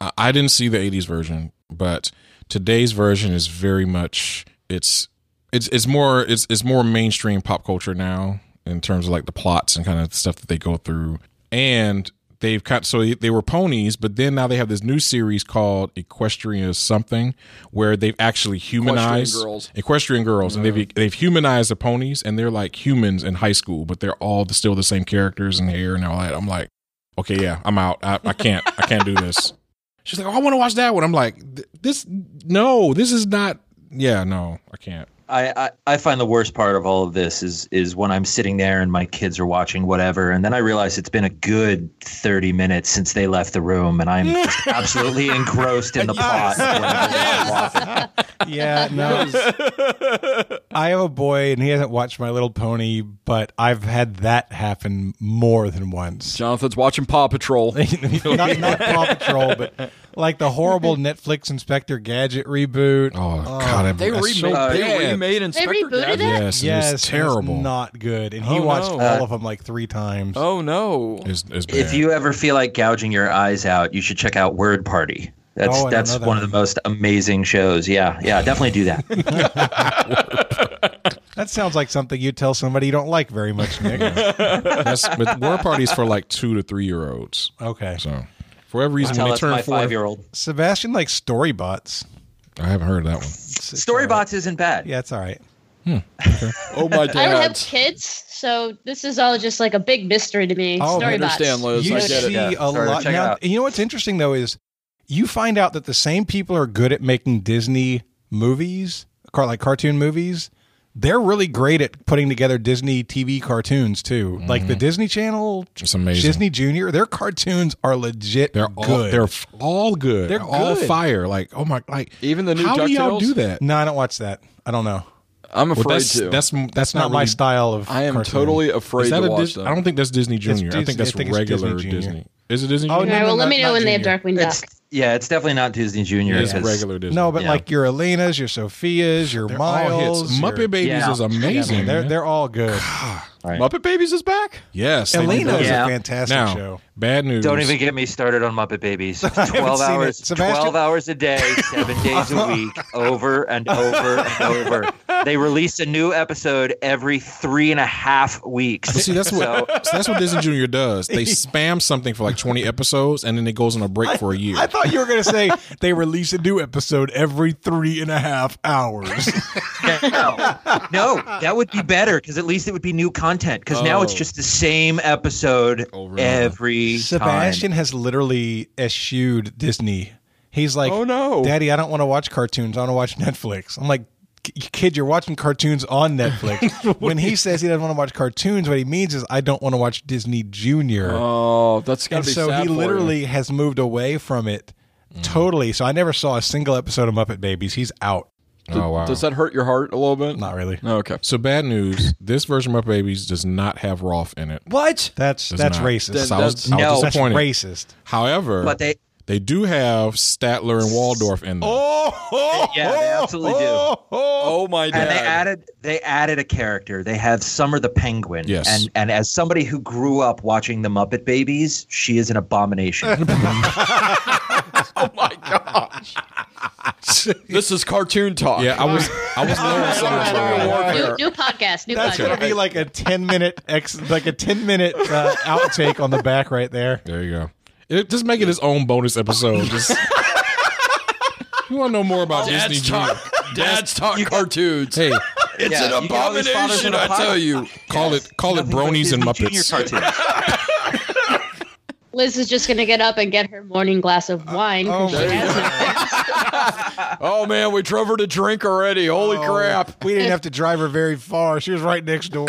Speaker 7: I- I didn't see the '80s version, but today's version is very much it's it's it's more it's it's more mainstream pop culture now in terms of like the plots and kind of stuff that they go through. And they've cut so they were ponies, but then now they have this new series called Equestria something, where they've actually humanized
Speaker 4: Girls.
Speaker 7: Equestrian girls, and they've they've humanized the ponies, and they're like humans in high school, but they're all the, still the same characters and hair and all that. I'm like, okay, yeah, I'm out. I, I can't. I can't do this. She's like, oh, I want to watch that one. I'm like, th- this, no, this is not. Yeah, no, I can't.
Speaker 8: I, I, I find the worst part of all of this is is when I'm sitting there and my kids are watching whatever, and then I realize it's been a good 30 minutes since they left the room, and I'm just absolutely engrossed in the plot. of whatever I'm watching.
Speaker 3: Yeah, no. I have a boy and he hasn't watched My Little Pony, but I've had that happen more than once.
Speaker 4: Jonathan's watching Paw Patrol.
Speaker 3: not, not Paw Patrol, but like the horrible Netflix Inspector Gadget reboot.
Speaker 7: Oh,
Speaker 4: God, I- Uh, They that's so remade- they bad. remade They Inspector rebooted Gadget? it?
Speaker 7: Yes,
Speaker 3: Yes, yes,
Speaker 7: it was terrible.
Speaker 3: not good. And he
Speaker 8: Oh,
Speaker 3: watched
Speaker 8: no.
Speaker 3: all of them like three times.
Speaker 4: Oh no!
Speaker 8: If you ever feel like gouging your eyes out, you should check out Word Party. That's
Speaker 3: Oh, I don't
Speaker 8: that's
Speaker 3: know that
Speaker 8: one of the most amazing shows. Yeah, yeah, definitely do that.
Speaker 3: That sounds like something you tell somebody you don't like very much, Nick.
Speaker 7: That's, but war parties for like two to three year olds.
Speaker 3: Okay.
Speaker 7: So for whatever reason, when they turn four,
Speaker 8: old.
Speaker 3: Sebastian likes Storybots.
Speaker 7: I haven't heard of that one.
Speaker 8: Storybots isn't bad.
Speaker 3: Yeah, it's all right.
Speaker 4: Oh my
Speaker 9: I don't have
Speaker 4: dad.
Speaker 9: kids, so this is all just like a big mystery to me.
Speaker 3: Oh,
Speaker 9: Story bots.
Speaker 3: You see
Speaker 4: Yeah,
Speaker 3: a
Speaker 4: sorry,
Speaker 3: lot.
Speaker 4: check it
Speaker 3: Now,
Speaker 4: out.
Speaker 3: you know what's interesting though is you find out that the same people are good at making Disney movies, car like cartoon movies. They're really great at putting together Disney TV cartoons too. Like the Disney Channel,
Speaker 7: It's Mm-hmm. amazing.
Speaker 3: Disney Junior, their cartoons are legit. They're
Speaker 7: all-
Speaker 3: good.
Speaker 7: they're f- all good.
Speaker 3: They're
Speaker 7: all
Speaker 3: good.
Speaker 7: fire. Like oh my, like
Speaker 4: even the new
Speaker 7: How do y'all
Speaker 4: DuckTales?
Speaker 7: do that?
Speaker 3: No, I don't watch that. I don't know.
Speaker 4: I'm
Speaker 7: Well,
Speaker 4: afraid
Speaker 7: that's-
Speaker 4: to.
Speaker 7: that's- that's
Speaker 3: not
Speaker 7: not
Speaker 3: my
Speaker 7: really-
Speaker 3: style of.
Speaker 4: I am
Speaker 3: cartoon.
Speaker 4: totally afraid
Speaker 7: Is that
Speaker 4: to
Speaker 7: a
Speaker 4: watch
Speaker 7: Dis-
Speaker 4: them.
Speaker 7: I don't think that's Disney
Speaker 3: It's
Speaker 7: Junior. I
Speaker 3: Disney-
Speaker 7: think that's
Speaker 3: I think it's
Speaker 7: regular
Speaker 3: Disney
Speaker 7: Disney,
Speaker 3: Junior.
Speaker 7: Is it Disney?
Speaker 3: Oh,
Speaker 9: All
Speaker 7: Junior?
Speaker 9: right, well, let me know when they have Darkwing Duck.
Speaker 8: It's, yeah, it's definitely not Disney Junior.
Speaker 7: It's
Speaker 8: because-
Speaker 7: regular Disney.
Speaker 3: No, but
Speaker 8: Yeah.
Speaker 3: like your Elena's, your Sophia's, your
Speaker 7: all hits.
Speaker 3: Miles,
Speaker 7: Muppet
Speaker 3: your-
Speaker 7: Babies
Speaker 8: Yeah.
Speaker 7: is amazing.
Speaker 3: Yeah, they're
Speaker 7: man.
Speaker 3: they're all good.
Speaker 4: Muppet Babies is back.
Speaker 7: yes, they
Speaker 3: Elena
Speaker 7: did.
Speaker 3: is
Speaker 8: Yeah.
Speaker 3: a fantastic
Speaker 7: Now,
Speaker 3: show.
Speaker 7: bad news.
Speaker 8: Don't even get me started on Muppet Babies. Twelve
Speaker 3: seen
Speaker 8: hours,
Speaker 3: it. Sebastian- Uh-huh.
Speaker 8: twelve hours a day, seven days a week, over and over and over. They release a new episode every three and a half weeks.
Speaker 7: But see, that's
Speaker 8: So-
Speaker 7: what so that's what Disney Junior does. They spam something for like twenty episodes, and then it goes on a break for a year.
Speaker 3: I thought you were going to say they release a new episode every three and a half hours.
Speaker 8: no, no, that would be better because at least it would be new content. Because now it's
Speaker 7: Oh.
Speaker 8: just the same episode every
Speaker 3: Sebastian
Speaker 8: time.
Speaker 3: has literally eschewed Disney. He's like,
Speaker 4: Oh, no.
Speaker 3: Daddy, I don't want to watch cartoons. I want to watch Netflix. I'm like, "K- kid, you're watching cartoons on Netflix. when he says he doesn't want to watch cartoons, what he means is I don't want to watch Disney Junior.
Speaker 4: Oh, that's gotta
Speaker 3: and
Speaker 4: be
Speaker 3: so
Speaker 4: sad
Speaker 3: he
Speaker 4: for you.
Speaker 3: literally has moved away from it totally. So I never saw a single episode of Muppet Babies. He's out.
Speaker 7: oh wow.
Speaker 4: Does that hurt your heart a little bit?
Speaker 3: Not really.
Speaker 4: No, okay.
Speaker 7: so bad news. This version of Muppet Babies does not have Rolf in it.
Speaker 4: What?
Speaker 3: That's
Speaker 7: Does
Speaker 3: that's
Speaker 7: not.
Speaker 3: racist.
Speaker 7: So I was,
Speaker 8: That's-
Speaker 7: I was
Speaker 8: No.
Speaker 7: disappointed.
Speaker 3: racist.
Speaker 7: However,
Speaker 8: But they-
Speaker 7: they do have Statler and Waldorf in there.
Speaker 3: Oh,
Speaker 8: Yeah, they absolutely do.
Speaker 4: Oh my
Speaker 8: and they
Speaker 4: dad.
Speaker 8: added they added a character. They have Summer the Penguin.
Speaker 7: Yes.
Speaker 8: And and as somebody who grew up watching the Muppet Babies, she is an abomination.
Speaker 4: this is cartoon talk.
Speaker 7: Yeah, I was I was low on Summer for a while.
Speaker 9: New, new podcast. New
Speaker 3: That's
Speaker 9: podcast.
Speaker 3: gonna be like a ten minute ex, like a ten minute uh, outtake on the back right there.
Speaker 7: There you go. It, just make it his own bonus episode. Just you want to know more about
Speaker 4: Dad's
Speaker 7: Disney
Speaker 4: talk. Dad's talk cartoons.
Speaker 7: Junior? Hey,
Speaker 4: it's
Speaker 8: Yeah,
Speaker 4: an
Speaker 8: you got all these fathers
Speaker 4: abomination,
Speaker 8: in a
Speaker 4: I
Speaker 8: pot.
Speaker 4: tell you.
Speaker 7: call it call it bronies and
Speaker 8: Junior
Speaker 7: Muppets.
Speaker 8: cartoon.
Speaker 9: Liz is just gonna get up and get her morning glass of wine. 'cause she has no-
Speaker 4: Oh man, we drove her to drink already. Holy
Speaker 3: Oh,
Speaker 4: crap!
Speaker 3: We didn't have to drive her very far. She was right next door.